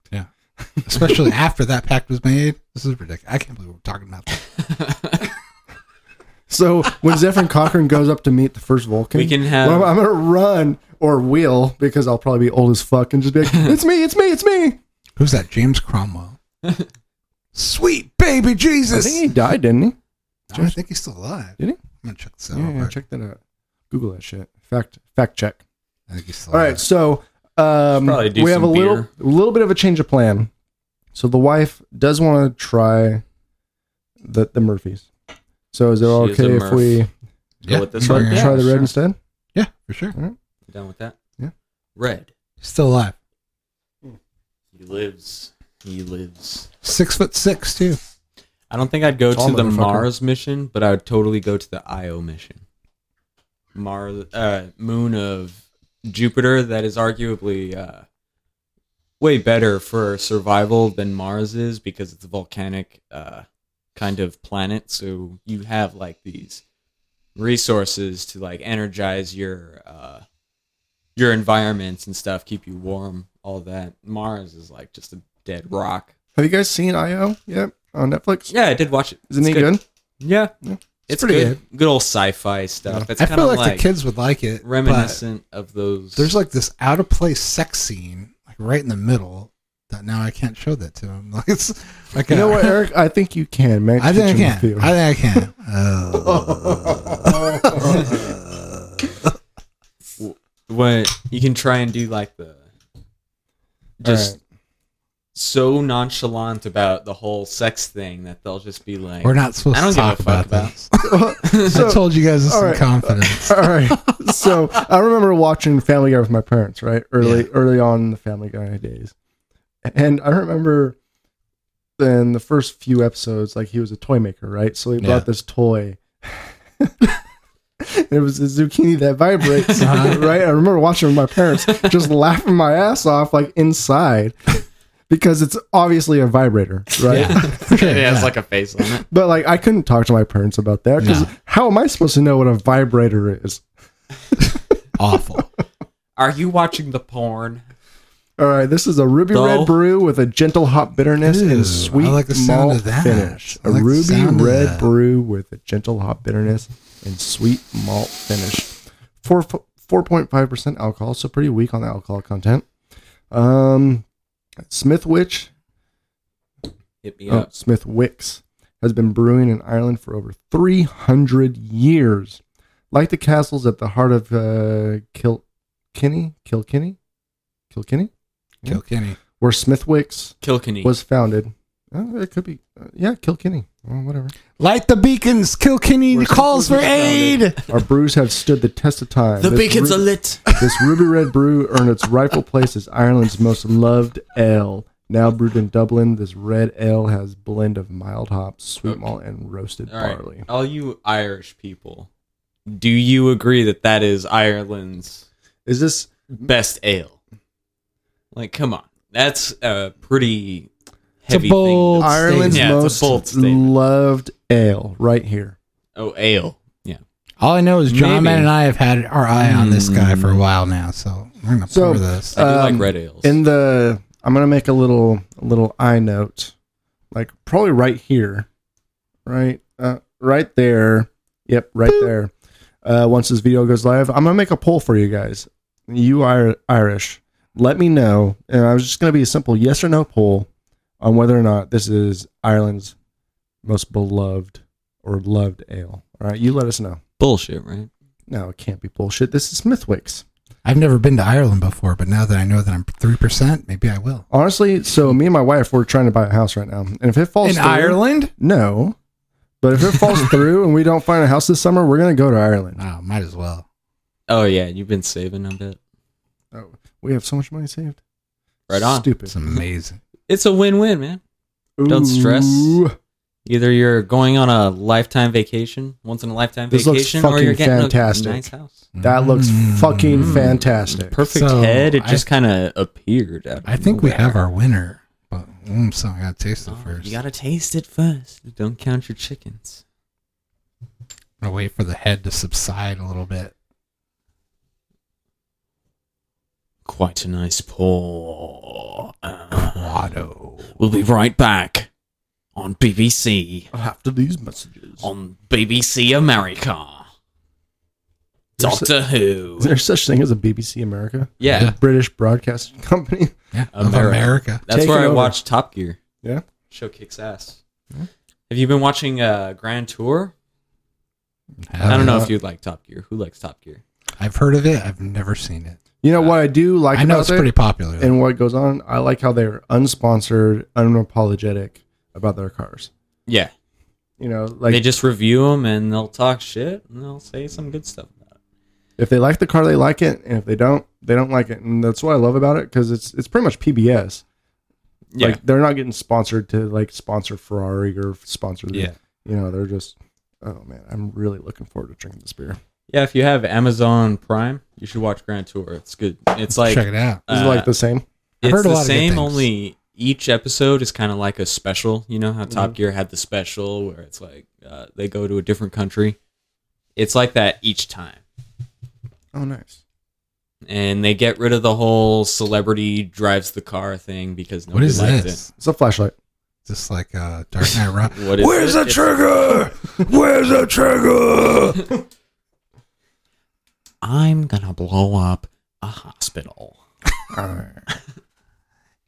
S2: Especially after that pact was made. This is ridiculous. I can't believe we're talking about this.
S3: So when Zephyr Cochran goes up to meet the first Vulcan,
S1: We can have-
S3: well, I'm gonna run or wheel because I'll probably be old as fuck and just be like, "It's me, it's me, it's me."
S2: Who's that? James Cromwell. Sweet baby
S3: I
S2: Jesus.
S3: think he died, didn't he?
S2: No, I think he's still alive.
S3: Did he?
S2: I'm gonna check this out.
S3: Yeah, yeah,
S2: but
S3: check that out. Google that shit. Fact fact check.
S2: I think he's still
S3: All
S2: alive.
S3: right, so um,
S1: Probably do
S3: we have a
S1: some
S3: little
S1: beer.
S3: a little bit of a change of plan. So the wife does want to try the the Murphys. So is
S1: She
S3: it
S1: is a
S3: okay if
S1: Murph.
S3: we
S1: Go with this
S2: sure,
S1: one.
S2: Yeah,
S3: try the red
S1: sure.
S3: instead?
S2: yeah, for sure.
S1: Down with that?
S3: Yeah.
S1: Red.
S2: He's still alive.
S1: He lives. He lives.
S2: Six foot six too.
S1: I don't think I'd go
S3: Tall
S1: to the
S3: motherfucker.
S1: Mars mission, but I would totally go to the Io mission. Mars, uh, moon of Jupiter, that is arguably uh, way better for survival than Mars is because it's a volcanic uh, kind of planet. So you have like these resources to like energize your uh, your environments and stuff, keep you warm, all that. Mars is like just a dead rock.
S3: Have you guys seen IO yet on Netflix?
S1: Yeah, I did watch it.
S3: Isn't
S1: It's
S3: it good?
S1: Yeah.
S3: Yeah.
S1: It's,
S2: pretty
S1: good. good. old sci-fi stuff. It's
S2: I
S1: kind
S2: feel
S1: of
S2: like,
S1: like,
S2: the kids would like it. but
S1: reminiscent of those.
S2: There's like this out of place sex scene, like right in the middle. That now I can't show that to them. Like it's like
S3: You know
S2: a-
S3: what, Eric? I think you can, man.
S2: I think I
S3: Teach him
S2: can.
S3: a few.
S2: I think I can. Oh.
S1: what you can try and do like the just
S3: All
S1: so nonchalant about the whole sex thing that they'll just be like,
S2: We're not supposed
S1: I don't
S2: to
S1: give a
S2: talk about,
S1: fuck about-
S2: this.
S3: right.
S2: I
S3: so,
S2: told you guys this
S3: all
S2: in
S3: right.
S2: confidence.
S3: all right. So I remember watching Family Guy with my parents, right? Early,
S2: Yeah.
S3: early on in the Family Guy days, and I remember in the first few episodes, like he was a toy maker, right? So he
S2: Yeah.
S3: brought this toy. it was a zucchini that vibrates,
S2: Uh-huh.
S3: right? I remember watching with my parents, just laughing my ass off, like inside, because it's obviously a vibrator, right?
S1: yeah,
S2: Sure,
S1: it has
S2: yeah.
S1: like a face on it.
S3: But like, I couldn't talk to my parents about that because
S2: No.
S3: how am I supposed to know what a vibrator is?
S2: Awful.
S1: Are you watching the porn?
S3: All right, this is a ruby
S1: Dull.
S3: red brew with a gentle hop bitterness
S2: Ooh, I
S3: and sweet
S2: like the sound
S3: malt
S2: of that.
S3: finish.
S2: I
S3: A
S2: like the
S3: ruby
S2: sound of
S3: red
S2: that.
S3: brew with a gentle hop bitterness and sweet malt finish. Four four point five percent alcohol, so pretty weak on the alcohol content. Um, Smith Witch
S1: Hit me
S3: Oh,
S1: up.
S3: Smith Wicks has been brewing in Ireland for over 300 years. Like the castles at the heart of uh, Kil- Kinney, Kilkenny, Kilkenny,
S2: Kilkenny.
S3: where Smith Wicks
S1: Kilkenny.
S3: was founded. Oh, it could be, uh, yeah, Kilkenny, well, whatever.
S2: Light the beacons. Kilkenny
S3: Where
S2: calls for
S3: Smith
S2: aid.
S3: Wicks was founded. Our brews have stood the test of time.
S1: the
S3: This
S1: beacons
S3: ru-
S1: are lit.
S3: this ruby red brew earned its rightful place as Ireland's most loved ale. Now brewed in Dublin, this red ale has blend of mild hops, sweet malt, and roasted
S1: All right,
S3: barley.
S1: all you Irish people, do you agree that that is Ireland's
S3: Is this
S1: best ale. Like, come on, that's a pretty heavy
S2: bold-
S1: thing.
S3: Ireland's
S1: Yeah, it's a bold
S3: most
S1: statement.
S3: loved ale, right here.
S1: Oh, ale. Yeah.
S2: All I know is John
S1: Maybe.
S2: Man and I have had our eye on this guy for a while now, Hmm. so we're gonna
S3: So,
S2: pour this.
S1: I do
S3: Um,
S1: like red ales.
S3: In the, I'm gonna make a little a little eye note, like probably right here, right, uh, right there. Yep, right there. Uh, once this video goes live, I'm gonna make a poll for you guys. You are Irish. Let me know, and I was just gonna be a simple yes or no poll on whether or not this is Ireland's most beloved or loved ale. All right, you let us know.
S1: Bullshit, right?
S3: No, it can't be bullshit. This is Smithwick's.
S2: I've never been to Ireland before, but now that I know that I'm three percent, maybe I will.
S3: Honestly, so me and my wife we're trying to buy a house right now, and if it falls through,
S2: Ireland?
S3: no, but if it falls through and we don't find a house this summer, we're gonna go to Ireland.
S2: No, might as well.
S1: Oh yeah, you've been saving a bit.
S3: Oh, we have so much money saved.
S1: Right on.
S3: Stupid.
S2: It's amazing.
S1: It's a win-win, man. Don't stress.
S3: Ooh.
S1: Either you're going on a lifetime vacation, once in a lifetime
S3: This looks
S1: vacation, or
S3: fucking
S1: you're getting
S3: fantastic.
S1: a nice house.
S3: That looks
S2: Mm.
S3: fucking
S1: Mm.
S3: fantastic.
S1: Perfect
S2: So,
S1: head. It
S2: I-
S1: just kind of appeared. out of
S2: I think we
S1: nowhere.
S2: have our winner, but mm, so I gotta taste it
S1: Oh,
S2: first.
S1: You gotta taste it first. Don't count your chickens.
S2: I'll wait for the head to subside a little bit.
S1: Quite a nice pour.
S2: Lotto.
S1: We'll be right back on BBC
S3: After these messages,
S1: on BBC America.
S3: There's
S1: Doctor Who.
S3: is there such thing as a BBC America,
S1: Yeah,
S3: British broadcasting company?
S2: Yeah,
S1: America.
S2: of America.
S1: that's
S3: Take
S1: where
S3: it
S1: I
S3: over.
S1: watched Top Gear.
S3: Yeah.
S1: show kicks ass. Have you been watching uh, Grand Tour? I don't know if you'd like Top Gear. Who likes Top Gear?
S2: I've heard of it. I've never seen it.
S3: You know what I do like
S2: I know
S3: about
S2: it's
S3: it?
S2: pretty popular.
S3: and what goes on. I like how they're unsponsored, unapologetic about their cars.
S1: Yeah,
S3: You know, like
S1: they just review them and they'll talk shit and they'll say some good stuff about it.
S3: if they like the car, they like it, and if they don't, they don't like it. And that's what I love about it because it's it's pretty much PBS.
S1: Yeah,
S3: Like they're not getting sponsored to like sponsor Ferrari or sponsor.
S1: Yeah.
S3: You know, they're just. Oh man, I'm really looking forward to drinking this beer.
S1: yeah. If you have Amazon Prime, you should watch Grand Tour. It's good. It's like
S2: Check it out.
S3: Is it
S1: uh,
S3: like the same?
S2: I
S1: it's
S2: heard a
S1: the
S2: lot of good
S1: same
S2: things.
S1: only each episode is kind of like a special you know how
S2: Mm-hmm.
S1: top gear had the special where it's like uh, they go to a different country it's like that each time
S3: Oh, nice.
S1: and they get rid of the whole celebrity drives the car thing because
S2: What
S1: nobody
S2: is
S1: liked
S2: this?
S3: It's a flashlight.
S2: Just like uh, Dark Knight Rock.
S1: it what is
S2: Where's
S1: it?
S2: the
S1: It's-
S2: trigger? Eh, Where's the trigger?
S1: i'm gonna blow up a hospital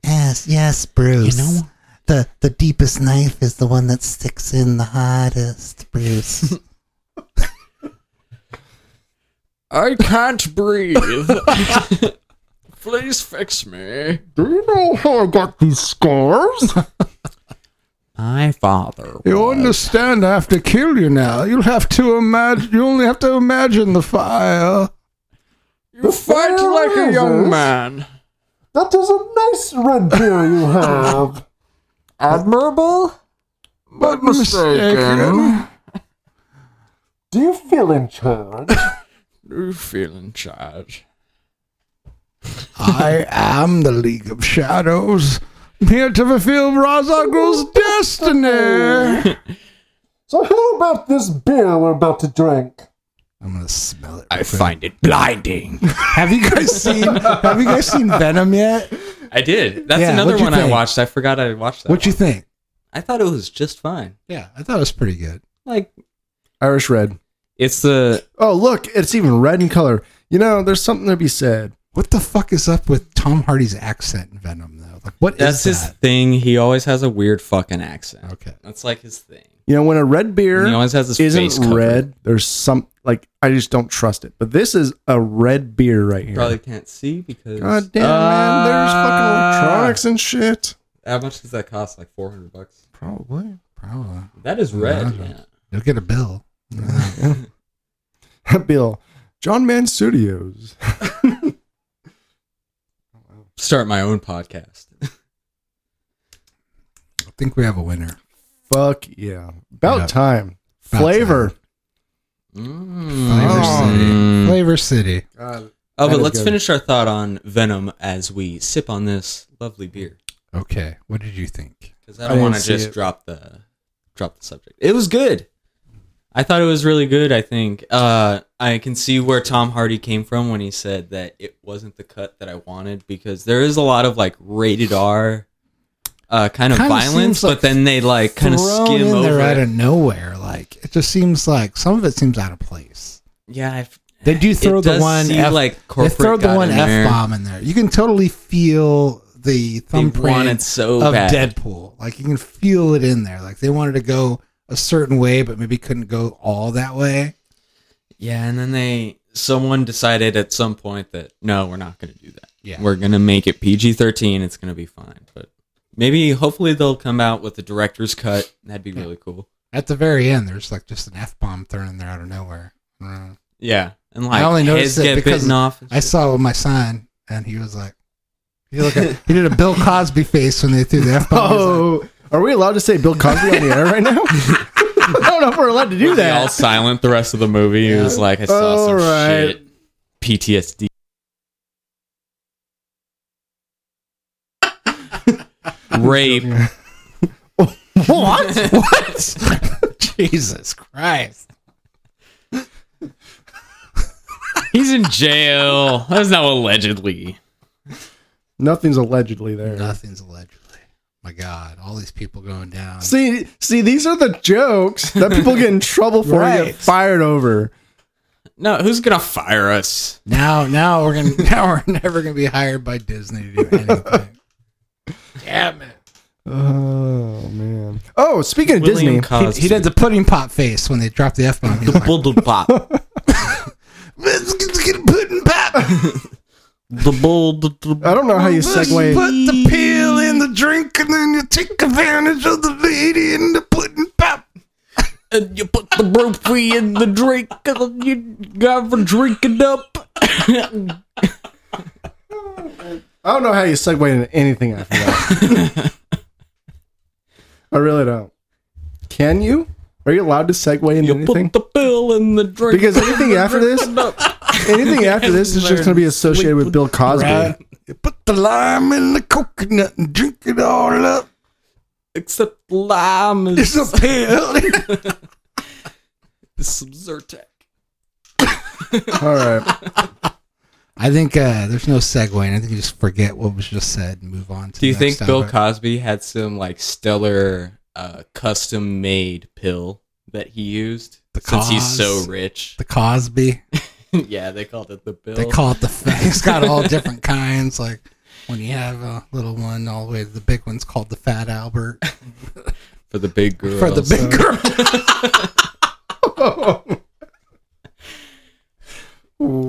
S5: Yes, yes, Bruce.
S1: you know
S5: the the deepest knife is the one that sticks in the hardest, Bruce.
S4: I can't breathe. Please fix me.
S3: Do you know how I got these scars?
S1: my father
S2: You
S1: was-
S2: understand? I have to kill you now. You'll have to imagine. You only have to imagine the fire.
S4: You fight like a young man.
S3: that is a nice red beer you have.
S4: Admirable? But mistaken.
S3: Do you feel in charge?
S4: You feel in charge.
S2: I am the League of Shadows, here to fulfill Razagrul's destiny.
S3: So how about this beer we're about to drink?
S2: I'm gonna smell it.
S1: i find it blinding
S2: Have you guys seen? have you guys seen Venom yet?
S1: i did that's
S2: Yeah,
S1: another
S2: what'd you
S1: one i
S2: think?
S1: watched i forgot i watched that
S2: What you
S1: one.
S2: think?
S1: i thought it was just fine
S2: Yeah, I thought it was pretty good.
S1: like
S3: Irish red.
S1: it's the
S3: Oh, look, it's even red in color. You know, there's something to be said.
S2: What the fuck is up with Tom Hardy's accent in Venom though? Like, what is
S1: That's his
S2: that?
S1: thing. He always has a weird fucking accent.
S2: Okay.
S1: That's like his thing.
S3: You know, when a red beer
S1: And he always has his face
S3: isn't
S1: covered.
S3: red, there's some like I just don't trust it. But this is a red beer right here.
S1: Probably can't see because
S3: God damn man, there's fucking
S1: Ah.
S3: electronics and shit.
S1: How much does that cost? Like four hundred bucks.
S3: Probably.
S2: Probably.
S1: That is red.
S2: Yeah.
S1: Yeah.
S2: You'll get a bill.
S3: Bill. John Man Studios.
S1: Start my own podcast.
S2: I think we have a winner.
S3: Fuck yeah. About
S2: Yeah.
S3: time.
S2: About
S3: Flavor.
S2: Flavor
S3: Oh.
S1: Hmm.
S2: City. Flavor City.
S1: Oh,
S3: That
S1: but
S3: is
S1: Mm. let's
S3: good.
S1: finish our thought on Venom as we sip on this lovely beer.
S2: Okay. What did you think?
S1: because I
S3: I
S1: don't want to
S3: didn't see
S1: just
S3: it.
S1: drop the drop the subject. It was good. I thought it was really good. I think uh, I can see where Tom Hardy came from when he said that it wasn't the cut that I wanted because there is a lot of like rated R uh, kind of
S2: Kinda
S1: violence,
S2: seems like
S1: but then they like kind of
S2: Thrown
S1: skim
S2: in
S1: over.
S2: there out
S1: it.
S2: of nowhere. Like it just seems like some of it seems out of place.
S1: Yeah, I've,
S2: They do
S1: it
S2: throw the
S1: does
S2: one
S1: seem
S2: F-
S1: like
S2: They
S1: corporate
S2: throw the
S1: got
S2: one
S1: in there.
S2: f bomb in there. You can totally feel the
S1: They want
S2: thumbprint
S1: it so
S2: of
S1: bad.
S2: Deadpool. Like you can feel it in there. Like they wanted to go a certain way, but maybe couldn't go all that way.
S1: Yeah, and then they someone decided at some point that no, we're not going to do that.
S2: Yeah.
S1: We're going to make it PG-13. It's going to be fine. But maybe hopefully they'll come out with the director's cut. That'd be really cool.
S2: At the very end, there's like just an f bomb thrown in there out of nowhere. I don't know.
S1: Yeah. And like
S2: only noticed
S1: heads
S2: it
S1: get
S2: because
S1: bitten off. and
S2: I
S1: shit.
S2: saw it with my son, and he was like, he, looked at- he did a Bill Cosby face when they threw the f bomb.
S3: Oh, are we allowed to say Bill Cosby on the air right now? I don't know if we're allowed to do
S1: Was he all
S3: that.
S1: silent the rest of the movie. He was like, I saw some
S3: Alright.
S1: shit. PTSD. Rape.
S2: What? what? Oh, Jesus Christ!
S1: He's in jail. That's not allegedly.
S3: Nothing's allegedly there.
S2: Nothing's allegedly. My God, all these people going down.
S3: See, see, these are the jokes that people get in trouble for and
S2: Right.
S3: get fired over.
S1: No, who's gonna fire us?
S2: Now, now we're gonna now we're never gonna be hired by Disney to do anything. Damn it!
S3: Oh man. Oh, speaking of
S1: William
S3: Disney,
S2: He,
S1: Cosby.
S2: he did the pudding pop face when they dropped the f bomb. He's like,
S1: bull pop.
S2: "Let's get- let's get a pudding pop.
S1: The bull. The,
S3: I don't know how you
S2: Let's
S3: segue.
S2: Put the pill in the drink, and then you take advantage of the lady in the pudding pop.
S1: and you put the brophy in the drink, and you got for drinking up.
S3: I don't know how you segue into anything after that. I really don't. Can you? Are you allowed to segue into
S1: You
S3: anything?
S1: put the pill in the drink.
S3: Because anything after this, anything after this is just going to be associated with Bill Cosby.
S2: You put the lime in the coconut and drink it all up.
S1: Except lime is
S2: It's a pill.
S1: some Zyrtec.
S3: All right.
S2: I think uh, there's no segue, and I think you just forget what was just said and move on. To
S1: Do you
S2: the
S1: think
S2: next
S1: Bill
S2: topic.
S1: Cosby had some like stellar, uh, custom-made pill that he used?
S2: The
S1: Since he's
S2: cause.
S1: so rich.
S2: the Cosby?
S1: yeah, they called it the pill.
S2: They call it the. fa- It's got all different kinds. Like when you have a little one, all the way to the big one's called the Fat Albert
S1: for the big girl.
S2: for the big girl.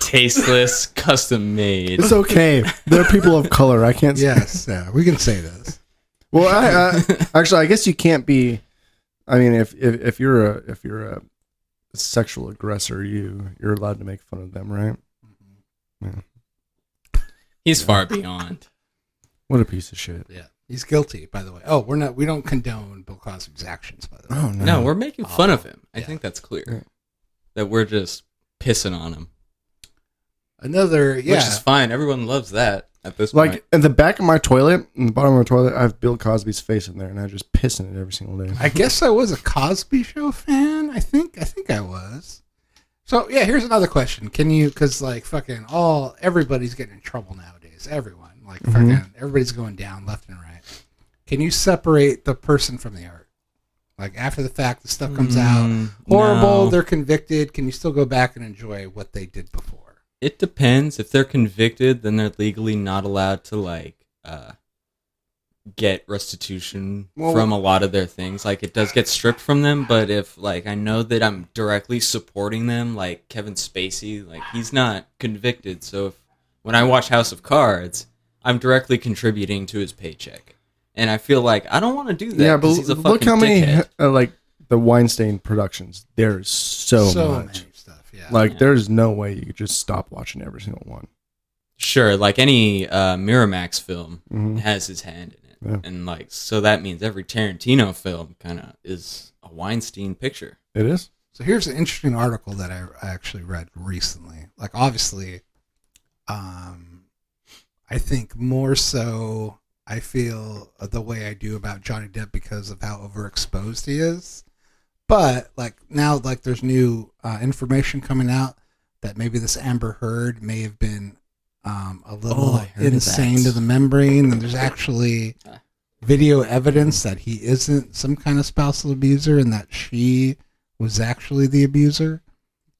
S1: tasteless, custom-made.
S3: It's okay. They're people of color. I can't. Yeah.
S2: yes, yeah, we can say this.
S3: Well, I, I, actually, I guess you can't be. I mean, if, if if you're a if you're a sexual aggressor, you you're allowed to make fun of them, right?
S1: He's far beyond.
S3: What a piece of shit.
S2: Yeah, he's guilty. By the way, oh, we're not. We don't condone Bill Cosby's actions. By the way,
S3: Oh
S1: No, we're making fun of him. I
S2: Yeah.
S1: think that's clear.
S3: Yeah.
S1: That we're just pissing on him,
S2: another yeah.
S1: which is fine. Everyone loves that at this
S3: Like
S1: point.
S3: in the back of my toilet, in the bottom of my toilet, I have Bill Cosby's face in there, and I just piss in it every single day.
S2: I guess I was a Cosby Show fan. I think I think I was. So yeah, here's another question. Can you? Because like fucking all everybody's getting in trouble nowadays. Everyone like fucking everybody's going down left and right. Can you separate the person from the art? Like after the fact, the stuff comes out
S1: Mm,
S2: horrible.
S1: no.
S2: They're convicted. Can you still go back and enjoy what they did before?
S1: It depends. If they're convicted, then they're legally not allowed to like uh, get restitution
S3: Well-
S1: from a lot of their things. Like it does get stripped from them. But if like I know that I'm directly supporting them, like Kevin Spacey, like he's not convicted. So if when I watch House of Cards, I'm directly contributing to his paycheck. And I feel like I don't want to do that.
S3: yeah,
S1: Yeah,
S3: but
S1: he's a
S3: look
S1: fucking
S3: how many
S1: dickhead.
S3: uh, like the Weinstein productions. There's so, much.
S2: many stuff. Yeah.
S3: Like
S1: Yeah.
S3: there's no way you could just stop watching every single one.
S1: Sure, like any uh, Miramax film
S3: Mhm.
S1: has his hand in it,
S3: Yeah.
S1: and like so that means every Tarantino film kind of is a Weinstein picture.
S3: It is.
S2: So here's an interesting article that I I actually read recently. Like obviously, um, I think more so. I feel the way I do about Johnny Depp because of how overexposed he is. But like now, like there's new uh, information coming out that maybe this Amber Heard may have been um, a
S4: Oh,
S2: little
S4: I heard of
S2: insane
S4: that.
S2: to the membrane, and there's actually video evidence that he isn't some kind of spousal abuser, and that she was actually the abuser.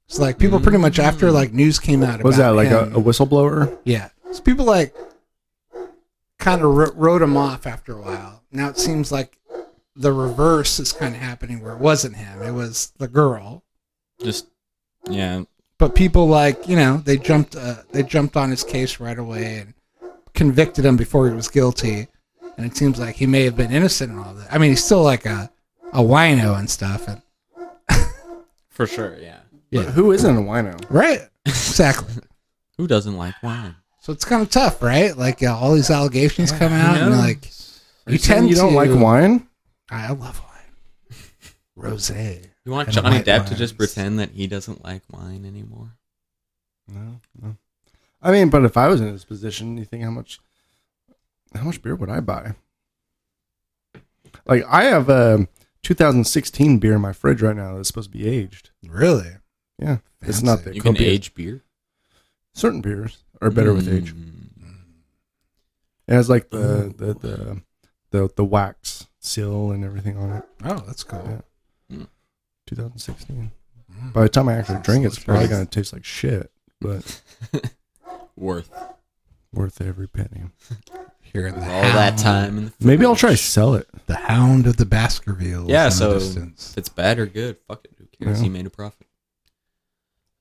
S2: So like people pretty much after like news came out.
S3: Was that
S2: about
S3: like a,
S2: him-
S3: a whistleblower?
S2: yeah. So people like kind of r- wrote him off after a while. Now it seems like the reverse is kind of happening where it wasn't him, it was the girl.
S1: Just yeah,
S2: But people like, you know, they jumped uh, they jumped on his case right away and convicted him before he was guilty. And it seems like he may have been innocent in all that. I mean, he's still like a a wino and stuff. And,
S1: for sure. Yeah.
S3: But who isn't a wino?
S2: right. Exactly.
S1: Who doesn't like wine?
S2: So it's kind of tough, right? Like uh, all these allegations come out, and like
S3: Are you saying you don't like wine?
S2: I love wine. Rosé.
S1: You want
S2: And
S1: Johnny
S2: white
S1: Depp to just
S2: wines.
S1: pretend that he doesn't like wine anymore?
S3: No, no. I mean, but if I was in his position, you think how much, how much beer would I buy? Like I have a 2016 beer in my fridge right now that's supposed to be aged.
S2: Really?
S3: Yeah, it's not
S2: Fancy.
S3: that
S1: you can
S3: copious.
S1: age beer.
S3: Certain beers are better with age.
S1: Mm.
S3: It has like the the the the, the wax seal and everything on it.
S2: Oh, that's cool.
S3: 2016. By the time I actually drink, it, it's probably
S2: Nice.
S3: gonna taste like shit, but
S1: Worth
S3: worth every penny.
S2: Here in the
S1: all
S2: hound,
S1: that time. In the
S3: Maybe I'll
S1: fridge.
S3: try to sell it.
S2: The hound of the Baskervilles.
S1: Yeah,
S2: in the
S1: so-
S2: distance.
S1: If it's bad or good, fuck it. Who cares?
S3: Yeah.
S1: He made a profit.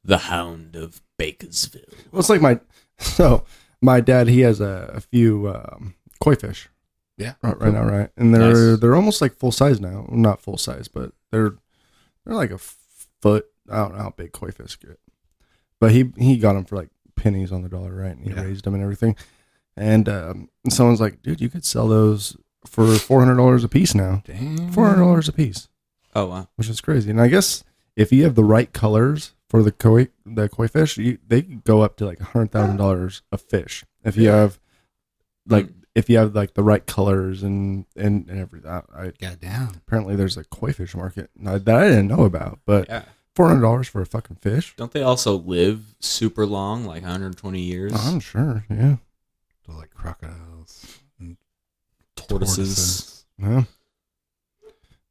S1: The Hound of Bakersville.
S3: Well, it's like my so my dad he has a, a few um, koi fish.
S2: Yeah.
S3: right, right now, right, and they're
S1: Nice.
S3: they're almost like full size now. Well, not full size, but they're they're like a f- foot. I don't know how big koi fish get, but he he got them for like pennies on the dollar, right? And he
S2: Yeah.
S3: raised them and everything. And um, someone's like, dude, you could sell those for four hundred dollars a piece now.
S2: Damn.
S3: Four hundred dollars a piece,
S1: Oh wow.
S3: which is crazy. And I guess if you have the right colors for the koi the koi fish, you, they can go up to like hundred thousand dollars a fish if you have like if you have like the right colors and and, and everything. I, I,
S2: Got down.
S3: apparently, there's a koi fish market that I didn't know about, but
S1: Yeah.
S3: four hundred dollars for a fucking fish.
S1: Don't they also live super long, like 120 years?
S2: Uh-huh.
S3: I'm sure, yeah,
S2: They're like crocodiles. and
S1: Tortoises.
S3: yeah.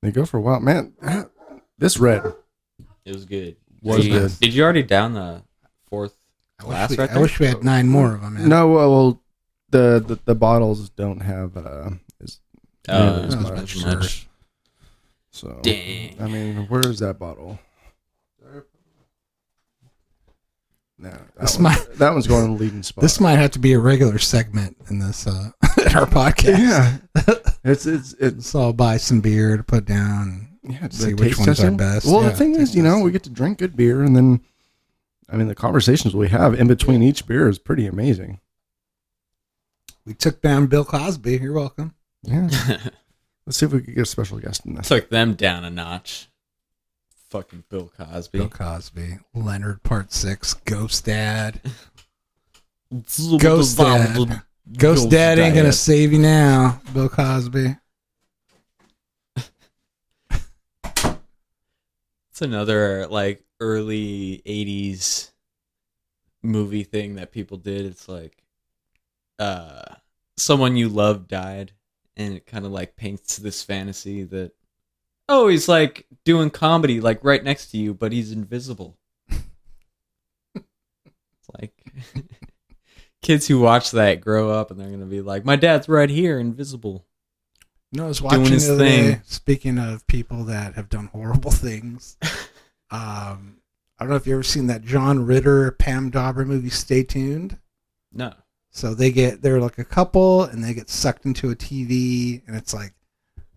S3: They go for a while, man. that- This red,
S1: It was good.
S3: Was
S1: did, you,
S3: good.
S1: did you already down the fourth?
S2: I
S1: Glass
S2: wish, we,
S1: right
S2: I
S1: there?
S2: wish we had nine more of them. man.
S3: no, well, well, the, the the bottles don't have uh, is,
S1: Uh,
S2: that was
S3: as much.
S2: much
S1: much.
S2: worse.
S3: So
S1: Dang.
S3: I mean, where's that bottle? No, that,
S2: This
S3: one-
S2: might-
S3: that one's going in the leading spot.
S2: This might have to be a regular segment in this uh, in our podcast.
S3: yeah, it's it's it's
S2: Let's all buy some beer to put down.
S3: yeah. the
S2: See which
S3: taste
S2: ones are
S3: testing.
S2: best.
S3: Well,
S2: Yeah,
S3: the thing
S2: taste
S3: is, you know,
S2: testing.
S3: we get to drink good beer, and then, I mean, the conversations we have in between each beer is pretty amazing.
S2: We took down Bill Cosby. You're welcome.
S3: Yeah. Let's see if we could get a special guest in this.
S1: Took them down a notch. Fucking Bill Cosby.
S2: Bill Cosby, Leonard Part Six, Ghost Dad.
S1: Ghost
S2: Ghost Dad.
S1: Dad.
S2: Ghost, Dad, ain't gonna
S1: Dad.
S2: save you now, Bill Cosby.
S1: It's another like early '80s movie thing that people did. It's like uh, someone you love died, and it kind of like paints this fantasy that oh, he's like doing comedy like right next to you, but he's invisible. it's like kids who watch that grow up and they're gonna be like, my dad's right here, invisible.
S2: No, I was
S1: Doing
S2: watching
S1: his
S2: the other day,
S1: thing.
S2: Speaking of people that have done horrible things, um, I don't know if you ever seen that John Ritter Pam Dauber movie. Stay tuned.
S1: No,
S2: So they get they're like a couple and they get sucked into a TV and it's like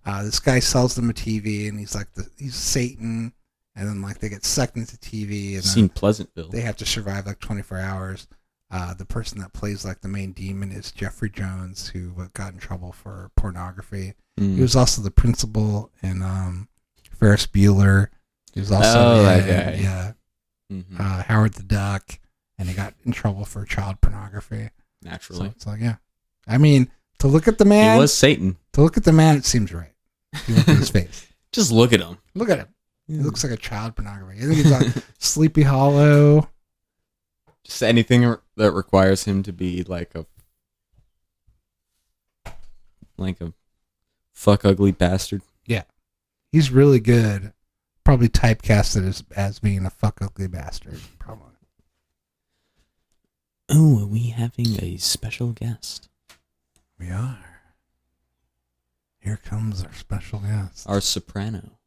S2: uh, this guy sells them a TV and he's like the, he's Satan and then like they get sucked into TV and then
S1: seen Pleasantville.
S2: they have to survive like 24 hours. Uh, the person that plays like the main demon is Jeffrey Jones, who uh, got in trouble for pornography.
S1: Mm.
S2: He was also the principal in um, Ferris Bueller. He was also
S1: Oh, that
S2: in,
S1: guy.
S2: yeah
S1: Mhm.
S2: uh, Howard the Duck, and he got in trouble for child pornography. So
S1: Naturally,
S2: it's like yeah, I mean To look at the man,
S1: It was Satan.
S2: to look at the man, it seems right. If you look at his face.
S1: Just look at him.
S2: Look at him. He looks like a child pornography. I think he's on Sleepy Hollow.
S1: Just anything re- that requires him to be like a like a fuck ugly bastard.
S2: He's really good. Probably typecasted as, as being a fuck ugly bastard. Probably.
S1: Oh, are we having a special guest?
S2: We are. Here comes our special guest.
S1: Our soprano.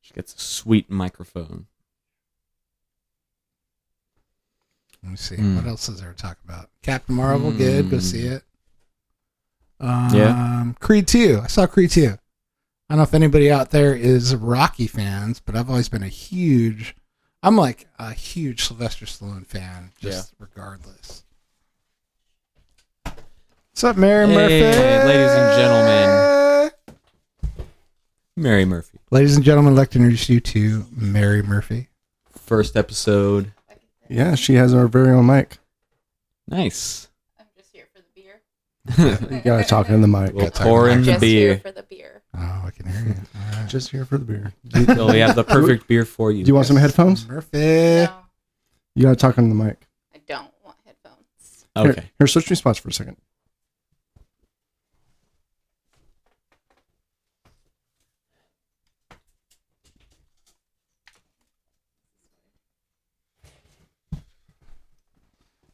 S1: She gets a sweet microphone.
S2: Let me see.
S1: Hmm.
S2: What else is there to talk about? Captain Marvel, good. Go see it. Um,
S1: Yeah.
S2: Creed 2. I saw Creed 2. I don't know if anybody out there is Rocky fans, but I've always been a huge, I'm like a huge Sylvester Stallone fan, just regardless. What's up, Mary
S1: Hey,
S2: Murphy?
S1: ladies and gentlemen. Mary Murphy.
S2: Ladies and gentlemen, I'd like to introduce you to Mary Murphy.
S1: First episode.
S3: Yeah, she has our very own mic.
S1: Nice.
S6: I'm just here for the beer.
S3: You gotta talk in the mic.
S1: We'll
S2: Got
S1: pour
S2: time.
S1: in the
S6: just
S1: beer.
S6: here for the beer.
S2: Oh, I can hear you. All right.
S3: Just here for the beer.
S1: So we have the perfect beer for you.
S3: Do you want some headphones?
S2: Murphy.
S6: No,
S3: You gotta talk in the mic.
S6: I don't want headphones.
S3: Here-
S1: Okay.
S3: Here, switch me spots for a second.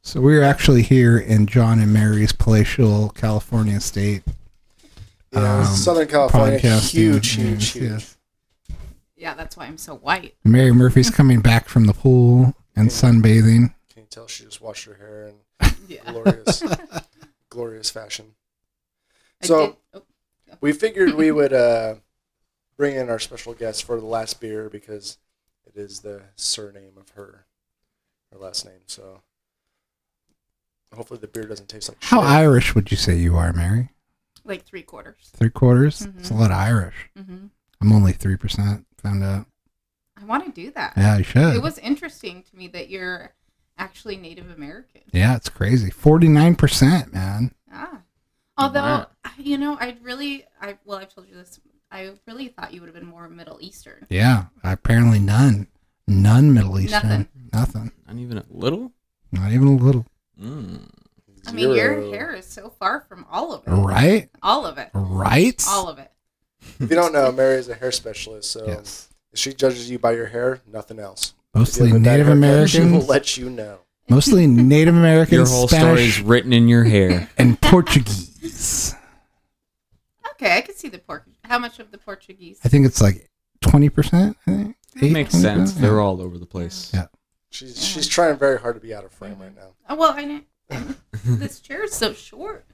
S2: So we're actually here in John and Mary's palatial California estate.
S7: Yeah,
S2: Um,
S7: Southern California,
S2: Podcast,
S7: huge,
S2: yeah,
S7: huge,
S2: yes,
S7: huge.
S2: yes.
S6: Yeah, that's why I'm so white.
S2: Mary Murphy's coming back from the pool and sunbathing.
S7: Can you tell she just washed her hair in
S6: Yeah.
S7: glorious, glorious fashion?
S6: I
S7: So-
S6: did, oh,
S7: We figured we would uh, bring in our special guest for the last beer because it is the surname of her, her last name. So hopefully the beer doesn't taste like
S2: How
S7: shit.
S2: Irish would you say you are, Mary?
S6: like three quarters.
S2: Three quarters?
S6: Mhm.
S2: It's a lot of Irish.
S6: hmm
S2: I'm only 3%, found out.
S6: I want to do that.
S2: Yeah, you should.
S6: It was interesting to me that you're actually Native American.
S2: yeah, it's crazy. 49%, man.
S6: Ah. Although,
S1: Wow.
S6: you know, I really, I well, I've told you this. I really thought you would have been more Middle Eastern.
S2: Yeah, apparently none. None Middle Eastern.
S6: Nothing.
S2: Nothing.
S1: Not even a little?
S2: Not even a little.
S1: Mm.
S6: I mean, your
S7: Zero.
S6: hair is so far from all of it.
S2: Right?
S6: All of it.
S2: Right?
S6: All of it.
S7: If you don't know, Mary is a hair specialist, so
S2: Yes.
S7: if she judges you by your hair, nothing else. If you
S2: Mostly
S7: have a bad
S2: Native
S7: haircut, She will
S2: Americans.
S7: let you know.
S2: Mostly Native Americans.
S1: Your whole story
S2: Spanish,
S1: is written in your hair.
S2: and Portuguese.
S6: Okay, I can see the pork. How much of the Portuguese?
S2: I think it's like twenty percent. I think
S1: It makes
S2: 8%,
S1: sense.
S2: yeah.
S1: They're all over the place.
S2: Yeah.
S7: She's she's trying very hard to be out of frame right now.
S6: Oh, well, I didn't. this chair is so short.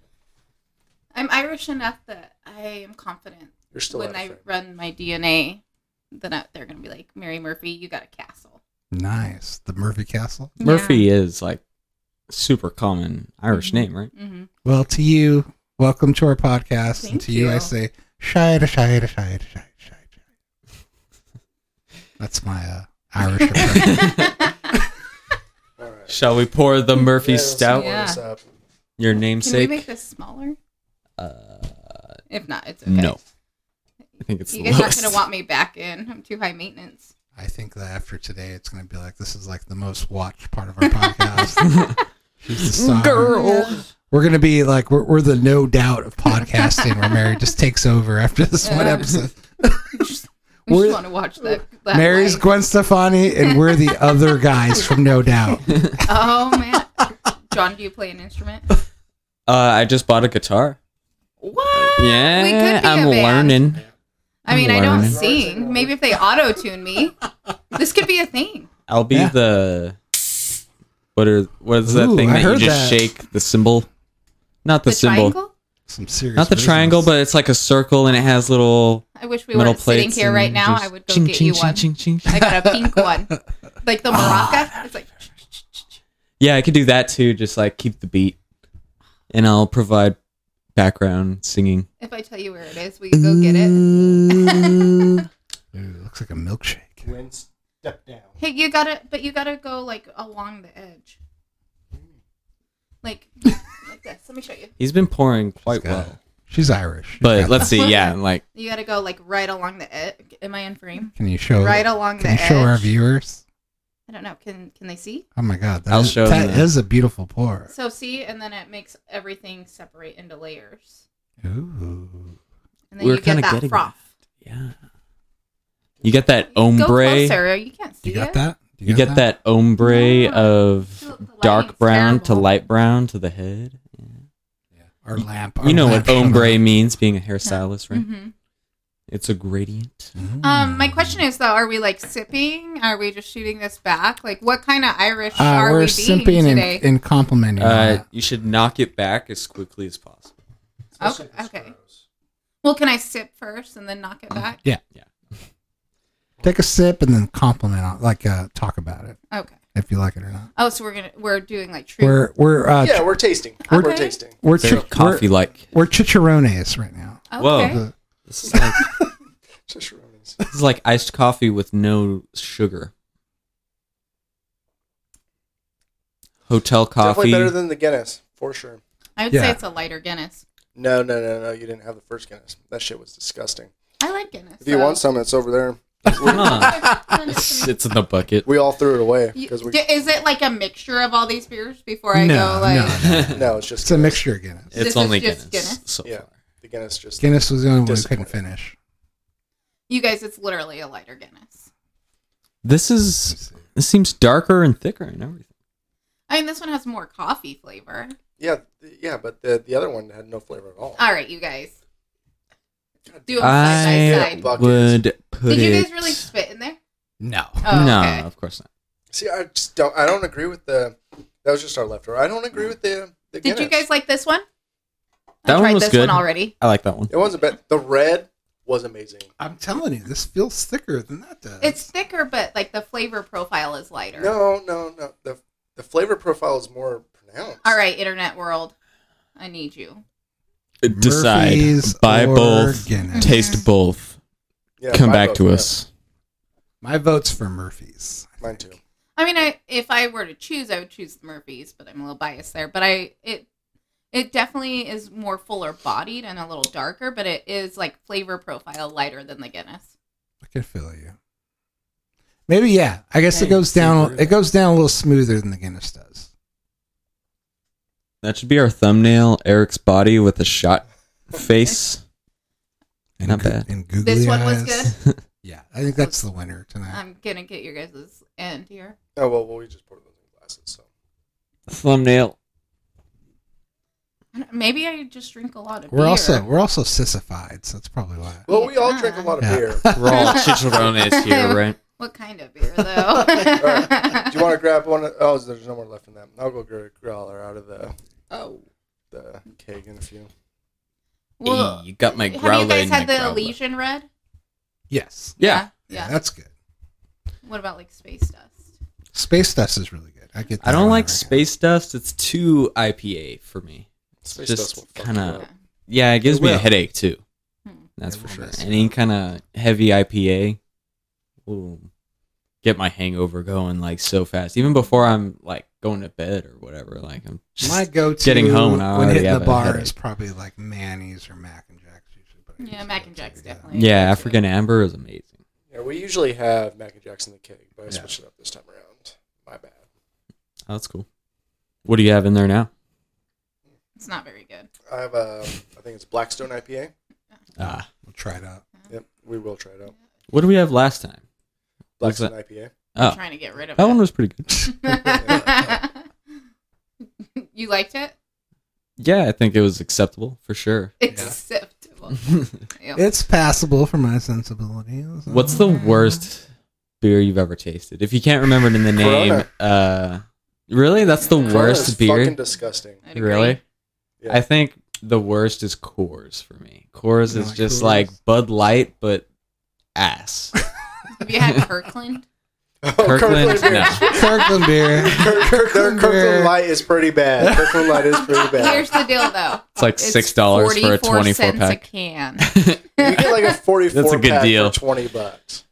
S6: I'm Irish enough that I am confident
S7: You're still
S6: when
S7: out of
S6: I
S7: frame.
S6: run my DNA that I, they're going to be like, Mary Murphy, you got a castle.
S2: nice. The Murphy Castle.
S1: Murphy is like super common Irish name, right?
S6: Mm-hmm.
S2: Well, to you, welcome to our podcast, and
S6: Thank
S2: to you, I
S6: you.
S2: say shire, shire, shire, shire, shire, shire. That's my uh, Irish. approach.
S7: All right.
S1: Shall we pour the Murphy
S7: Yeah, let's
S1: Stout?
S7: pour this
S6: Yeah.
S7: up.
S1: Your
S6: Can we
S1: namesake?
S6: make this smaller?
S1: uh,
S6: If not, it's okay.
S1: no. I think it's the
S6: You guys aren't
S1: lowest.
S6: going to want me back in. I'm too high maintenance.
S2: I think that after today, it's going to be like this is like the most watched part of our podcast. She's the star. We're gonna be like we're, we're the no doubt of podcasting where Mary just takes over after this one
S6: Yeah.
S2: episode.
S6: We
S2: We're-
S6: just want to watch that. that
S2: Mary's
S6: life.
S2: Gwen Stefani and we're the other guys from No Doubt.
S6: Oh, man. John, do you play an instrument?
S1: Uh, I just bought a guitar.
S6: What?
S1: Yeah,
S6: we could be
S1: I'm
S6: a band.
S1: learning.
S6: I mean, I don't
S1: Learning.
S6: sing. Maybe if they auto tune me, this could be a thing.
S1: I'll be
S2: Yeah.
S1: the. What are what is that
S2: Ooh,
S1: thing
S2: I
S1: that you
S2: heard
S1: just
S2: that.
S1: shake the symbol? Not the,
S6: The
S1: symbol.
S6: triangle.
S2: Some serious
S1: Not the
S2: business.
S1: triangle, but it's like a circle and it has little
S6: I wish we
S1: metal
S6: weren't
S1: plates.
S6: sitting here right
S1: and
S6: now.
S1: just
S6: I would go
S1: ching,
S6: get
S1: ching,
S6: you
S1: ching,
S6: one.
S1: ching, ching, ching.
S6: I got a pink one, like the maraca. It's like
S1: Yeah, I could do that too. Just like keep the beat, and I'll provide background singing.
S6: if I tell you where it is, will you go get it?
S1: Mm.
S2: Ooh, looks like a milkshake.
S7: When's
S3: Step down.
S6: Hey, you gotta, but you gotta go like along the edge, like like this. Let me show you.
S1: He's been pouring quite
S2: got
S1: well.
S2: She's Irish.
S1: But let's see,
S6: that.
S1: yeah, like
S6: You gotta go like right along the edge. Am I in frame?
S2: can you show
S6: right along the
S2: can you show our
S6: edge.
S2: viewers?
S6: I don't know. Can can they see?
S2: Oh my god,
S1: I'll
S2: that, is,
S1: show
S2: that
S1: them.
S2: is a beautiful pour.
S6: So see, and then it makes everything separate into layers,
S2: Ooh.
S6: and then
S1: We're
S6: you get
S1: kinda
S6: that
S1: getting
S6: froth.
S1: yeah. You get that
S6: Go
S1: ombre.
S6: closer. You can't see
S2: You got
S6: it.
S2: that? Do
S1: You get that ombre
S6: No. The-
S1: of
S6: the lighting's
S1: dark brown to
S6: terrible.
S1: light brown to the head.
S2: Our lamp.
S1: you
S2: our
S1: know
S2: lamp
S1: what
S2: showed
S1: ombre
S2: up.
S1: means being a hairstylist, right?
S6: Mhm.
S1: It's a gradient.
S6: Um, my question is though: Are we like sipping? Are we just shooting this back? Like, what kind of Irish
S2: Uh,
S6: are
S2: we're
S6: we being
S2: simping and,
S6: today?
S2: and complimenting.
S1: Uh,
S2: on
S1: you should knock it back as quickly as possible.
S6: Okay,
S3: Especially if it's
S6: okay.
S3: gross.
S6: well, can I sip first and then knock it back?
S2: that. Take a sip and then compliment on, like, uh, talk about it
S6: Okay.
S2: if you like it or not.
S6: Oh, so we're gonna we're doing like true.
S2: We're we're uh,
S3: yeah, we're tasting.
S6: Okay.
S3: We're tasting.
S2: we're,
S1: Very
S2: chi-
S1: coffee like.
S2: we're we're chicharrones right now.
S6: okay.
S1: Whoa. This is like
S3: Chicharrones.
S1: this is like iced coffee with no sugar. Hotel
S3: Definitely
S1: coffee.
S3: better than the Guinness for sure.
S6: I would
S2: Yeah.
S6: say it's a lighter Guinness.
S3: No, no, no, no. You didn't have the first Guinness. That shit was disgusting.
S6: I like Guinness.
S3: If you
S6: though.
S3: want some, it's over there.
S1: Come on.
S6: Send it to
S1: It's,
S6: me.
S1: it's in the bucket.
S3: We all threw it away
S6: You-
S3: because we.
S6: d- is it like a mixture of all these beers before I go
S2: No,
S6: like
S2: no,
S3: No, it's just
S2: it's a
S3: Guinness.
S2: mixture of Guinness.
S6: This
S1: It's
S6: is
S1: only Guinness,
S6: just Guinness?
S1: so
S3: Yeah.
S1: far.
S3: The Guinness just.
S2: Guinness was the only one we couldn't
S3: Disappointed.
S2: finish.
S6: you guys it's literally a lighter Guinness.
S1: This is this seems darker and thicker and everything.
S6: I mean this one has more coffee flavor.
S3: Yeah, th- yeah, but the, the other one had no flavor at all.
S6: All right, you guys. Do them side by
S1: I
S6: side.
S3: Bucket.
S1: would put
S6: Did you
S1: it.
S6: guys really spit in there?
S2: No.
S6: Oh,
S1: no,
S6: okay.
S1: of course not.
S3: See, I just don't. I don't agree with the. That was just our leftover. I don't agree with the. the
S6: Did you
S3: Guinness.
S6: guys like this one?
S1: That
S6: I
S1: one
S6: tried
S1: was
S6: this
S1: good.
S6: one already.
S1: I like that one.
S3: It wasn't bad. The red was amazing.
S2: I'm telling you, this feels thicker than that does.
S6: It's thicker, but like the flavor profile is lighter.
S3: No, no, no. The the flavor profile is more pronounced.
S6: All right, internet world, I need you.
S8: Decide.
S2: Murphy's
S8: Buy
S2: or
S8: both.
S2: Guinness.
S6: Mm-hmm.
S8: Taste both.
S3: Yeah,
S8: Come
S3: mine
S8: back
S3: both,
S8: to
S3: yeah.
S8: us.
S2: My vote's for Murphy's.
S3: Mine too.
S6: I mean, I if I were to choose, I would choose the Murphys, but I'm a little biased there. But I it it definitely is more fuller bodied and a little darker, but it is like flavor profile lighter than the Guinness.
S2: I can feel you. Maybe yeah. I guess it goes down. It goes down a little smoother than the Guinness does.
S1: That should be our thumbnail. Eric's body with a shot face.
S2: And
S1: Not bad.
S2: And googly
S6: This one was
S2: eyes.
S6: good.
S2: Yeah, I think that's the winner tonight.
S6: I'm gonna get your guys' end here.
S3: Oh well, well we just poured those in glasses. So
S1: thumbnail.
S6: I don't- Maybe I just drink a lot of
S2: we're
S6: beer.
S2: also we're also sissified, so that's probably why.
S3: well, we all drink a lot of
S2: Yeah.
S3: beer.
S1: We're all chicharrones here, right?
S6: what kind of beer though?
S3: Do you want to grab one? Of, oh, there's no more left in that. I'll go grab a growler out of the
S6: oh,
S3: the keg in a few.
S6: well,
S1: Hey, you got my growler.
S6: have you guys
S1: in
S6: had
S1: my
S6: the
S1: growler.
S6: Elysian Red?
S2: Yes.
S1: Yeah.
S6: yeah, yeah.
S2: that's good.
S6: What about like Space Dust?
S2: Space dust is really good. I get.
S1: I don't
S2: that
S1: like
S2: one.
S1: space dust. It's too IPA for me.
S3: Space
S1: Just
S3: dust will fuck you
S1: kinda-
S3: up.
S1: Yeah, it gives
S2: It
S1: me a
S2: will.
S1: headache too.
S6: Hmm.
S1: That's
S2: It
S1: for
S2: will
S1: sure.
S2: mess you
S1: Any kind of heavy IPA will get my hangover going like so fast. Even before I'm like going to bed or whatever. Like I'm just
S2: My go-to
S1: getting home and I
S2: when
S1: already
S2: hitting
S1: have
S2: the
S1: a
S2: bar
S1: headache.
S2: is probably like Manny's or Mac and Jack's usually. but I
S6: Yeah,
S2: usually
S6: Mac
S2: go
S6: and
S2: to,
S6: Jack's
S2: yeah.
S6: definitely.
S1: Yeah, African Amber is amazing.
S3: Yeah, we usually have Mac and Jack's in the keg, but I
S2: Yeah.
S3: switched it up this time around. My bad.
S1: Oh, that's cool. What do you have in there now?
S6: It's not very good.
S3: I have a, I think it's Blackstone IPA.
S1: Ah,
S2: We'll try it out.
S6: Mm-hmm.
S3: Yep, we will try it out.
S1: what did we have last time? What's
S3: Blackstone IPA.
S6: I'm
S1: Oh,
S6: trying to get rid of
S1: that
S6: it.
S1: one was pretty good.
S6: you liked it?
S1: Yeah, I think it was acceptable for sure.
S6: It's acceptable. Yeah.
S2: It's passable for my sensibilities. Um,
S1: What's the
S3: Um,
S1: worst beer you've ever tasted? If you can't remember it in the name,
S3: Corona.
S1: uh, really, that's the
S6: Corona
S3: That is
S1: worst
S3: Fucking
S1: beer.
S3: disgusting.
S6: I'd agree.
S1: Really,
S3: Yeah.
S1: I think the worst is Coors for me. Coors
S2: You
S1: is
S2: like
S1: just
S2: Coors?
S1: like Bud Light, but ass.
S6: Have you had Kirkland?
S3: Oh,
S1: Kirkland,
S3: beer.
S1: no.
S2: Kirkland beer?
S3: Kirk- Kirk- their
S2: Kirkland
S3: Kirkland
S2: beer.
S3: Light is pretty bad. Kirkland Light is pretty bad.
S6: Here's the deal, though.
S1: It's like six dollars for a
S6: 44
S1: twenty-four
S6: cents a
S1: pack.
S6: can.
S3: You get like a forty-four
S1: That's a good
S3: pack
S1: deal.
S3: for twenty bucks.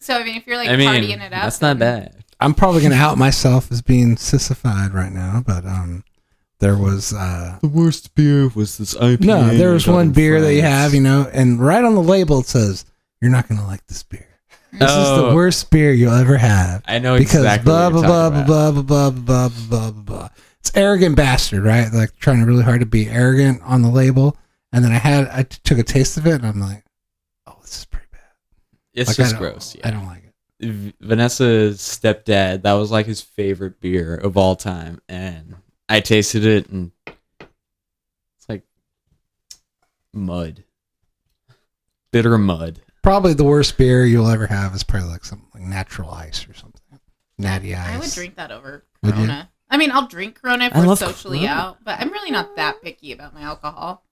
S6: So I mean, if you're like
S1: I mean,
S6: partying it up,
S1: that's not
S6: then-
S1: bad.
S2: I'm probably gonna out myself as being sissified right now, but um, there was uh,
S1: The worst beer was this IPA.
S2: no, there was one beer that you have, you know, and right on the label it says you're not gonna like this beer. This
S6: Oh.
S2: is the worst beer you'll ever have
S1: Oh, I know
S2: because
S1: exactly
S2: blah,
S1: what
S2: blah,
S1: you're
S2: blah,
S1: talking
S2: blah,
S1: about.
S2: blah blah blah blah blah blah blah. It's arrogant bastard, right? Like trying really hard to be arrogant on the label, and then I had I t- took a taste of it, and I'm like, oh, this is pretty bad.
S1: It's
S2: Like, I
S1: just
S2: don't-
S1: gross.
S2: I
S1: Yeah.
S2: don't like it.
S1: V- Vanessa's stepdad, that was like his favorite beer of all time. And I tasted it and it's like mud. Bitter mud.
S2: Probably the worst beer you'll ever have is probably like something like natural ice or something, natty ice.
S6: I would drink that over
S2: Would you?
S6: Corona. I mean, I'll drink Corona if
S1: I
S6: we're
S1: love
S6: socially
S1: Corona.
S6: out, but I'm really not that picky about my alcohol.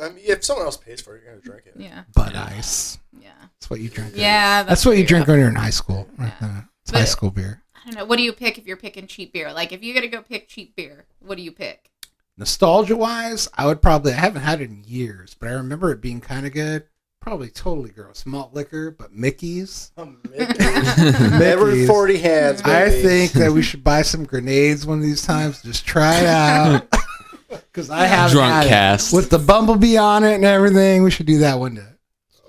S3: I mean, if someone else pays for it, you're gonna drink it.
S6: Yeah,
S2: Bud ice.
S6: yeah,
S2: That's what you drink.
S6: yeah.
S2: That's, what you
S6: true.
S2: drink when you're in high school. Right
S6: Yeah.
S2: there. It's
S6: But-
S2: high school beer.
S6: I don't know. What do you pick if you're picking cheap beer? Like, if you gotta go pick cheap beer, what do you pick?
S2: Nostalgia wise, I would probably I haven't had it in years, but I remember it being kind of good. Probably totally gross malt liquor, but Mickey's.
S3: Every
S2: Mickey's.
S3: Oh, forty hands. Baby.
S2: I think that we should buy some grenades one of these times. Just try it out. Because I have
S1: Drunk
S2: had it.
S1: cast.
S2: with the bumblebee on it and everything. We should do that one day.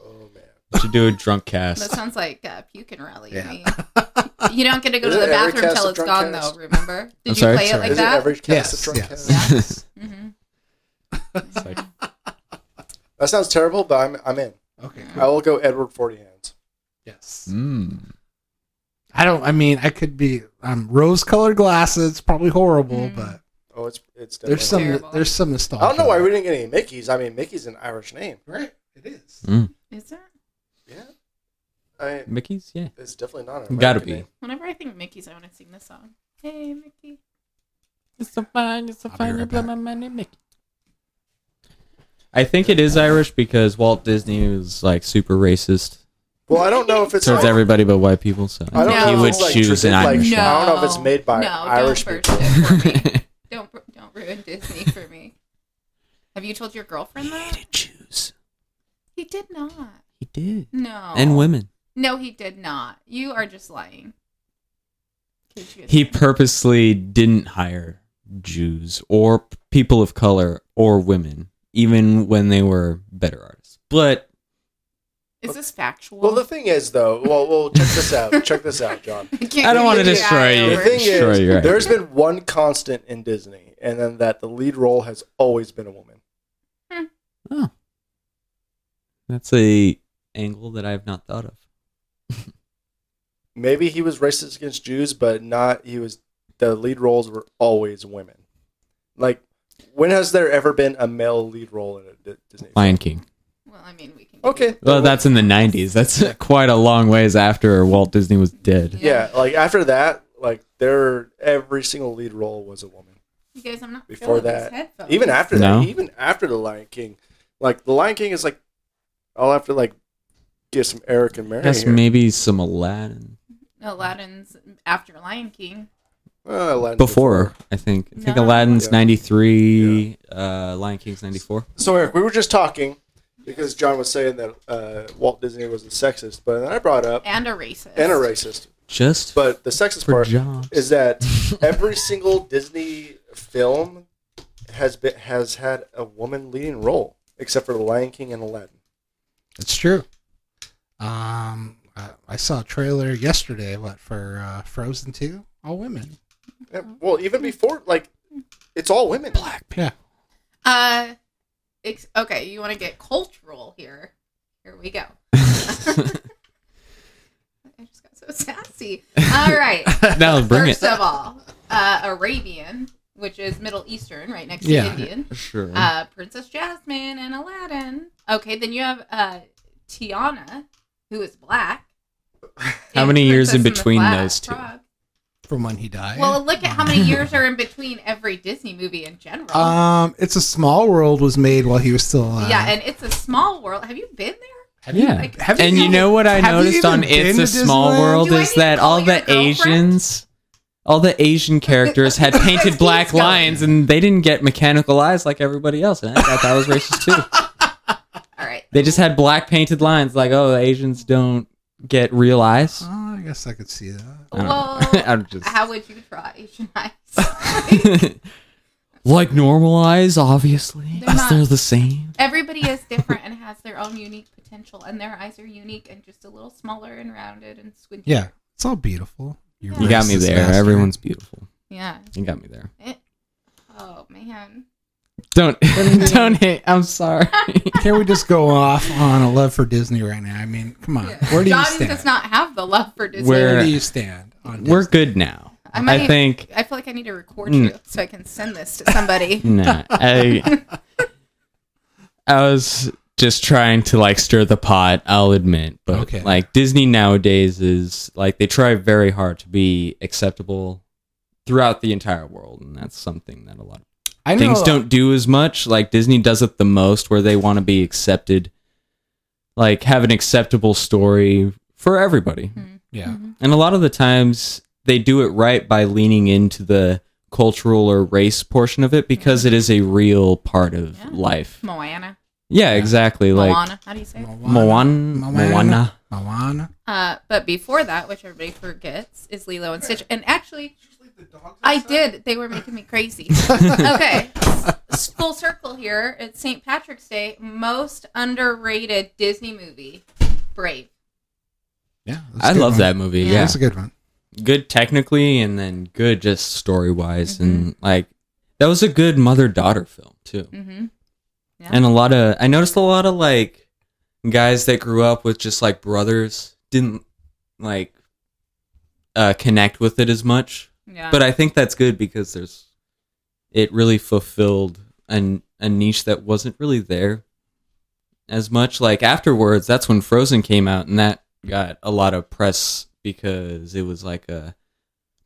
S3: Oh man.
S1: Should do a drunk
S6: That
S1: cast.
S6: sounds like a puking rally. to
S2: Yeah.
S6: me. You don't get to go to
S3: Is
S6: the
S3: it every
S6: bathroom
S3: cast
S6: until
S3: of
S6: it's
S3: drunk
S6: gone,
S3: cast?
S6: though. Remember? Did you
S1: sorry?
S6: play it
S1: Sorry.
S6: like
S3: Is it
S6: that?
S3: every cast of
S2: Yes,
S3: drunk
S2: yes.
S3: cast?
S1: it's
S6: hmm
S1: like,
S3: That sounds terrible, but I'm I'm in.
S2: Okay.
S3: I will go Edward Forty Hands.
S2: Yes.
S1: mm.
S2: I don't. I mean, I could be. Um, rose-colored glasses. Probably horrible,
S6: Mm.
S2: but
S3: Oh, it's it's. Definitely.
S2: there's some.
S6: Terrible.
S2: There's some nostalgia.
S3: I don't know why we didn't get any Mickey's. I mean, Mickey's an Irish name.
S2: Right. It is.
S6: Is there?
S3: Yeah. I mean,
S1: Mm. Mickey's? Yeah.
S3: it's definitely not. An
S1: Gotta
S3: American
S1: be.
S3: name.
S6: Whenever I think Mickey's, I want to sing this song. Hey, Mickey.
S1: It's so fine, it's so
S2: I'll be fine, right you blow back. my
S1: money, Mickey. I think it is Irish because Walt Disney was like super racist
S3: Well, I don't know if it's.
S1: towards everybody but white people, so
S3: I don't
S6: No.
S3: know
S1: he
S3: if
S1: would
S3: it's like
S1: choose an
S3: tradi- like-
S1: Irish.
S3: No. I don't know if it's made by
S6: no,
S3: Irish
S6: don't
S3: people.
S6: burst it for me. don't br- don't ruin Disney for me. Have you told your girlfriend that?
S1: Jews.
S6: He did not.
S1: He did.
S6: No.
S1: And women.
S6: No, he did not. You are just lying. 'Cause you-
S1: He purposely didn't hire Jews or p- people of color or women, even when they were better artists. But
S6: is this factual?
S3: Well, the thing is, though, well, well, check this out. check this out, John.
S6: can't
S1: I don't
S6: get
S1: wanna
S6: your
S1: destroy
S6: eye
S1: you.
S3: The
S6: over it.
S3: thing
S1: Sure,
S3: is,
S1: you're right.
S3: there's been one constant in Disney, and then that the lead role has always been a woman.
S1: oh. That's a angle that I've not thought of.
S3: Maybe he was racist against Jews, but not. He was. The lead roles were always women. Like, when has there ever been a male lead role in a Di- Disney? film?
S1: Lion King.
S6: Well, I mean, we can.
S3: Okay.
S1: Well, that's in the 90s. That's quite a long ways after Walt Disney was dead.
S3: yeah. Like after that, like there, every single lead role was a woman.
S6: You guys, I'm not
S3: before
S6: feeling
S3: that,
S6: These Oh, headphones.
S3: even after
S1: No.
S3: that, even after the Lion King, like the Lion King is like, I'll have to like give some Eric and
S1: I
S3: Mary.
S1: guess
S3: here.
S1: maybe some Aladdin.
S6: Aladdin's after Lion King.
S3: Well, Aladdin
S1: Before, I think. I think
S6: No.
S1: Aladdin's
S3: Yeah.
S1: 93, uh, Lion King's 94.
S3: So Eric, we were just talking because John was saying that uh, Walt Disney was a sexist, but then I brought up
S6: And a racist.
S3: and a racist.
S1: Just
S3: But the sexist
S1: for
S3: part
S1: jobs.
S3: is that every single Disney film has been has had a woman leading role, except for the Lion King and Aladdin.
S2: It's true. Um, I, I saw a trailer yesterday. What for? Uh, Frozen Two. All women.
S3: Yeah, Well, even before, like, it's all women.
S2: Yeah.
S6: Uh, ex- okay, you want to get cultural here? Here we go. I just got so sassy. All right.
S1: now bring
S6: First
S1: it.
S6: of all, uh, Arabian, which is Middle Eastern, right next
S2: Yeah.
S6: to Indian.
S1: Sure.
S6: Uh, Princess Jasmine and Aladdin. Okay, then you have uh, Tiana, who is black.
S1: How
S6: And
S1: many years in
S6: Princess and the
S1: between
S6: Black
S1: those two?
S6: Frog.
S2: From when he died.
S6: Well, look at how many years are in between every Disney movie in general.
S2: um, it's a small world was made while he was still alive.
S6: yeah, and it's a small world. Have you been there?
S1: yeah.
S6: like,
S2: have
S1: and you
S2: even-
S1: know what I
S2: have you
S1: noticed
S2: even
S1: on
S2: been
S1: It's
S2: to
S1: a Small
S2: Disneyland?
S1: World
S6: Do I
S1: is
S6: need to
S1: that
S6: call
S1: all
S6: your
S1: the
S6: girlfriend?
S1: Asians, all the Asian characters had painted black
S6: Keep going.
S1: lines, and they didn't get mechanical eyes like everybody else. And I thought that was racist too.
S6: All right.
S1: They just had black painted lines, like, "Oh, the Asians don't get real eyes?
S2: Oh, I guess I could see that.
S1: I don't
S6: Well,
S1: know. I'm just
S6: how would you try Asian eyes?
S1: like normal eyes, obviously.
S6: They're not-
S1: They're the same.
S6: Everybody is different and has their own unique potential, and their eyes are unique and just a little smaller and rounded and squinty.
S2: Yeah, it's all beautiful.
S1: You got me
S2: racist
S1: there.
S2: bastard.
S1: Everyone's beautiful.
S6: Yeah.
S1: You got me there.
S6: Oh man.
S1: Don't don't hate. I'm sorry.
S2: Can we just go off on a love for Disney right now? I mean, come on. Where do you
S6: John
S2: stand?
S6: does not have the love for Disney.
S2: Where
S1: Where-
S2: do you stand on
S1: We're
S2: Disney?
S1: good now.
S6: I might-
S1: I think
S6: I feel like I need to record
S1: Mm.
S6: you so I can send this to somebody.
S1: No, I, I was just trying to like stir the pot. I'll admit, but
S2: Okay.
S1: like Disney nowadays is like they try very hard to be acceptable throughout the entire world, and that's something that a lot of
S2: I know,
S1: things don't do as much. Like Disney does it the most, where they want to be accepted, like have an acceptable story for everybody.
S2: Yeah.
S1: And a lot of the times they do it right by leaning into the cultural or race portion of it because it is a real part of
S6: Yeah.
S1: life.
S6: Moana.
S1: Yeah, exactly. Like
S6: Moana. How do you say it?
S1: Moana.
S2: Moana.
S1: Moana.
S2: Moana.
S6: Uh, but before that, which everybody forgets, is Lilo and Stitch. And actually, I did. They were making me crazy. okay. S- Full circle here. It's St. Patrick's Day. Most underrated Disney movie, Brave.
S2: Yeah. that's a
S1: I
S2: good
S1: love
S2: one.
S1: that movie.
S6: Yeah.
S1: Yeah.
S2: That's a good one.
S1: Good technically and then good just story wise. And like, that was a good mother daughter film too.
S6: Mm-hmm. Yeah.
S1: And a lot of, I noticed a lot of like guys that grew up with just like brothers didn't like uh, connect with it as much.
S6: Yeah.
S1: but I think that's good because there's it really fulfilled an a niche that wasn't really there as much. Like afterwards, that's when Frozen came out, and that got a lot of press because it was like a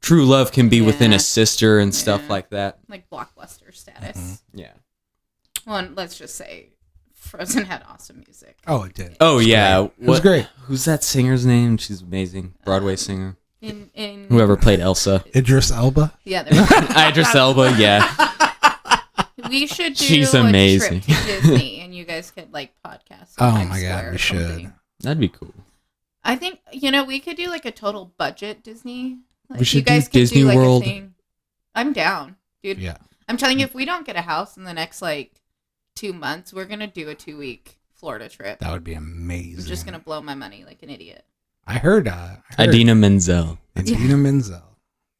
S1: true love can be within
S6: Yeah.
S1: a sister and stuff
S6: Yeah.
S1: like that.
S6: like blockbuster status.
S1: Yeah. Mm-hmm.
S6: Well, and let's just say Frozen had awesome music.
S2: Oh, it did.
S1: Oh yeah,
S2: It was great.
S1: Who's that singer's name? She's amazing,
S6: Um,
S1: Broadway singer.
S6: In in
S1: Whoever played Elsa,
S2: Idris Elba.
S6: yeah, there was-
S1: Idris Elba. Yeah,
S6: we should do
S1: She's
S6: a
S1: amazing.
S6: trip to Disney, and you guys could like podcast. in
S2: Oh
S6: Times
S2: my God,
S6: Square or
S2: we should.
S6: something.
S1: that'd be cool.
S6: I think you know we could do like a total budget Disney. Like,
S1: should
S6: you guys
S1: do
S6: could
S1: Disney
S6: do, like,
S1: World.
S6: A thing. I'm down, dude.
S2: Yeah. Mm.
S6: I'm telling you, if we don't get a house in the next like two months, we're gonna do a two week Florida trip.
S2: That would be amazing.
S6: I'm just gonna blow my money like an idiot.
S2: I heard. Uh, I heard
S1: Idina Menzel.
S2: Idina Menzel.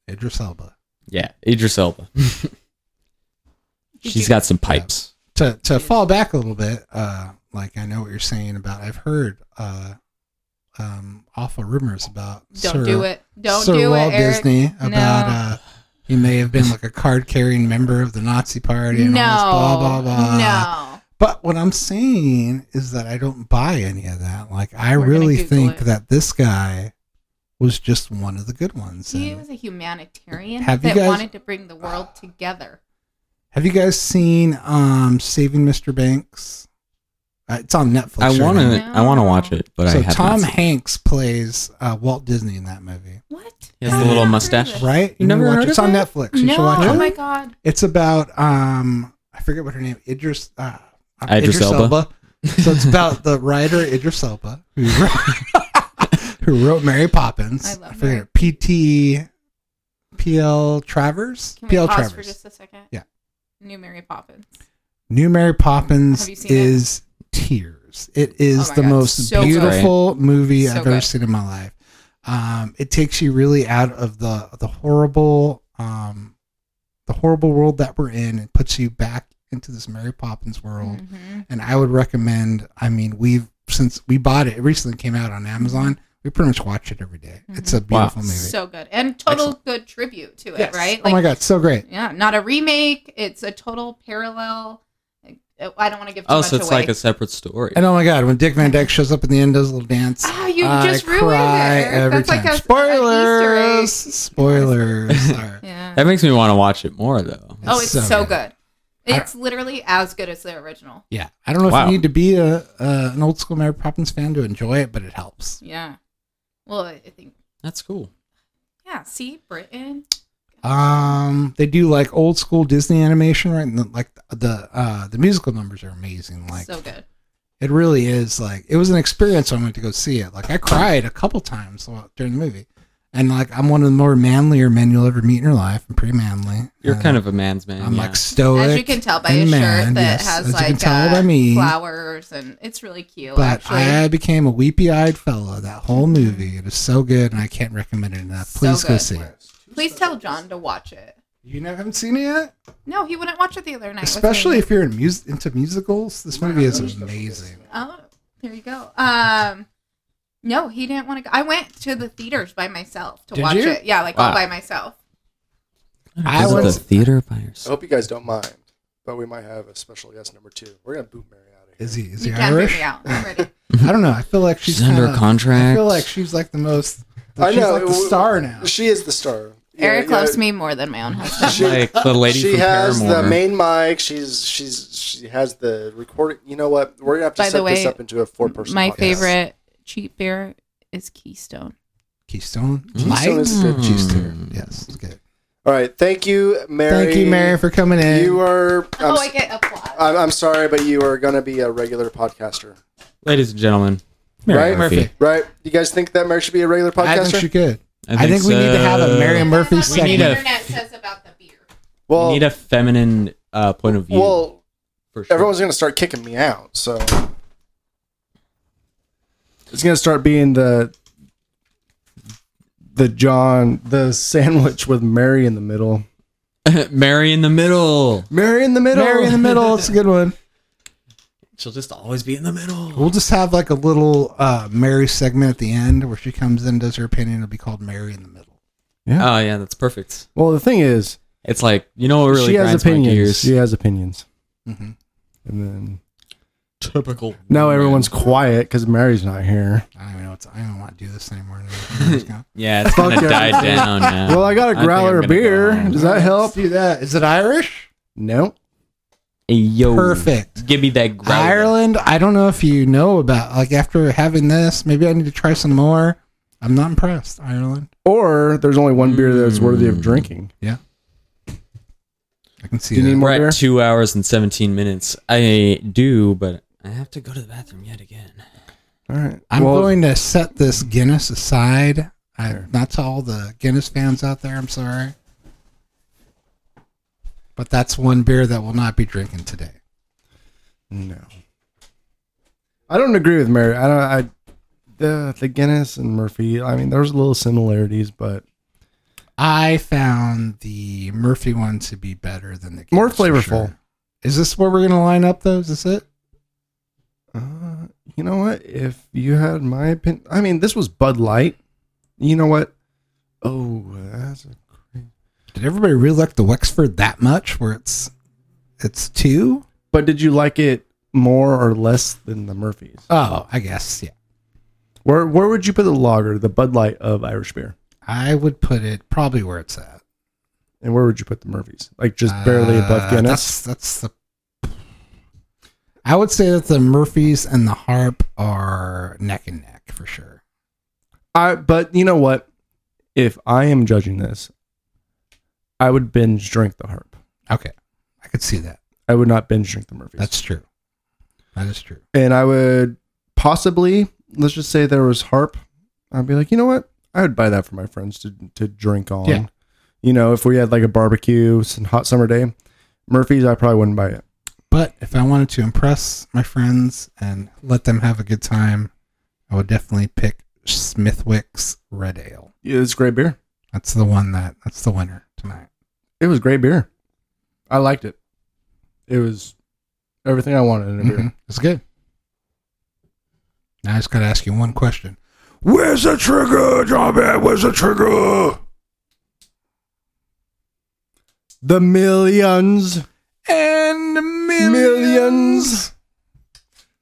S2: Idris Elba.
S1: Yeah, Idris Elba.
S6: Did
S1: She's
S6: you-
S1: got some pipes.
S2: to to fall back a little bit, uh, like I know what you're saying about. I've heard uh, um, awful rumors about.
S6: Don't
S2: Sir,
S6: do it. Don't
S2: Sir
S6: do
S2: Walt
S6: it, Eric.
S2: Disney
S6: No.
S2: about uh, he may have been like a card carrying member of the Nazi Party and
S6: no.
S2: all this blah blah blah.
S6: No.
S2: But what I'm saying is that I don't buy any of that. Like I
S6: We're gonna
S2: really
S6: Google
S2: think
S6: it.
S2: that this guy was just one of the good ones.
S6: He
S2: And
S6: was a humanitarian
S2: Have you
S6: that
S2: guys-
S6: wanted to bring the world together.
S2: have you guys seen um, Saving Mr. Banks? Uh, it's on Netflix.
S1: I
S2: right
S1: want
S2: now.
S1: to. I want to
S6: No.
S1: watch it, but
S2: so
S1: I have
S2: Tom
S1: not. seen it.
S2: Hanks plays uh, Walt Disney in that movie,
S6: What?
S1: He has the
S6: How did
S1: little
S6: I not hear
S1: mustache.
S6: this?
S2: right?
S1: You
S2: need to
S1: never
S2: watch
S1: heard
S2: it.
S1: of
S2: It's on
S1: that?
S2: Netflix. You
S6: No.
S2: should watch
S6: Oh
S2: it.
S6: my god.
S2: It's about um, I forget what her name. Idris. Uh,
S1: Idris Elba.
S2: so it's about the writer Idris Elba who wrote, who wrote Mary Poppins.
S6: I love
S2: forget
S6: Mary.
S2: her. P.T. P.L. Travers.
S6: Can we
S2: P.L.
S6: pause
S2: Travers.
S6: for just a second?
S2: Yeah.
S6: New Mary Poppins.
S2: New Mary Poppins
S6: Have you seen it?
S2: is tears. It
S6: Oh
S2: is
S6: my
S2: the
S6: God,
S2: most
S6: so good.
S2: beautiful movie
S6: So
S2: I've ever
S6: good.
S2: seen in my life. Um, it takes you really out of the the horrible um, the horrible world that we're in and puts you back into this Mary Poppins world.
S1: Mm-hmm.
S6: Mhm.
S2: And I would recommend. I mean, we've since we bought it, it recently came out on Amazon. We pretty much watch it every day. It's a
S1: Mm-hmm. Wow.
S2: beautiful movie.
S6: So good. And total good tribute to it,
S2: Yes.
S6: right?
S2: oh my god, so great.
S6: Yeah, not a remake. It's a total parallel. I don't want to give too
S1: Oh,
S6: much
S1: so it's
S6: away.
S1: like a separate story.
S2: And oh my god, when Dick Van Dyke shows up at the end, does a little dance.
S6: Oh, you
S2: I
S6: just ruined it.
S2: cry
S6: Eric.
S2: every
S6: That's
S2: time.
S6: like a, an
S2: spoilers.
S6: Easter egg.
S2: Spoilers. Sorry.
S6: Yeah.
S1: That makes me want to watch it more, though.
S6: oh, it's so, good.
S2: I-
S6: It's literally as good as the original.
S2: Yeah, I don't know if
S1: Wow.
S2: you need to be a uh, an old school Mary Poppins fan to enjoy it, but it helps.
S6: Yeah. Well, I think
S1: That's cool.
S6: yeah. See, Britain.
S2: Um, they do like old school Disney animation, right? And the, like the uh, the musical numbers are amazing. Like
S6: so good.
S2: It really is like it was an experience. when I went to go see it. Like I cried a couple times while- during the movie, and like I'm one of the more manlier men you'll ever meet in your life. I'm pretty manly.
S9: You're
S2: And
S9: kind of a man's man.
S2: I'm
S9: yeah.
S2: like stoic.
S6: As you can tell by
S2: and
S6: his
S2: man,
S6: shirt that
S2: yes.
S6: has
S2: As you
S6: like
S2: can tell
S6: uh,
S2: by me.
S6: flowers and it's really cute.
S2: But
S6: actually.
S2: I became a weepy-eyed fellow that whole movie. It is so good, and I can't recommend it enough.
S6: So
S2: Please go
S6: good.
S2: see it.
S6: Please tell John to watch it.
S2: You never haven't seen it yet,
S6: No, he wouldn't watch it the other night. with me.
S2: especially if you're in mus- into musicals. This movie is amazing.
S6: Oh, there you go. Um, no, he didn't want to go. I went to the theaters by myself to
S2: Did
S6: watch
S2: you?
S6: it. Yeah, like all
S9: Wow.
S6: by myself.
S2: I
S9: Visit
S2: was
S9: the theater by
S7: I
S9: yourself.
S7: hope you guys don't mind, but we might have a special guest number two. We're gonna boot Mary out of here.
S2: is he is
S6: you
S2: he
S6: can
S2: Irish?
S6: boot me out. I'm ready.
S2: I don't know. I feel like she's,
S9: Mm-hmm. She's, under
S2: kinda-
S9: contract.
S2: I feel like she's like the most.
S7: I
S2: she's
S7: know,
S2: like the
S7: w-
S2: star now.
S7: She is the star. Yeah,
S6: Eric
S7: yeah.
S6: loves me more than my own husband.
S7: Oh, She-
S9: Like the lady
S7: she
S9: from
S7: has
S9: Paramore.
S7: the main mic. She's she's she has the recording. You know what? We're gonna have to
S6: By the
S7: set
S6: way,
S7: this up into a four person.
S6: My favorite cheap beer is Keystone.
S2: Keystone.
S9: Mm.
S7: Keystone is a good
S2: Light? Keystone. Yes, it's good.
S7: All right, thank you, Mary.
S2: Thank you, Mary, for coming in.
S7: You are. I'm,
S6: oh, I
S7: s-
S6: get applause.
S7: I'm, I'm sorry, but you are gonna be a regular podcaster,
S9: Ladies and gentlemen,
S7: Right,
S9: Mary Murphy.
S2: Murphy.
S7: right? You guys think that Mary should be a regular
S2: I
S7: podcaster?
S2: think she could. I think we need to have a
S9: so.
S2: Mary Murphy
S6: That's what
S2: segment.
S6: the internet says about the beer.
S7: well,
S9: We need a feminine uh, point of view.
S7: well,
S9: for sure.
S7: everyone's gonna start kicking me out. So
S3: It's gonna start being the the John the sandwich with Mary in the middle.
S9: Mary in the middle.
S3: Mary in the middle.
S2: Mary in the middle. It's a good one.
S1: She'll just always be in the middle.
S2: We'll just have like a little uh, Mary segment at the end where she comes in, does her opinion. It'll be called Mary in the middle.
S9: Oh yeah, that's perfect.
S3: Well, the thing is,
S9: It's like you know what really
S3: she has
S9: grinds my
S3: opinions.
S9: gears?
S3: She has opinions, Mm-hmm.
S2: Mhm.
S3: and then
S1: Typical.
S3: now
S9: Oh,
S3: everyone's quiet because Mary's not here.
S2: I don't even know. What's, I don't want to do this anymore. Does
S9: Yeah, it's kind
S3: Fuck
S9: of died
S3: yeah.
S9: down now.
S3: Well, I got a
S9: think I'm
S3: growler
S9: gonna go
S3: beer.
S9: home.
S3: Does that help?
S2: Do that. Is it Irish?
S3: No.
S9: Hey, yo,
S2: Perfect.
S9: Give me that growler.
S2: Ireland. I don't know if you know about. Like after having this, maybe I need to try some more. I'm not impressed. Ireland.
S3: Or there's only one beer that's worthy
S9: Mm.
S3: of drinking.
S2: I can see.
S3: Do you
S2: that.
S3: need more
S9: We're
S3: beer?
S9: at two hours and seventeen minutes. I do, but I have to go to the bathroom yet again.
S3: All right.
S2: I'm
S3: Well,
S2: going to set this Guinness aside. I, not to all the Guinness fans out there. I'm sorry, but that's one beer that will not be drinking today.
S3: No. I don't agree with Mary. I don't. I the the Guinness and Murphy. I mean, there's little similarities, but
S2: I found the Murphy one to be better than the Guinness,
S3: More
S2: for
S3: flavorful.
S2: sure. Is this where we're gonna line up though? Is this it?
S3: uh, you know what? If you had my opinion, I mean, this was Bud Light. You know what? Oh, that's a crazy.
S2: Did everybody really like the Wexford that much? Where it's it's two?
S3: But did you like it more or less than the Murphys?
S2: Oh, I guess yeah.
S3: Where where would you put the lager, the Bud Light of Irish beer,
S2: I would put it probably where it's at.
S3: and where would you put the Murphys? Like just barely above
S2: Uh,
S3: Guinness.
S2: That's, that's the. I would say that the Murphys and the Harp are neck and neck for sure.
S3: I but you know what? If I am judging this, I would binge drink the harp.
S2: Okay, I could see that.
S3: I would not binge drink the Murphys.
S2: That's true. That is true.
S3: and I would possibly let's just say there was harp. I'd be like, you know what? I would buy that for my friends to to drink on.
S2: Yeah.
S3: You know, if we had like a barbecue, some hot summer day, Murphy's, I probably wouldn't buy it.
S2: But if I wanted to impress my friends and let them have a good time, I would definitely pick Smithwick's Red Ale.
S3: Yeah, it's great beer.
S2: That's the one that that's the winner tonight.
S3: It was great beer. I liked it. It was everything I wanted in a beer.
S2: Mhm. It's good. Now I just got to ask you one question. Where's the trigger, John? Man? Where's the trigger?
S3: The millions
S2: And millions.
S3: Millions.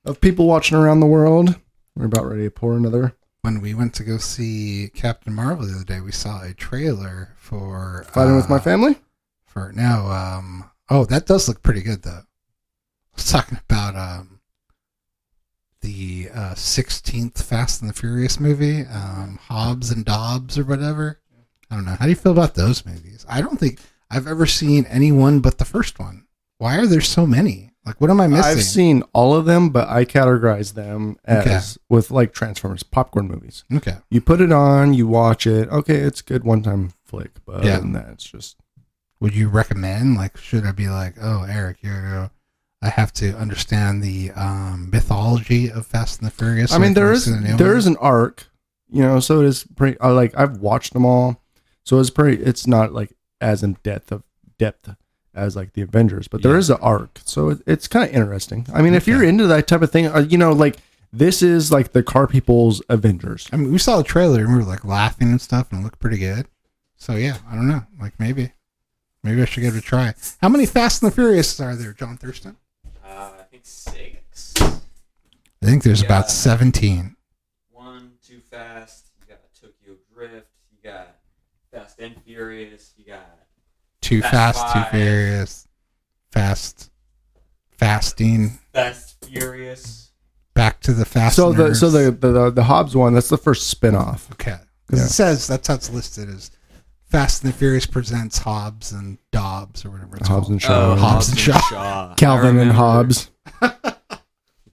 S3: of people watching around the world. We're about ready to pour another
S2: When we went to go see Captain Marvel the other day, we saw a trailer for
S3: fighting with
S2: uh,
S3: my family.
S2: for now. Um, oh, that does look pretty good though. I was talking about um, the uh, 16th Fast and the Furious movie, um, Hobbs and Dobbs or whatever. I don't know. How do you feel about those movies? I don't think I've ever seen any one but the first one. why are there so many? Like, what am I missing?
S3: I've seen all of them, but I categorize them as with like Transformers popcorn movies.
S2: okay.
S3: You put it on, you watch it. Okay, it's a good one time flick, but other
S2: Yeah.
S3: than that, it's just
S2: Would you recommend? Like, should I be like, oh, Eric, you know, I have to understand the um, mythology of Fast and the Furious.
S3: I mean, there is there is
S2: not
S3: an arc, you know. So it is pretty. I like I've watched them all, so it's pretty. It's not like as in depth of depth as like the Avengers, but there
S1: Yeah.
S3: is an arc, so it, it's kind of interesting. I mean, if you're into that type of thing, uh, you know, like this is like the car people's Avengers.
S2: I mean, we saw the trailer and we were like laughing and stuff, and it looked pretty good. So yeah, I don't know. Like maybe, maybe I should give it a try. How many Fast and the Furious are there, John Thurston?
S1: Uh, I think six.
S2: I think there's
S1: Yeah.
S2: about seventeen.
S1: One, too fast. You got Tokyo Drift. You got Fast and Furious. You got
S2: Too
S1: Fast
S2: fast, too
S1: Five.
S2: furious. Fast, fasting.
S1: Fast Furious.
S2: Back to the fast.
S3: so the so
S2: nerds.
S3: the, the the the Hobbs one that's the first spinoff.
S2: Okay. Because
S3: Yeah.
S2: it says that's how it's listed as Fast and the Furious presents Hobbs and Dobbs or whatever it's
S3: Hobbs
S2: called.
S3: and
S9: Uh,
S3: Shaw.
S2: Hobbs and Shaw.
S1: Shaw. I
S3: Calvin and
S1: remember.
S3: Hobbs.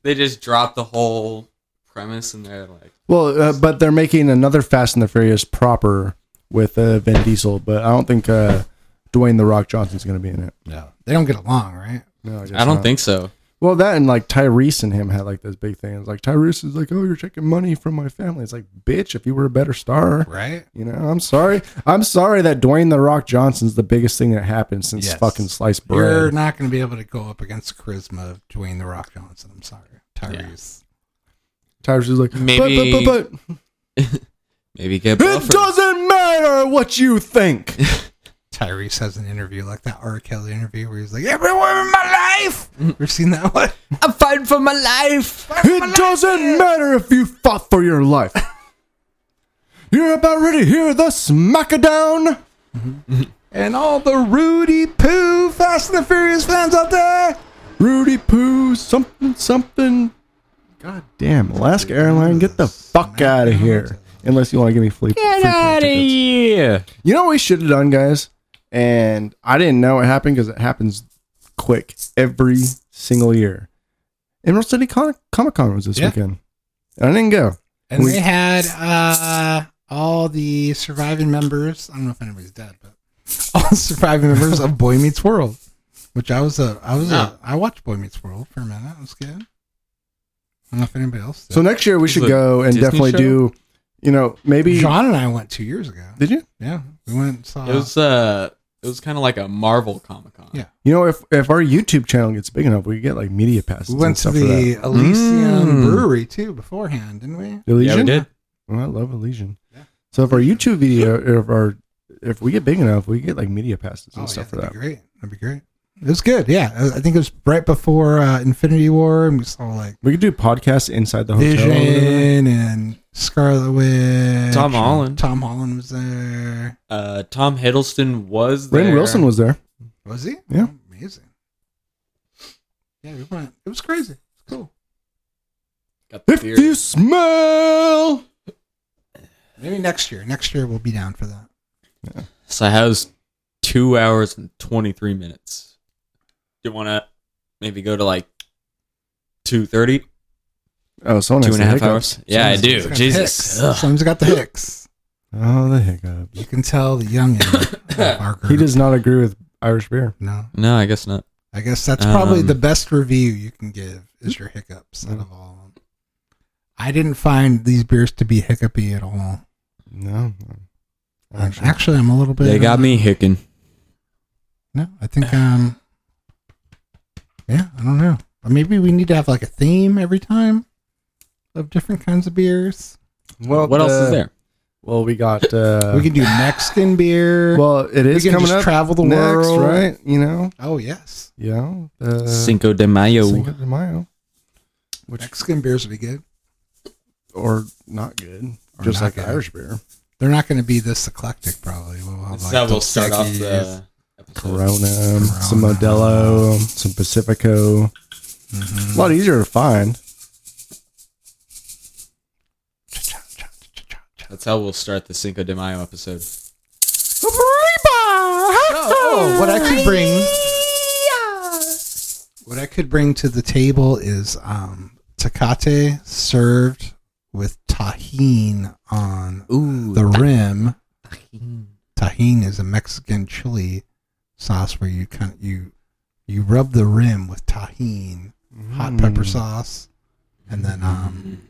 S1: They just dropped the whole premise, and they're like,
S3: Well, uh, but they're making another Fast and the Furious proper with uh, Vin Diesel, but I don't think uh, Dwayne the Rock Johnson's going to be in it.
S2: No, they don't get along, right?
S3: No, guess
S1: I don't
S3: not.
S1: think so.
S3: Well, that and like Tyrese and him had like this big thing. It's like Tyrese is like, "Oh, you're taking money from my family." It's like, "Bitch, if you were a better star,
S2: Right?
S3: you know." I'm sorry. I'm sorry that Dwayne the Rock Johnson's the biggest thing that happened since
S2: Yes.
S3: fucking sliced bread.
S2: You're not going to be able to go up against the charisma of Dwayne the Rock Johnson. I'm sorry, Tyrese.
S3: Tyrese is like,
S1: Maybe-
S3: but, but, but, but
S1: Maybe get
S3: it
S1: Buffer.
S3: doesn't matter what you think."
S2: Tyrese has an interview like that R. Kelly interview where he's like, "Every woman in my life." We've seen that one.
S1: I'm fighting for my life.
S3: It doesn't matter if you fought for your life. You're about ready to hear the smackadown.
S2: And all the Rudy Poo Fast and the Furious fans out there.
S3: Rudy Poo, something, something. God damn, Alaska Airline, get the fuck out of here. Unless you want to give me flea. Get out of here. You know what we should have done, guys? And I didn't know it happened because it happens quick every single year. Emerald City Con- Comic Con was this
S2: Yeah.
S3: weekend. And I didn't go.
S2: And
S3: We-
S2: they had uh, all the surviving members. I don't know if anybody's dead, but all the surviving members of Boy Meets World, which I was a, I was
S3: Ah.
S2: a, I watched Boy Meets World for a minute. It was good. I don't know if anybody else. Did.
S3: So next year we
S1: Is
S3: should
S1: it
S3: go and
S1: Disney
S3: definitely
S1: show?
S3: do, you know, maybe.
S2: John and I went two years ago.
S3: Did you?
S2: Yeah, we went. And saw,
S1: It was uh, it was kind of like a Marvel Comic Con.
S2: Yeah.
S3: You know, if if our YouTube channel gets big enough, we could get like media passes.
S2: we went
S3: and
S2: to
S3: stuff for that.
S2: the Elysium
S1: Mm.
S2: Brewery too beforehand, didn't we?
S1: Yeah, we
S3: Elysian.
S1: did.
S3: Oh, I love Elysian. So if our YouTube video, if our if we get big enough, we get like media passes and stuff for
S2: Oh, that'd
S3: that.
S2: be great. That'd be great. It was good. Yeah, I I think it was right before uh, Infinity War, and we saw like.
S3: We could do podcasts inside the hotel. or whatever.
S2: Vision and Scarlet Witch.
S1: Tom Holland.
S2: Tom Holland was there.
S1: Uh, Tom Hiddleston was there.
S3: Rainn Wilson was there.
S2: Was he?
S3: Yeah.
S2: Amazing. Yeah, we went. It was crazy. It's cool.
S1: Got the
S3: If
S1: beard.
S3: you smell,
S2: Maybe next year. Next year we'll be down for that.
S1: So how's two hours and twenty three minutes? Do you want to maybe go to like two thirty?
S3: oh, someone
S1: Two
S3: has
S1: and
S3: the
S1: a half
S3: hiccups.
S1: hours. Yeah, I
S2: Someone's
S1: do.
S2: got the hicks.
S1: Jesus. Ugh.
S2: Someone's got the hicks.
S3: Oh, the hiccups.
S2: You can tell the young of our group.
S3: He does not agree with Irish beer.
S2: No,
S1: No, I guess not.
S2: I guess that's probably
S1: Um,
S2: the best review you can give is your hiccups out of all of them. I didn't find these beers to be hiccupy at all.
S3: No.
S2: Um, actually, I'm a little bit.
S1: They
S2: uh,
S1: got me hicking.
S2: No, I think um Yeah, I don't know. Or maybe we need to have like a theme every time of different kinds of beers.
S3: Well, uh,
S1: What else is
S3: the-
S1: there?
S3: Well, we got.
S2: uh,
S3: Uh,
S2: we can do Mexican beer.
S3: Well, it
S2: we
S3: is
S2: can
S3: coming
S2: just
S3: up.
S2: travel the
S3: next,
S2: world.
S3: right? You know,
S2: Oh yes.
S3: yeah. Uh,
S1: Cinco de Mayo.
S3: Cinco de Mayo, which
S2: Mexican beers would be good.
S3: or not good,
S2: Or
S3: just
S2: not
S3: like
S2: good.
S3: Irish beer.
S2: They're not gonna be this eclectic probably. We'll have like
S1: that will
S2: Dos
S1: start off
S2: Equis.
S1: the
S3: Corona, um, some Modelo, um, some Pacifico.
S2: Mm-hmm.
S3: A lot easier to find.
S1: That's how we'll start the Cinco de Mayo episode.
S2: Oh, oh, what I could bring What I could bring to the table is um, takate served with tahine on
S1: Ooh,
S2: the rim. Tahine is a Mexican chili sauce where you kind of, you you rub the rim with tahine, hot pepper
S3: Mm.
S2: sauce, and then um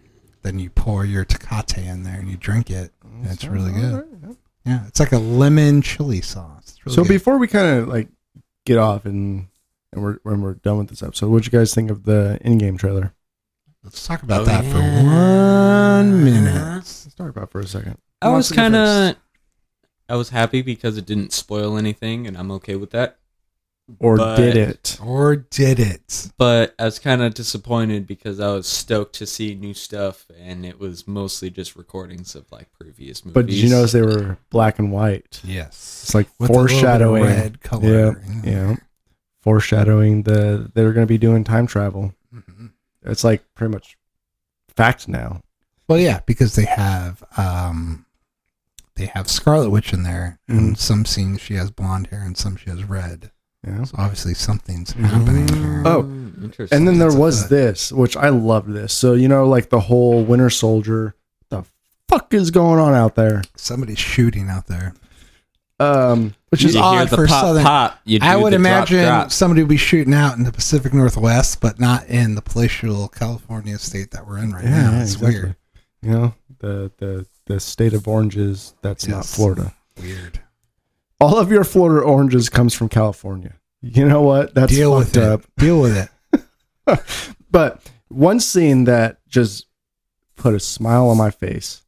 S2: then you pour your takate in there and you drink it.
S3: Mm.
S2: and it's really good. Yeah, it's like a lemon chili sauce. It's really
S3: so
S2: good.
S3: before we kind of like get off and and we're when we're done with this episode, what you guys think of the in-game trailer?
S2: let's talk
S3: Oh,
S2: about that for one minute.
S3: Let's talk about it for a second.
S1: I
S3: Who
S1: was
S3: wants to go
S1: kind of,
S3: first?
S1: I was happy because it didn't spoil anything, and I'm okay with that.
S3: or
S1: but-
S3: did it?
S2: Or did it?
S1: But I was kind of disappointed because I was stoked to see new stuff, and it was mostly just recordings of like previous movies.
S3: But did you notice they were black and white?
S2: Yes.
S3: It's like
S2: With a little bit of
S3: foreshadowing.
S2: red color.
S3: Yeah, yeah. Foreshadowing the they're going to be doing time travel.
S2: Mhm.
S3: It's like pretty much fact now.
S2: Well, yeah, because they have um, they have Scarlet Witch in there,
S3: Mm-hmm.
S2: and some scenes she has blonde hair and some she has red.
S3: Yeah.
S2: So obviously something's happening here.
S3: Oh,
S1: Hmm, interesting.
S3: And then there
S2: That's a
S3: was
S2: thought.
S3: this, which I loved this. So you know, like the whole Winter Soldier, the fuck is going on out there?
S2: somebody's shooting out there,
S3: Um,
S2: which is
S1: you hear
S2: odd
S1: the
S2: for
S1: pop,
S2: Southern.
S1: pop. You
S2: I
S1: do
S2: would
S1: the drop,
S2: imagine
S1: drop.
S2: somebody would be shooting out in the Pacific Northwest, but not in the palatial California state that we're in right now. It's
S3: exactly.
S2: weird.
S3: You know, the the the state of oranges. That's not
S2: Yes.
S3: Florida.
S2: Weird.
S3: All of your Florida oranges comes from California. You know what? That's
S2: Deal with
S3: fucked
S2: it.
S3: up.
S2: Deal with it.
S3: But one scene that just put a smile on my face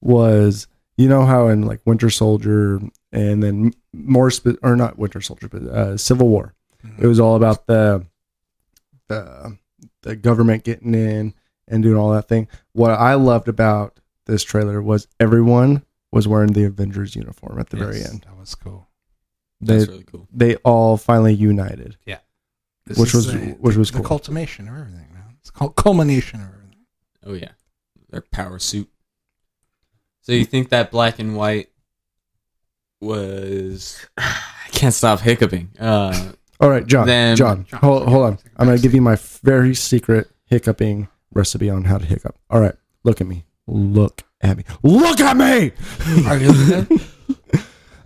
S3: was you know how in like Winter Soldier and then more spe- or not Winter Soldier but uh, Civil War, it was all about the the the government getting in and doing all that thing. What I loved about this trailer was everyone was wearing the Avengers uniform at the very
S2: Yes,
S3: end.
S2: That was cool.
S3: They
S1: That's really cool.
S3: they all finally united.
S2: This
S3: Which
S2: is
S3: was- which was
S2: the
S3: cool.
S2: culmination of everything, man. It's called culmination of everything.
S1: Oh yeah, their power suit. So you think that black and white was? I can't stop hiccuping. Uh,
S3: All right, John.
S1: Then-
S3: John,
S2: John,
S3: hold,
S2: okay.
S3: hold on.
S2: Take a
S3: I'm going
S2: back
S3: to give you my very secret hiccuping recipe on how to hiccup. All right, look at me. Look at me. Look at me.
S2: Are you listening?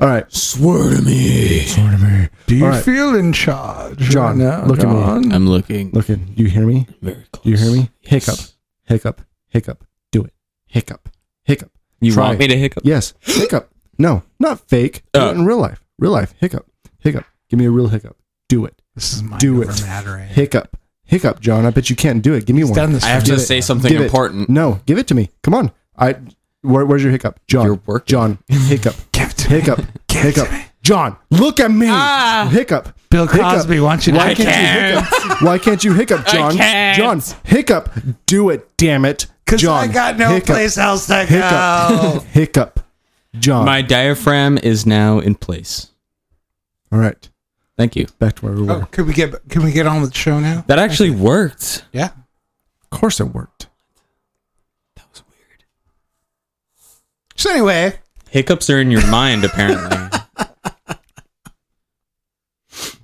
S3: All right,
S1: Swear to me.
S3: swear to me.
S2: Do you
S3: All right.
S2: feel in charge?
S3: John, look at me.
S2: Um,
S1: I'm looking
S3: Mm. Look at you. Hear me?
S1: very close.
S3: You hear me? Hiccup. Hiccup. Hiccup. Do it. Hiccup. Hiccup.
S1: You
S3: Try
S1: want
S3: it.
S1: me to hiccup?
S3: Yes. Hiccup. No, not fake. Do
S1: Uh.
S3: it in real life. Real life. Hiccup. Hiccup. Give me a real hiccup. Do it.
S2: This is my
S3: Do
S2: do
S3: it.
S2: mattering.
S3: Hiccup. Hiccup, John. I bet you can't do it. Give me
S2: He's
S3: one.
S2: done this
S1: I have
S2: for
S1: to
S2: me.
S1: say something
S3: Give it.
S1: important.
S3: No, give it to me. Come on. I. Where, where's your hiccup, John?
S1: You're working.
S3: John. Hiccup.
S2: Give it to me.
S3: Hiccup.
S2: Give it to
S3: hiccup.
S2: me.
S3: John, look at me.
S1: Ah.
S3: Hiccup.
S2: Bill
S3: Hiccup.
S2: Cosby wants you to
S3: Why can't you hiccup? Why can't you hiccup, John? John, hiccup. Do it, damn it.
S2: Because
S3: John,
S2: I got no
S3: hiccup.
S2: place else to go.
S3: Hiccup. hiccup. John.
S1: My diaphragm is now in place.
S3: All right.
S1: Thank you.
S3: Back to where we were.
S2: oh, could we get can we get on with the show now?
S1: That actually worked.
S2: Yeah.
S3: Of course it worked.
S2: So anyway,
S1: Hiccups are in your mind, apparently.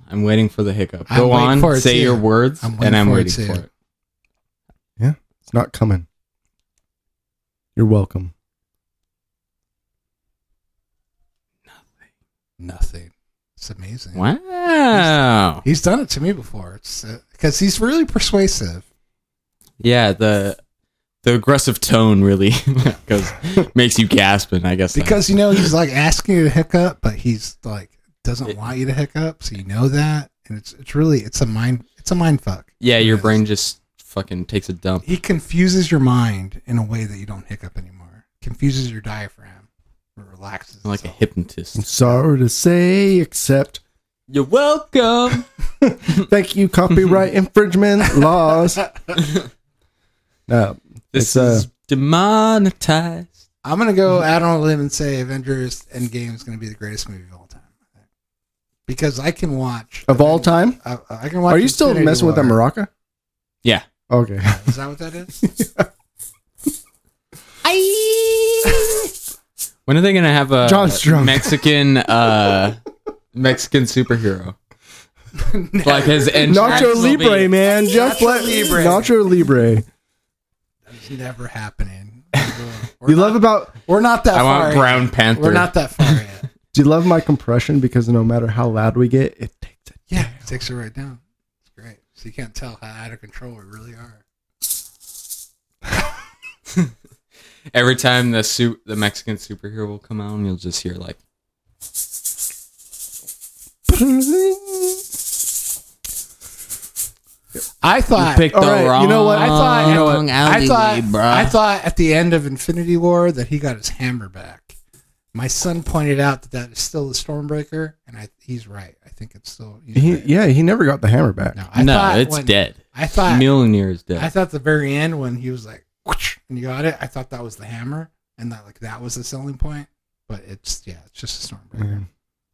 S1: I'm waiting for the hiccup.
S2: I'm
S1: Go
S2: waiting for
S1: on,
S2: it
S1: say
S2: too.
S1: your words,
S2: I'm waiting
S1: and I'm
S2: for it
S1: waiting
S2: too.
S1: for it.
S3: It's not coming. You're welcome.
S2: nothing. It's amazing.
S1: Wow.
S2: He's done it to me before. It's because he's really persuasive.
S1: Yeah, the the aggressive tone really goes makes you gasp, and I guess that-
S2: Because you know he's like asking you to hiccup, but he's like doesn't want you to hiccup, so you know that, and it's it's really it's a mind it's a mind fuck.
S1: yeah, your
S2: Yes.
S1: brain just fucking takes a dump.
S2: He confuses your mind in a way that you don't hiccup anymore. Confuses your diaphragm, It relaxes.
S1: I'm like a
S2: itself.
S1: hypnotist.
S3: I'm sorry to say, except
S1: You're welcome.
S3: Thank you, copyright infringement laws. No,
S1: This
S3: It's, uh,
S1: is demonetized.
S2: I'm gonna go out on a limb and say Avengers Endgame is gonna be the greatest movie of all time, I think. because I can watch
S3: of all time.
S2: I, I can watch.
S3: Oh. Are you still
S2: Infinity
S3: messing with that
S2: War.
S3: maraca?
S1: Yeah.
S3: Okay.
S2: Is that what that is?
S1: When are they gonna have a
S3: John's drunk.
S1: Mexican uh Mexican superhero?
S9: like his entrance.
S3: Nacho
S9: will
S3: Libre,
S9: be-
S3: man. Just
S2: Nacho
S3: let
S2: Libre.
S3: Nacho Libre.
S2: It's never happening. We're
S3: You love about
S2: We're not that
S9: I
S2: far.
S9: want
S2: yet.
S9: Brown Panther.
S2: We're not that far yet.
S3: do you love my compression because no matter how loud we get, it takes it.
S2: Yeah, it takes it right down. It's great. So you can't tell how out of control we really are.
S9: Every time the suit, the Mexican superhero will come out, and you'll just hear like,
S2: I thought.
S9: "Pick the
S3: All right,
S9: wrong."
S3: you know what?
S2: I thought.
S9: wrong
S2: I thought.
S9: alleyway, bruh."
S2: I thought at the end of Infinity War that he got his hammer back. My son pointed out that that is still the Stormbreaker, and I, he's right. I think it's still. he's
S3: He,
S2: right.
S3: yeah, he never got the hammer back.
S2: No, I
S9: no,
S2: thought
S9: it's
S2: when-
S9: dead.
S2: I thought.
S9: Mjolnir is dead.
S2: I thought the very end when he was like, "Whoosh," and you got it. I thought that was the hammer, and that like that was the selling point. But it's yeah, it's just a Stormbreaker.
S3: Yeah.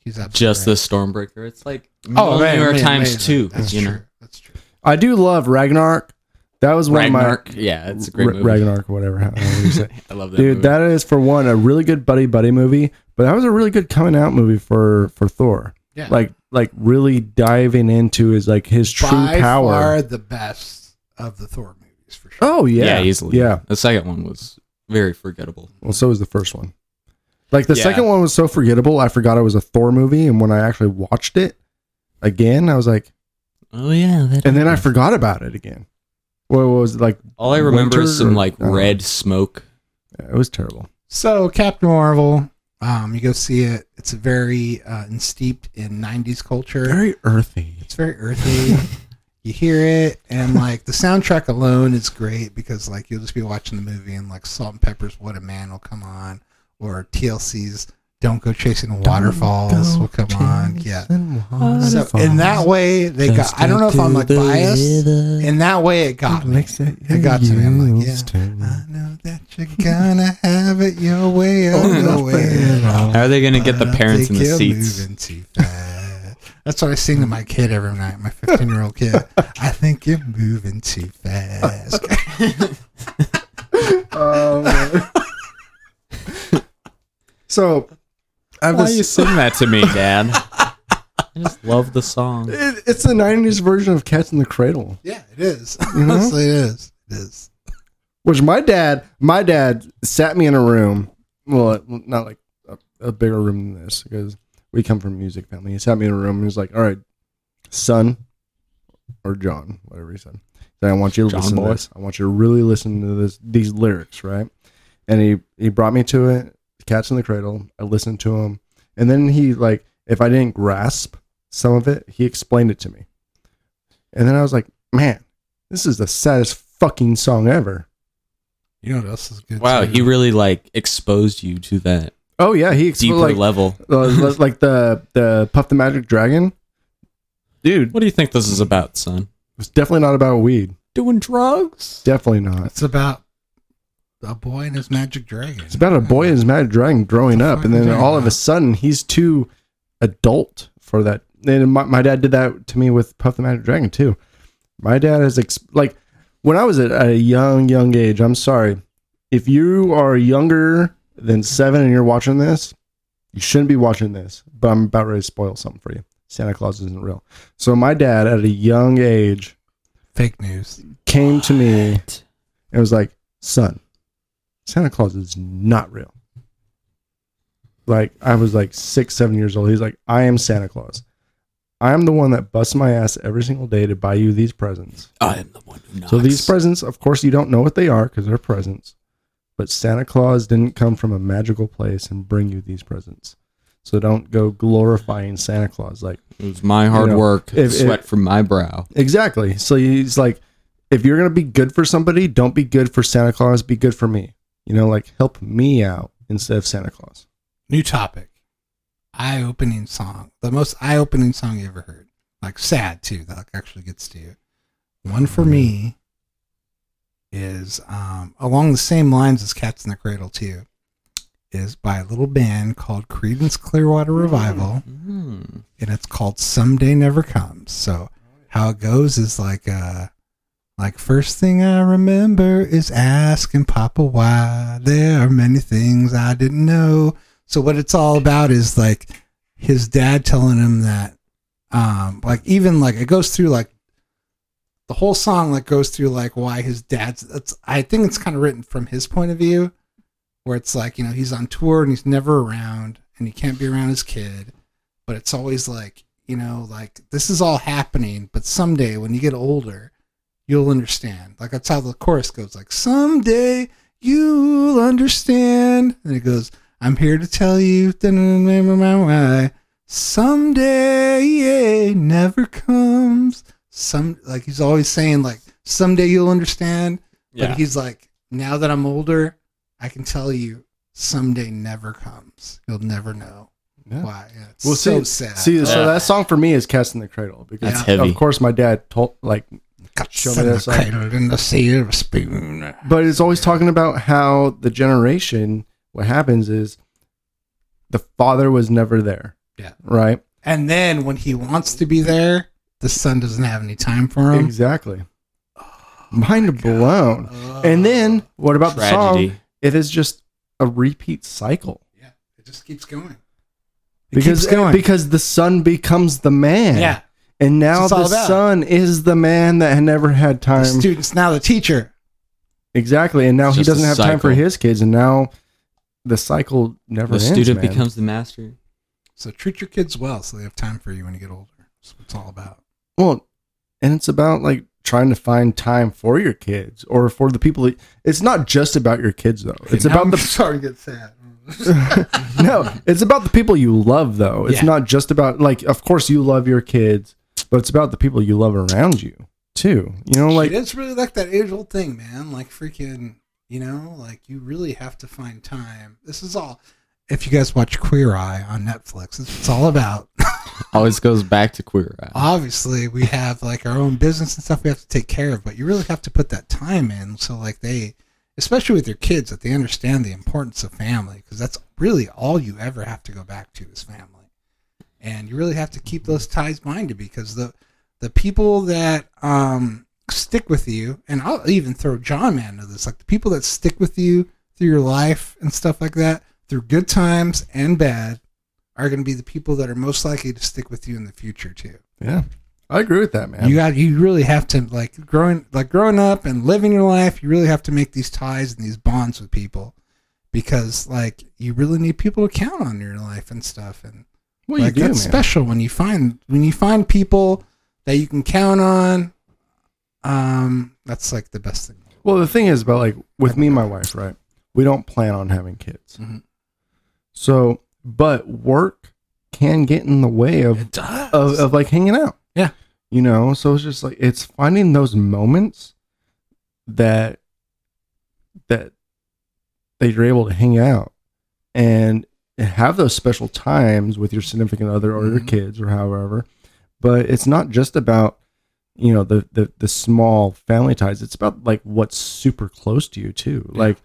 S2: He's absolutely
S9: just the
S2: right.
S9: Stormbreaker. It's like
S2: Oh, man,
S9: Mjolnir
S2: man,
S9: times
S2: man,
S9: two.
S2: That's
S9: you
S2: true.
S9: know,
S2: That's true.
S3: I do love Ragnarok. That was one
S9: Ragnarok.
S3: of my
S9: Yeah, it's a great
S3: R-
S9: movie.
S3: Ragnarok, whatever. however you say.
S9: I love that
S3: Dude,
S9: movie.
S3: that is for one a really good buddy buddy movie, but that was a really good coming out movie for for Thor.
S2: Yeah.
S3: Like like really diving into his like his true
S2: By
S3: power.
S2: far the best of the Thor movies for sure.
S3: Oh yeah.
S9: yeah. easily.
S3: Yeah.
S9: the second one was very forgettable.
S3: Well, so was the first one. Like the
S9: Yeah.
S3: second one was so forgettable, I forgot it was a Thor movie, and when I actually watched it again, I was like,
S9: Oh yeah, that
S3: and then I forgot about it again. What was it like?
S9: all I remember
S3: Winter uh,
S9: is some
S3: or-
S9: like
S3: I don't know.
S9: red smoke.
S3: Yeah, It was terrible.
S2: So Captain Marvel, um, you go see it. It's very uh, and steeped in '90s culture.
S3: Very earthy.
S2: it's very earthy. you hear it, and like the soundtrack alone is great because like you'll just be watching the movie and like Salt and Pepper's "What a Man" will come on, or TLC's "Don't Go Chasing Waterfalls" will come on. Yeah. So in that way, they got. I don't know if I'm like biased. In that way, it got me. I got to me. I'm like, yeah. I know that you're gonna have it your way or Oh, no way at all.
S9: How are they gonna get the
S2: I
S9: parents in
S2: think
S9: the
S2: you're
S9: seats?
S2: moving too fast. That's what I sing to my kid every night, my 15 year old kid. I think you're moving too fast.
S3: Um, So, I've
S9: Why you sing that to me, Dad? I just love the song.
S3: it, it's the '90s version of Cats in the Cradle,
S2: yeah, it is.
S3: You know?
S2: Honestly, it is. It is.
S3: which my dad, my dad sat me in a room. Well, not like a, a bigger room than this because we come from a music family. He sat me in a room and he was like, "All right, son, or John, whatever he said. Then I want you to
S9: John
S3: listen
S9: boy.
S3: to this. I want you to really listen to this these lyrics, right?" And he he brought me to it. Cats in the Cradle. I listened to him, and then he like if I didn't grasp some of it, he explained it to me, and then I was like, "Man, this is the saddest fucking song ever."
S2: You know what else is good?
S9: Wow,
S2: too?
S9: he really like exposed you to that
S3: Oh yeah, he
S9: deeper
S3: explained like
S9: level.
S3: uh, like the the Puff the Magic Dragon, dude.
S9: What do you think this is about, son?
S3: It's definitely not about weed.
S9: Doing drugs?
S3: Definitely not.
S2: It's about a boy and his magic dragon.
S3: It's about a boy and his magic dragon growing up, and then all of a sudden he's too adult for that. And my, my dad did that to me with Puff the Magic Dragon too. My dad is ex- like when I was at a young young age. I'm sorry if you are younger than seven and you're watching this, you shouldn't be watching this. But I'm about ready to spoil something for you. Santa Claus isn't real. So my dad at a young age
S2: fake news.
S3: came to me and was like, "Son, Santa Claus is not real." Like I was like six, seven years old. He's like, "I am Santa Claus. I'm the one that busts my ass every single day to buy you these presents."
S9: I am the one who knocks.
S3: So these presents, of course, you don't know what they are because they're presents. But Santa Claus didn't come from a magical place and bring you these presents. So don't go glorifying Santa Claus. Like
S9: It was my hard
S3: You know,
S9: work,
S3: if-
S9: sweat
S3: if-
S9: from my brow.
S3: exactly. So he's like, if you're gonna be good for somebody, don't be good for Santa Claus. Be good for me. You know, like help me out instead of Santa Claus.
S2: New topic. Eye opening song. The most eye opening song you ever heard. Like sad too. That like, actually gets to you. One for me is um, along the same lines as Cats in the Cradle too. Is by a little band called Credence Clearwater Revival,
S3: Hmm.
S9: Mm.
S2: and it's called "Someday Never Comes." So how it goes is like uh like first thing I remember is asking Papa why there are many things I didn't know. So what it's all about is like his dad telling him that um like even like it goes through like the whole song like goes through like why his dad's it's, i think it's kind of written from his point of view where it's like you know he's on tour and he's never around and he can't be around his kid but it's always like you know like this is all happening but someday when you get older you'll understand like that's how the chorus goes like someday you'll understand and it goes i'm here to tell you someday yeah, never comes some like he's always saying like someday you'll understand
S1: Yeah.
S2: but he's like now that i'm older i can tell you someday never comes you'll never know
S3: Yeah.
S2: why yeah, it's
S3: Well,
S2: so
S3: see-
S2: sad
S3: See, so
S4: Yeah.
S3: that song for me is "Cast in the Cradle" because
S4: That's heavy.
S3: of course my dad told like,
S2: Got
S3: show me
S2: some
S3: that song.
S2: cradled in the sea of a spoon
S3: but it's always talking about how the generation. What happens is the father was never there.
S2: Yeah.
S3: Right.
S2: and then when he wants to be there the son doesn't have any time for him
S3: exactly. Mind blown.
S2: Oh.
S3: and then what about the
S1: Tragedy.
S3: song? It is just a repeat cycle
S2: yeah it just keeps going It
S3: because
S2: keeps going.
S3: because the son becomes the man.
S2: yeah
S3: And
S2: That's
S3: now
S2: what
S3: the
S2: it's all about.
S3: son is the man that had never had
S2: the
S3: time.
S2: student's now the teacher
S3: exactly. And now
S9: It's
S3: he
S9: just a
S3: doesn't have time for
S9: cycle.
S3: his kids. And now the cycle never
S9: The
S3: ends.
S9: student
S3: man.
S9: becomes the master.
S2: so treat your kids well so they have time for you when you get older that's what it's all about
S3: Well, and it's about like trying to find time for your kids or for the people. That, it's not just about your kids, though. It's
S2: Now
S3: about
S2: I'm
S3: the
S2: sorry to get sad
S3: no, it's about the people you love, though. It's
S2: Yeah.
S3: not just about like, of course, you love your kids, but it's about the people you love around you too. You know, like
S2: it is really like that age old thing, man. Like freaking, you know, like you really have to find time. This is all. If you guys watch Queer Eye on Netflix, it's, it's all about.
S9: Always goes back to queer eye.
S1: Ah,
S2: Obviously, we have like our own business and stuff we have to take care of, but you really have to put that time in. So like they, especially with your kids, that they understand the importance of family because that's really all you ever have to go back to is family, and you really have to keep those ties binded because the the people that um, stick with you, and I'll even throw John Man into this, like the people that stick with you through your life and stuff like that, through good times and bad, are going to be the people that are most likely to stick with you in the future too.
S3: yeah, I agree with that, man.
S2: You got, you really have to like growing, like growing up and living your life. You really have to make these ties and these bonds with people because like you really need people to count on in your life and stuff and
S3: well,
S2: like
S3: you do, man.
S2: that's special when you find when you find people that you can count on. Um, that's like the best thing.
S3: Well, the thing is about like with me and my wife, right? We don't plan on having kids.
S2: Mhm.
S3: So, but work can get in the way of
S2: does.
S3: of, of like hanging out.
S2: Yeah.
S3: You know, so it's just like it's finding those moments that that that you're able to hang out and have those special times with your significant other or your
S2: Mhm.
S3: kids or however. But it's not just about you know the, the the small family ties. It's about like what's super close to you too. Like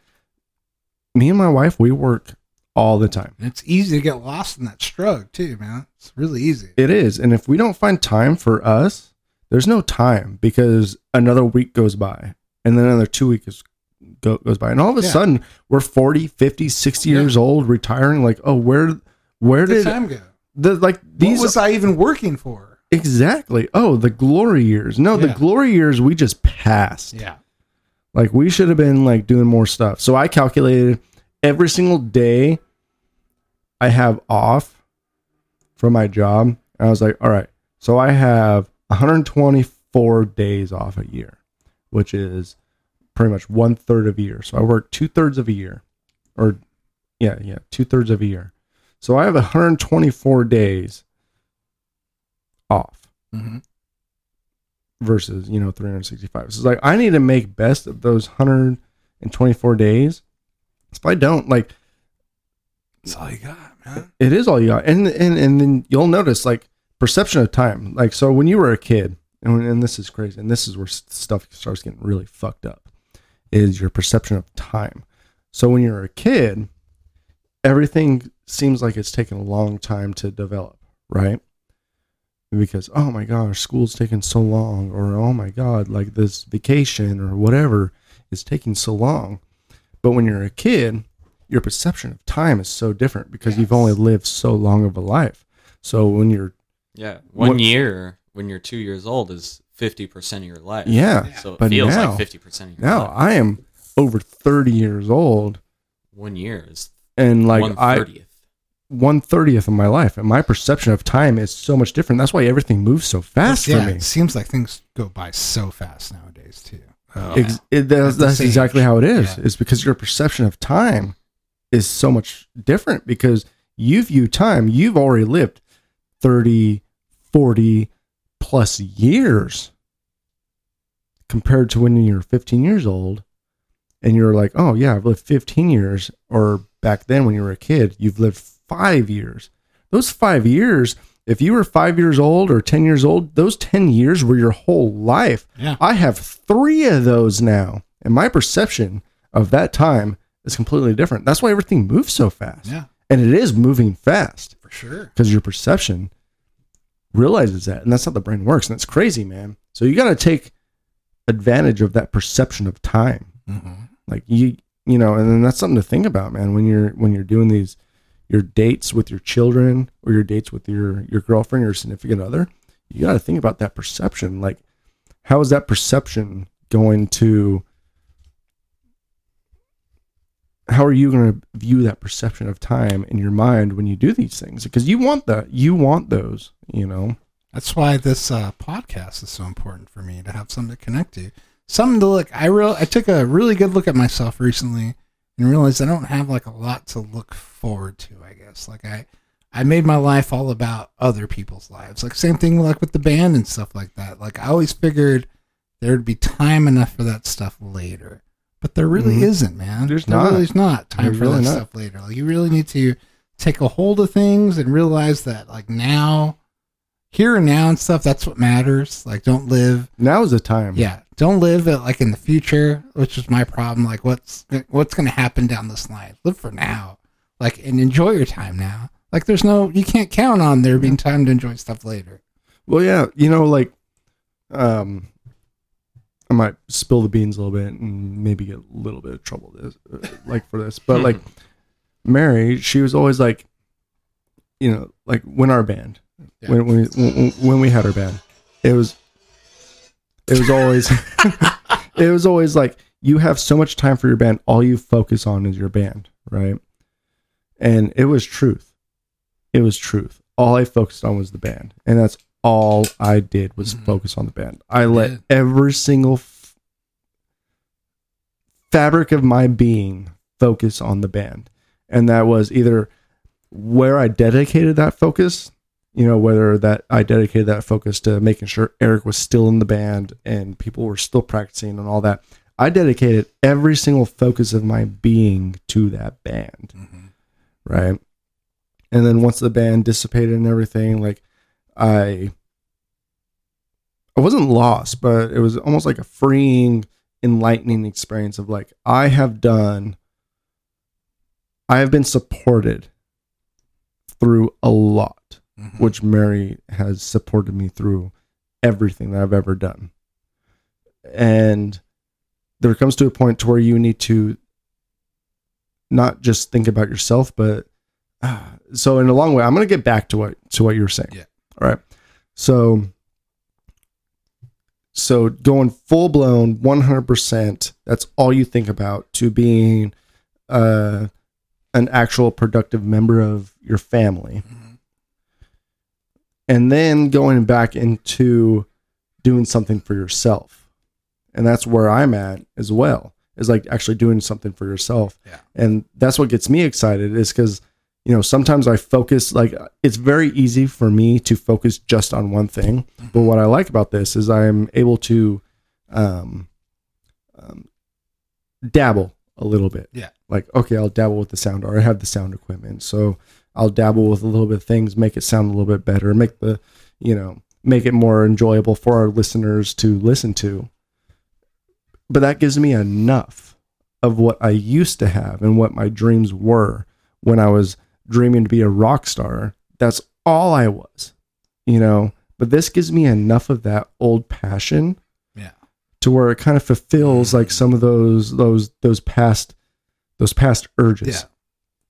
S3: me and my wife, we work all the time.
S2: And it's easy to get lost in that strug too, man. It's really easy.
S3: It is. And if we don't find time for us, there's no time because another week goes by and then another two weeks go, goes by. And all of a
S2: Yeah.
S3: sudden, we're 40, 50, 60 years old, retiring. Like, oh, where, where
S2: Where did
S3: did
S2: time go?
S3: the, like these
S2: what was I even working for?
S3: exactly? Oh, the glory years. No, the
S2: Yeah.
S3: glory years we just passed.
S2: Yeah.
S3: Like we should have been like doing more stuff. So I calculated every single day I have off from my job. And I was like, all right, so I have 124 days off a year, which is pretty much one third of a year. So I work two thirds of a year. Or yeah, yeah, two thirds of a year. So I have 124 days off
S2: Mm-hmm.
S3: versus you know 365 so it's like i need to make best of those 124 days if i don't like
S2: That's all you got, man.
S3: it is all you got and and and then you'll notice like perception of time like so when you were a kid and, when, and this is crazy and this is where s- stuff starts getting really fucked up is your perception of time so when you're a kid everything seems like it's taken a long time to develop right because oh my gosh school's taking so long or oh my god like this vacation or whatever is taking so long but when you're a kid your perception of time is so different because you've only lived so long of a life so when you're
S1: Yeah, one
S3: What-
S1: year when you're two years old is fifty percent of your life.
S3: Yeah,
S1: so it
S3: but
S1: feels
S3: now-
S1: like fifty percent of your
S3: Now
S1: life.
S3: I am over 30 years old
S1: One year is
S3: and like
S1: one
S3: I
S1: thirtieth.
S3: one thirtieth of my life, and my perception of time is so much different. That's why everything moves so fast
S2: yeah,
S3: for me.
S2: It seems like things go by so fast nowadays too.
S3: Ex- it- that's
S2: At this
S3: that's
S2: age.
S3: exactly how it is.
S2: Yeah.
S3: It's because your perception of time is so much different because you view time, you've already lived 30, 40 plus years compared to when you're 15 years old and you're like, oh, yeah, I've lived 15 years. Or back then when you were a kid, you've lived five years. Those five years, if you were five years old or 10 years old, those 10 years were your whole life.
S2: Yeah.
S3: I have three of those now, and my perception of that time is completely different. That's why everything moves so fast,
S2: Yeah,
S3: and it is moving fast
S2: for sure.
S3: because your perception realizes that, and that's how the brain works, and it's crazy, man. So you got to take advantage of that perception of time, like you, you know, and then that's something to think about, man. When you're when you're doing these your dates with your children or your dates with your your girlfriend or significant other, you got to think about that perception, like how is that perception going to how are you going to view that perception of time in your mind when you do these things because you want that you want those you know
S2: That's why this uh, podcast is so important for me to have something to connect to, something to look. I real I took a really good look at myself recently and realized I don't have like a lot to look forward to. I guess like I I made my life all about other people's lives. Like same thing like with the band and stuff like that. Like I always figured there'd be time enough for that stuff later, but there really
S3: Mhm.
S2: isn't, man.
S3: There's
S2: there
S3: not.
S2: Really is not time
S3: There's
S2: for
S3: really
S2: that
S3: not.
S2: stuff later. Like you really need to take a hold of things and realize that like now here and now and stuff that's what matters like don't live
S3: now is the time
S2: yeah don't live it like in the future which is my problem like what's what's gonna happen down this line live for now like and enjoy your time now like there's no you can't count on there being time to enjoy stuff later
S3: well yeah you know like um i might spill the beans a little bit and maybe get a little bit of trouble this uh, like for this but like mary she was always like you know like when our band
S2: Yeah.
S3: when, when, when when we had our band it was it was always it was always like you have so much time for your band all you focus on is your band right and it was truth it was truth all i focused on was the band and that's all i did was
S2: Mhm.
S3: focus on the band i let
S2: Yeah.
S3: every single f- fabric of my being focus on the band and that was either where i dedicated that focus you know whether that i dedicated that focus to making sure eric was still in the band and people were still practicing and all that i dedicated every single focus of my being to that band right and then once the band dissipated and everything like i i wasn't lost but it was almost like a freeing enlightening experience of like i have done i have been supported through a lot which Mary has supported me through everything that I've ever done. And there comes to a point to where you need to not just think about yourself, but ah, so in a long way, I'm going to get back to what to what you were saying.
S2: Yeah.
S3: All right. So so going full blown 100%, that's all you think about to being uh an actual productive member of your family and then going back into doing something for yourself and that's where i'm at as well is like actually doing something for yourself
S2: Yeah.
S3: and that's what gets me excited is because you know sometimes i focus like it's very easy for me to focus just on one thing but what i like about this is i'm able to um, um dabble a little bit
S2: Yeah.
S3: like okay i'll dabble with the sound or i have the sound equipment so I'll dabble with a little bit of things, make it sound a little bit better, make the, you know, make it more enjoyable for our listeners to listen to. But that gives me enough of what I used to have and what my dreams were when I was dreaming to be a rock star. That's all I was, you know. But this gives me enough of that old passion,
S2: Yeah.
S3: to where it kind of fulfills
S2: Mm.
S3: like some of those those those past those past urges.
S2: Yeah.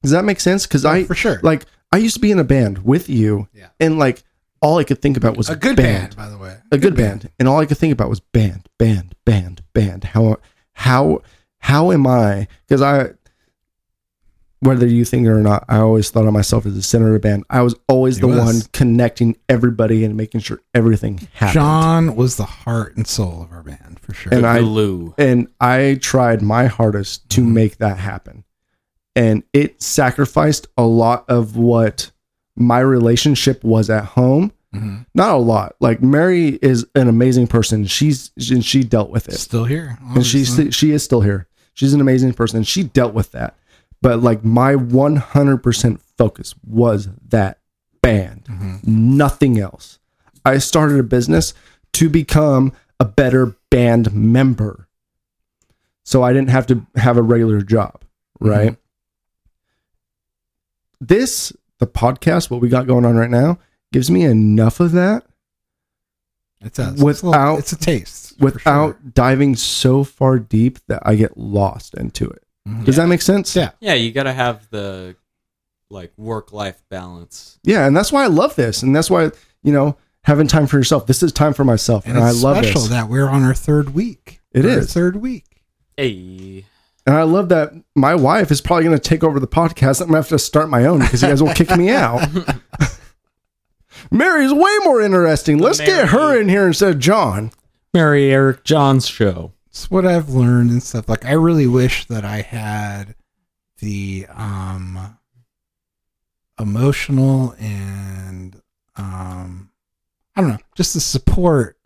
S3: Does that make sense? Because I
S2: for sure
S3: like I used to be in a band with you,
S2: Yeah.
S3: and like all I could think about was
S2: a good band, by the way.
S3: a good band, and all I could think about was band, band, band, band. How how how am I? Because I, whether you think it or not, I always thought of myself as the center of the band. I was always
S2: He
S3: the
S2: was.
S3: one connecting everybody and making sure everything happened.
S2: John was the heart and soul of our band for sure.
S3: And
S1: The
S3: I-
S1: Lou.
S3: and I tried my hardest to
S2: Mhm.
S3: make that happen. And it sacrificed a lot of what my relationship was at home.
S2: Mhm.
S3: Not a lot. Like Mary is an amazing person. She's and she dealt with it.
S2: Still here,
S3: and she's
S2: obviously.
S3: she is still here. She's an amazing person. She dealt with that, but like my one hundred percent focus was that band,
S2: Mhm.
S3: nothing else. I started a business to become a better band member, so I didn't have to have a regular job, right? This the podcast, what we got going on right now, gives me enough of that
S2: It's us. It's a little-
S3: without-
S2: it's a taste for
S3: without
S2: sure.
S3: diving so far deep that I get lost into it.
S2: Mhm.
S3: Does that make sense?
S2: Yeah.
S1: Yeah, you gotta have the like work life balance.
S3: Yeah, and that's why I love this, and that's why you know having time for yourself. This is time for myself, and,
S2: And
S3: I
S2: it's
S3: love
S2: special
S3: this.
S2: that we're on our third week.
S3: It
S2: It is
S3: is.
S2: third week.
S1: Hey.
S3: and I love that my wife is probably going to take over the podcast. I'm going to have to start my own because you guys will kick me out. Mary's way more interesting. Let's get her in here instead of John.
S1: Mary Eric John's show.
S2: It's what I've learned and stuff. Like I really wish that I had the um emotional and um I don't know, just the support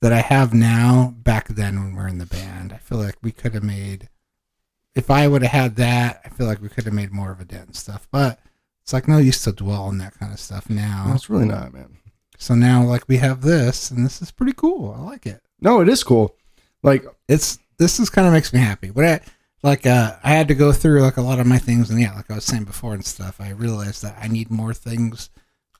S2: that I have now back then when we were in the band. I feel like we could have made if I would have had that, I feel like we could have made more of a dent and stuff. But it's like no use to dwell on that kind of stuff now.
S3: That's really not, man.
S2: So now like we have this and this is pretty cool. I like it
S3: No, it is cool. Like
S2: it's this is kind of makes me happy. But I like uh, I had to go through like a lot of my things, and yeah, like I was saying before and stuff, I realized that I need more things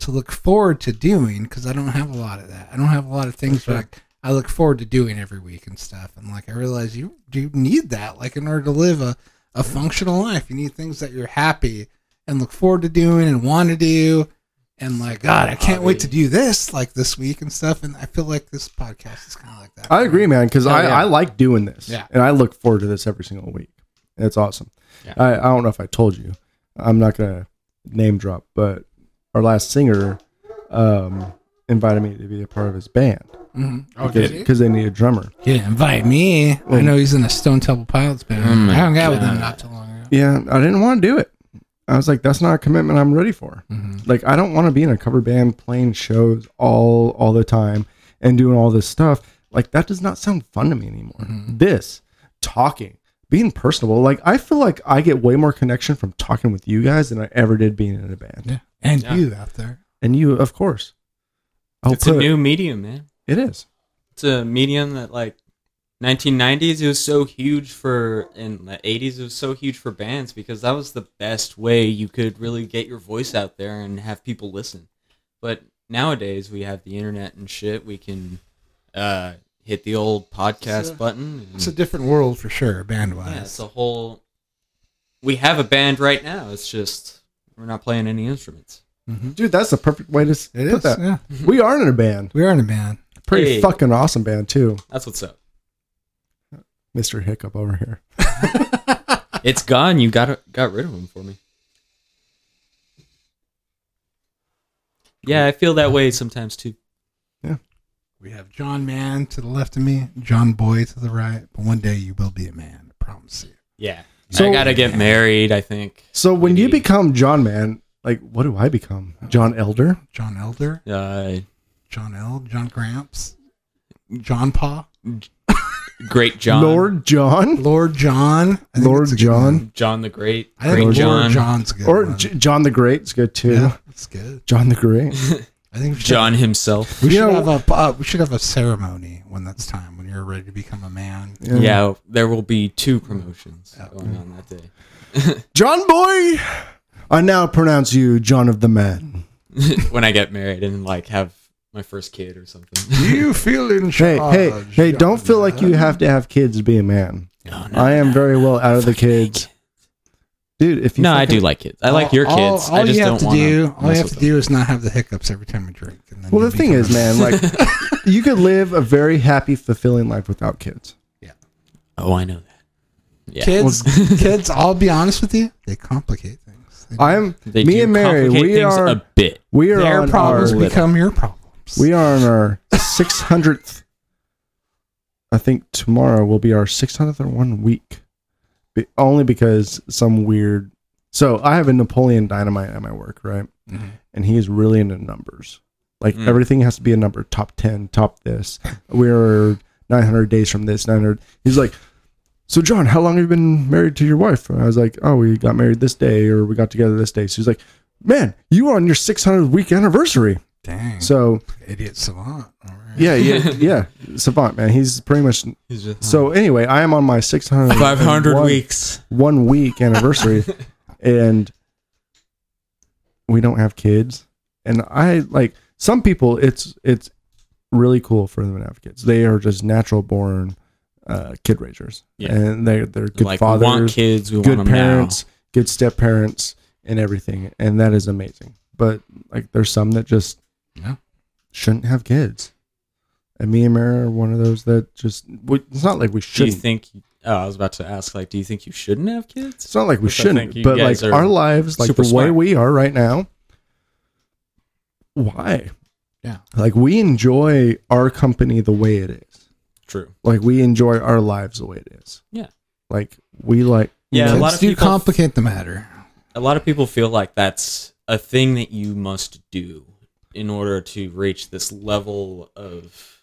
S2: to look forward to doing because I don't have a lot of that. I don't have a lot of things that like I look forward to doing every week and stuff. And like I realize you do need that like in order to live a a functional life. You need things that you're happy and look forward to doing and want to do. And like God, I can't wait to do this like this week and stuff. And I feel like this podcast is kind of like that.
S3: I agree, man, because I,
S1: yeah.
S3: I like doing this.
S2: Yeah.
S3: And I look forward to this every single week. And it's awesome.
S1: Yeah.
S3: I, I don't know if I told you. I'm not going to name drop, but our last singer um, invited me to be a part of his band
S2: Mhm. Oh, did he?
S3: because they need a drummer.
S2: He didn't invite me. I know he's in the Stone Temple Pilots band.
S1: Oh
S2: I hung out with him not too long ago.
S3: Yeah, I didn't want to do it. I was like, that's not a commitment I'm ready for.
S2: Mm-hmm.
S3: Like, I don't want to be in a cover band playing shows all all the time and doing all this stuff. Like, that does not sound fun to me anymore.
S2: Mm-hmm.
S3: This talking, being personable. Like, I feel like I get way more connection from talking with you guys than I ever did being in a band.
S2: Yeah. And you out there.
S3: And you, of course. I'll
S1: It's a
S3: put-
S1: new medium, man.
S3: It is.
S1: It's a medium that like 1990s it was so huge for in the 80s it was so huge for bands because that was the best way you could really get your voice out there and have people listen. But nowadays we have the internet and shit. We can uh, hit the old podcast button. And,
S2: It's a different world for sure, band
S1: yeah,
S2: wise.
S1: it's a whole. We have a band right now. It's just we're not playing any instruments.
S3: Dude, that's the perfect way to s- put
S2: Mm-hmm. it is.
S3: that.
S2: Yeah.
S3: We are in a band.
S2: We are in a band.
S3: Pretty
S1: Hey.
S3: fucking awesome band, too.
S1: That's what's up.
S3: Mr. Hiccup over here.
S1: It's gone. You got got rid of him for me. Yeah, I feel that way sometimes too.
S2: We have John Mann to the left of me, John Boy to the right. But one day you will be a man, I promise you.
S1: Yeah,
S3: So-
S1: I gotta get married. I think.
S3: So when you
S1: Maybe.
S3: become John Man, like what do I become? John Elder?
S2: John Elder,
S1: Uh,
S2: John L, John Gramps, John Paw,
S1: great John,
S3: Lord John?
S2: Lord John. I think
S3: Lord
S2: it's a good one.
S3: John?
S1: John the Great,
S2: I think
S1: great
S2: Lord
S1: John, John,
S2: John's a good.
S3: Or
S2: one.
S3: J- John the Great's good too.
S2: yeah, that's good.
S3: John the Great.
S2: I think we should-
S1: himself.
S2: We
S3: You
S2: should
S3: know-
S2: have a uh, we should have a ceremony when that's time when you're ready to become a man.
S1: Yeah. there will be two promotions going on that day.
S3: John Boy! I now pronounce you John of the Man.
S1: when I get married and like have my first kid or something.
S2: You feel in
S3: Hey,
S2: charge.
S3: hey, hey, don't feel like you have to have kids to be a man. I am very well out of the kids. dude. If you
S1: No, I
S3: fucking-
S1: do like kids. I like
S2: all-
S1: your
S2: all-
S1: kids.
S2: All,
S1: I just
S2: you have
S1: don't
S2: to
S1: want
S2: do, all you have
S1: with
S2: to do is not have the hiccups every time you drink. And then
S3: Well,
S2: you'll
S3: the
S2: be
S3: thing is,
S2: fine.
S3: man, like you could live a very happy, fulfilling life without kids.
S1: Oh, I know that. Yeah.
S2: kids, kids. I'll be honest with you, they complicate things. They-
S3: I'm
S1: They
S3: me
S1: do
S3: and Mary.
S1: complicate
S3: We
S1: things
S3: are
S1: a bit.
S3: we are
S2: their
S3: on
S2: problems
S3: our
S2: become your problems.
S3: we are on our six hundredth. I think tomorrow will be our six hundredth or one week, Be- only because some weird. So I have a Napoleon Dynamite at my work, right? And he is really into numbers. Like
S1: Mm.
S3: everything has to be a number, top ten, top this. We're nine hundred days from this, nine hundred. He's like, so John, how long have you been married to your wife? And I was like, oh, we got married this day, or we got together this day. So he's like, man, you are on your six hundredth week anniversary.
S2: Dang,
S3: So
S2: idiot savant. All right.
S3: yeah, yeah, yeah. Savant, man. He's pretty much. So anyway, I am on my 600 one-
S1: weeks.
S3: one week anniversary, and we don't have kids. And I like some people. It's it's really cool for them to have kids. They are just natural born uh, kid raisers,
S1: Yeah.
S3: and they they're good
S1: like
S3: fathers,
S1: we want kids. We
S3: good
S1: want them
S3: parents, good step parents, and everything. And that is amazing. But like, there's some that just
S2: Yeah.
S3: shouldn't have kids. And me and Mary are one of those that just. We, it's not like we
S1: now. Do you
S3: shouldn't.
S1: think? Oh, I was about to ask. Like, do you think you shouldn't have kids?
S3: it's not like we
S1: Which I think
S3: shouldn't.
S1: you
S3: But like
S1: guys are
S3: our lives, like
S1: super
S3: the way
S1: smart.
S3: we are right now. Why?
S2: Yeah.
S3: Like we enjoy our company the way it is.
S1: True.
S3: Like we enjoy our lives the way it is.
S1: Yeah.
S3: Like we like.
S1: Yeah, a
S2: kids
S1: lot of
S2: do
S1: people-
S2: complicate the matter.
S1: A lot of people feel like that's a thing that you must do in order to reach this level of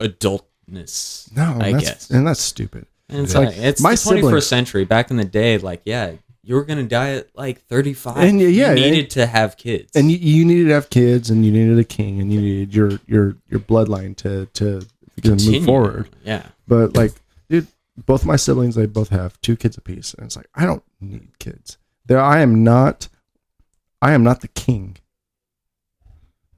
S1: adultness.
S3: No,
S1: I
S3: that's,
S1: guess.
S3: and that's stupid.
S1: And it's
S3: Yeah.
S1: like, it's
S3: My
S1: the 21st
S3: siblings-
S1: century. Back in the day, like yeah, you were gonna die at like 35.
S3: And, yeah,
S1: you
S3: and-
S1: needed to have kids.
S3: and you, you needed to have kids and you needed a king and you needed your your your bloodline to to, to move
S1: Continue.
S3: forward
S1: Yeah.
S3: but like dude both my siblings they both have two kids apiece and it's like i don't need kids there i am not i am not the king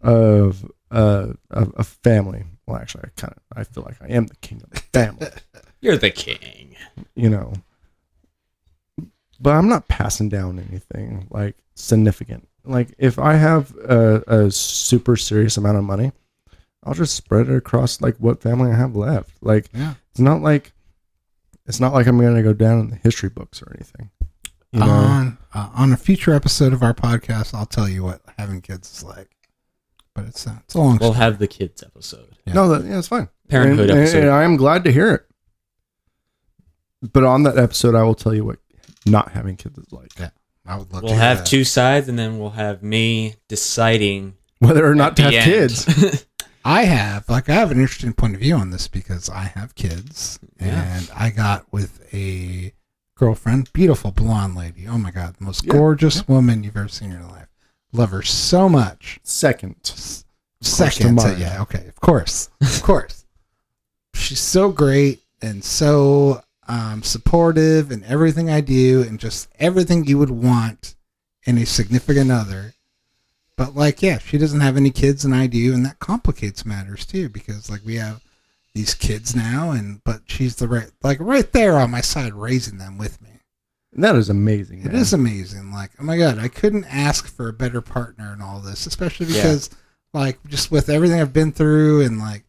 S3: of uh of a family well actually i kind of i feel like i am the king of the family
S1: You're the king.
S3: you know but i'm not passing down anything like significant like if i have a, a super serious amount of money i'll just spread it across like what family i have left like
S2: Yeah.
S3: it's not like it's not like i'm gonna go down in the history books or anything you know
S1: Ah,
S2: On uh, on a future episode of our podcast, I'll tell you what having kids is like. But it's uh, it's a long.
S1: We'll have the kids episode.
S2: yeah.
S3: no that, yeah it's fine
S1: Parenthood
S3: and, and-
S1: episode.
S3: and i am glad to hear it but on that episode i will tell you what not having kids is like
S2: Yeah. I would love
S1: we'll
S2: to hear
S1: have
S2: that.
S1: two sides, and then we'll have me deciding
S3: whether or not to have
S1: the end.
S3: kids
S2: I have like I have an interesting point of view on this because I have kids and I got with a girlfriend, beautiful blonde lady. Oh my god, the most
S3: Yeah,
S2: gorgeous woman you've ever seen in your life. Love her so much.
S3: second
S2: S-
S3: course,
S2: Second, to-
S3: tomorrow.
S2: yeah, okay, of course, of course. She's so great and so um, supportive in everything I do and just everything you would want in a significant other. But like, yeah, she doesn't have any kids and I do, and that complicates matters too because like we have these kids now, and but she's the right like right there on my side raising them with me.
S3: that is amazing
S2: It
S3: man.
S2: is amazing. Like, oh my god, I couldn't ask for a better partner in all this, especially because, like, just with everything I've been through and like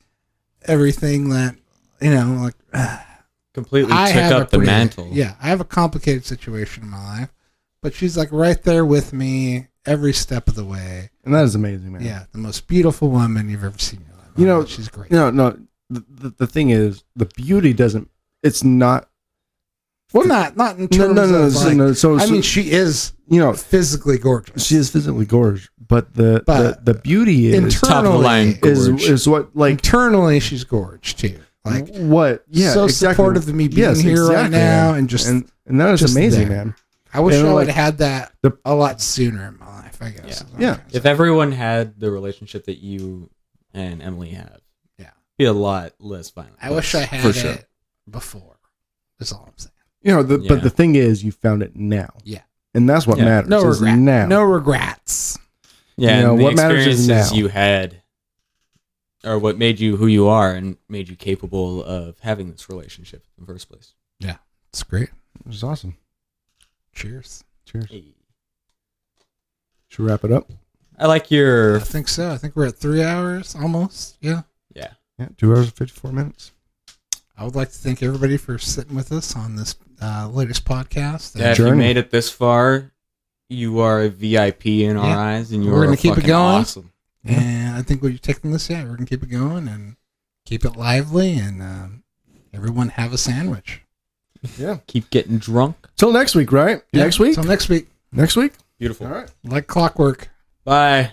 S2: everything that you know, like
S1: Completely
S2: I
S1: took
S2: have a
S1: up the
S2: pretty-
S1: mantle.
S2: Yeah, I have a complicated situation in my life, but she's like right there with me every step of the way.
S3: and that is amazing man
S2: Yeah, the most beautiful woman you've ever seen in your life.
S3: You
S2: Oh,
S3: know,
S2: she's great.
S3: No, no. The, the, the thing is, the beauty doesn't. It's not.
S2: well, not not in
S3: No,
S2: terms
S3: no, no.
S2: of
S3: so-
S2: like,
S3: no, so,
S2: I
S3: so,
S2: mean, she is
S3: you know,
S2: physically gorgeous.
S3: she is physically gorgeous, but the
S2: But-
S3: the, the beauty is
S2: Internally,
S1: top of the line.
S3: is
S1: gorge.
S3: is what like Mm-hmm.
S2: internally, she's gorgeous too. Like
S3: what? Yeah,
S2: so
S3: exactly.
S2: supportive of me being here right now and just-
S3: and, and that is
S2: just
S3: amazing,
S2: there.
S3: man.
S2: I wish
S3: And,
S2: I
S3: like,
S2: would have had that
S3: the-
S2: a lot sooner in my life. I guess.
S3: Yeah.
S2: Okay.
S1: If everyone had the relationship that you and Emily have,
S2: Yeah.
S1: be a lot less violent.
S2: I wish I had
S3: For sure.
S2: it before. That's all I'm saying.
S3: You know, the,
S1: Yeah.
S3: but the thing is, you found it now.
S2: Yeah.
S3: and that's what
S1: Yeah.
S3: matters.
S2: No
S3: is
S2: regret.
S3: now.
S2: No regrets.
S1: Yeah,
S3: You know,
S1: and the
S3: what matters is
S1: experiences
S3: now.
S1: you had are what made you who you are and made you capable of having this relationship in the first place.
S2: It's great.
S3: It was awesome.
S2: Cheers.
S3: Should we wrap it up?
S1: I like
S2: I
S1: your
S2: think so. I think we're at three hours almost. Yeah.
S3: Yeah, two hours and fifty-four minutes.
S2: I would like to thank everybody for sitting with us on this uh, latest podcast.
S1: that if you
S3: journey.
S1: made it this far. You are a VIP in our
S2: Yeah.
S1: eyes, and you
S2: We're
S1: are
S2: gonna keep it
S1: fucking
S2: going.
S1: Awesome.
S2: And I think we're taking this, yeah, we're going to keep it going and keep it lively. And um, everyone have a sandwich.
S1: Keep getting drunk.
S3: Till next week, right? Next week.
S2: Till next week.
S3: Next week.
S1: Beautiful.
S3: All right.
S2: Like clockwork.
S1: Bye.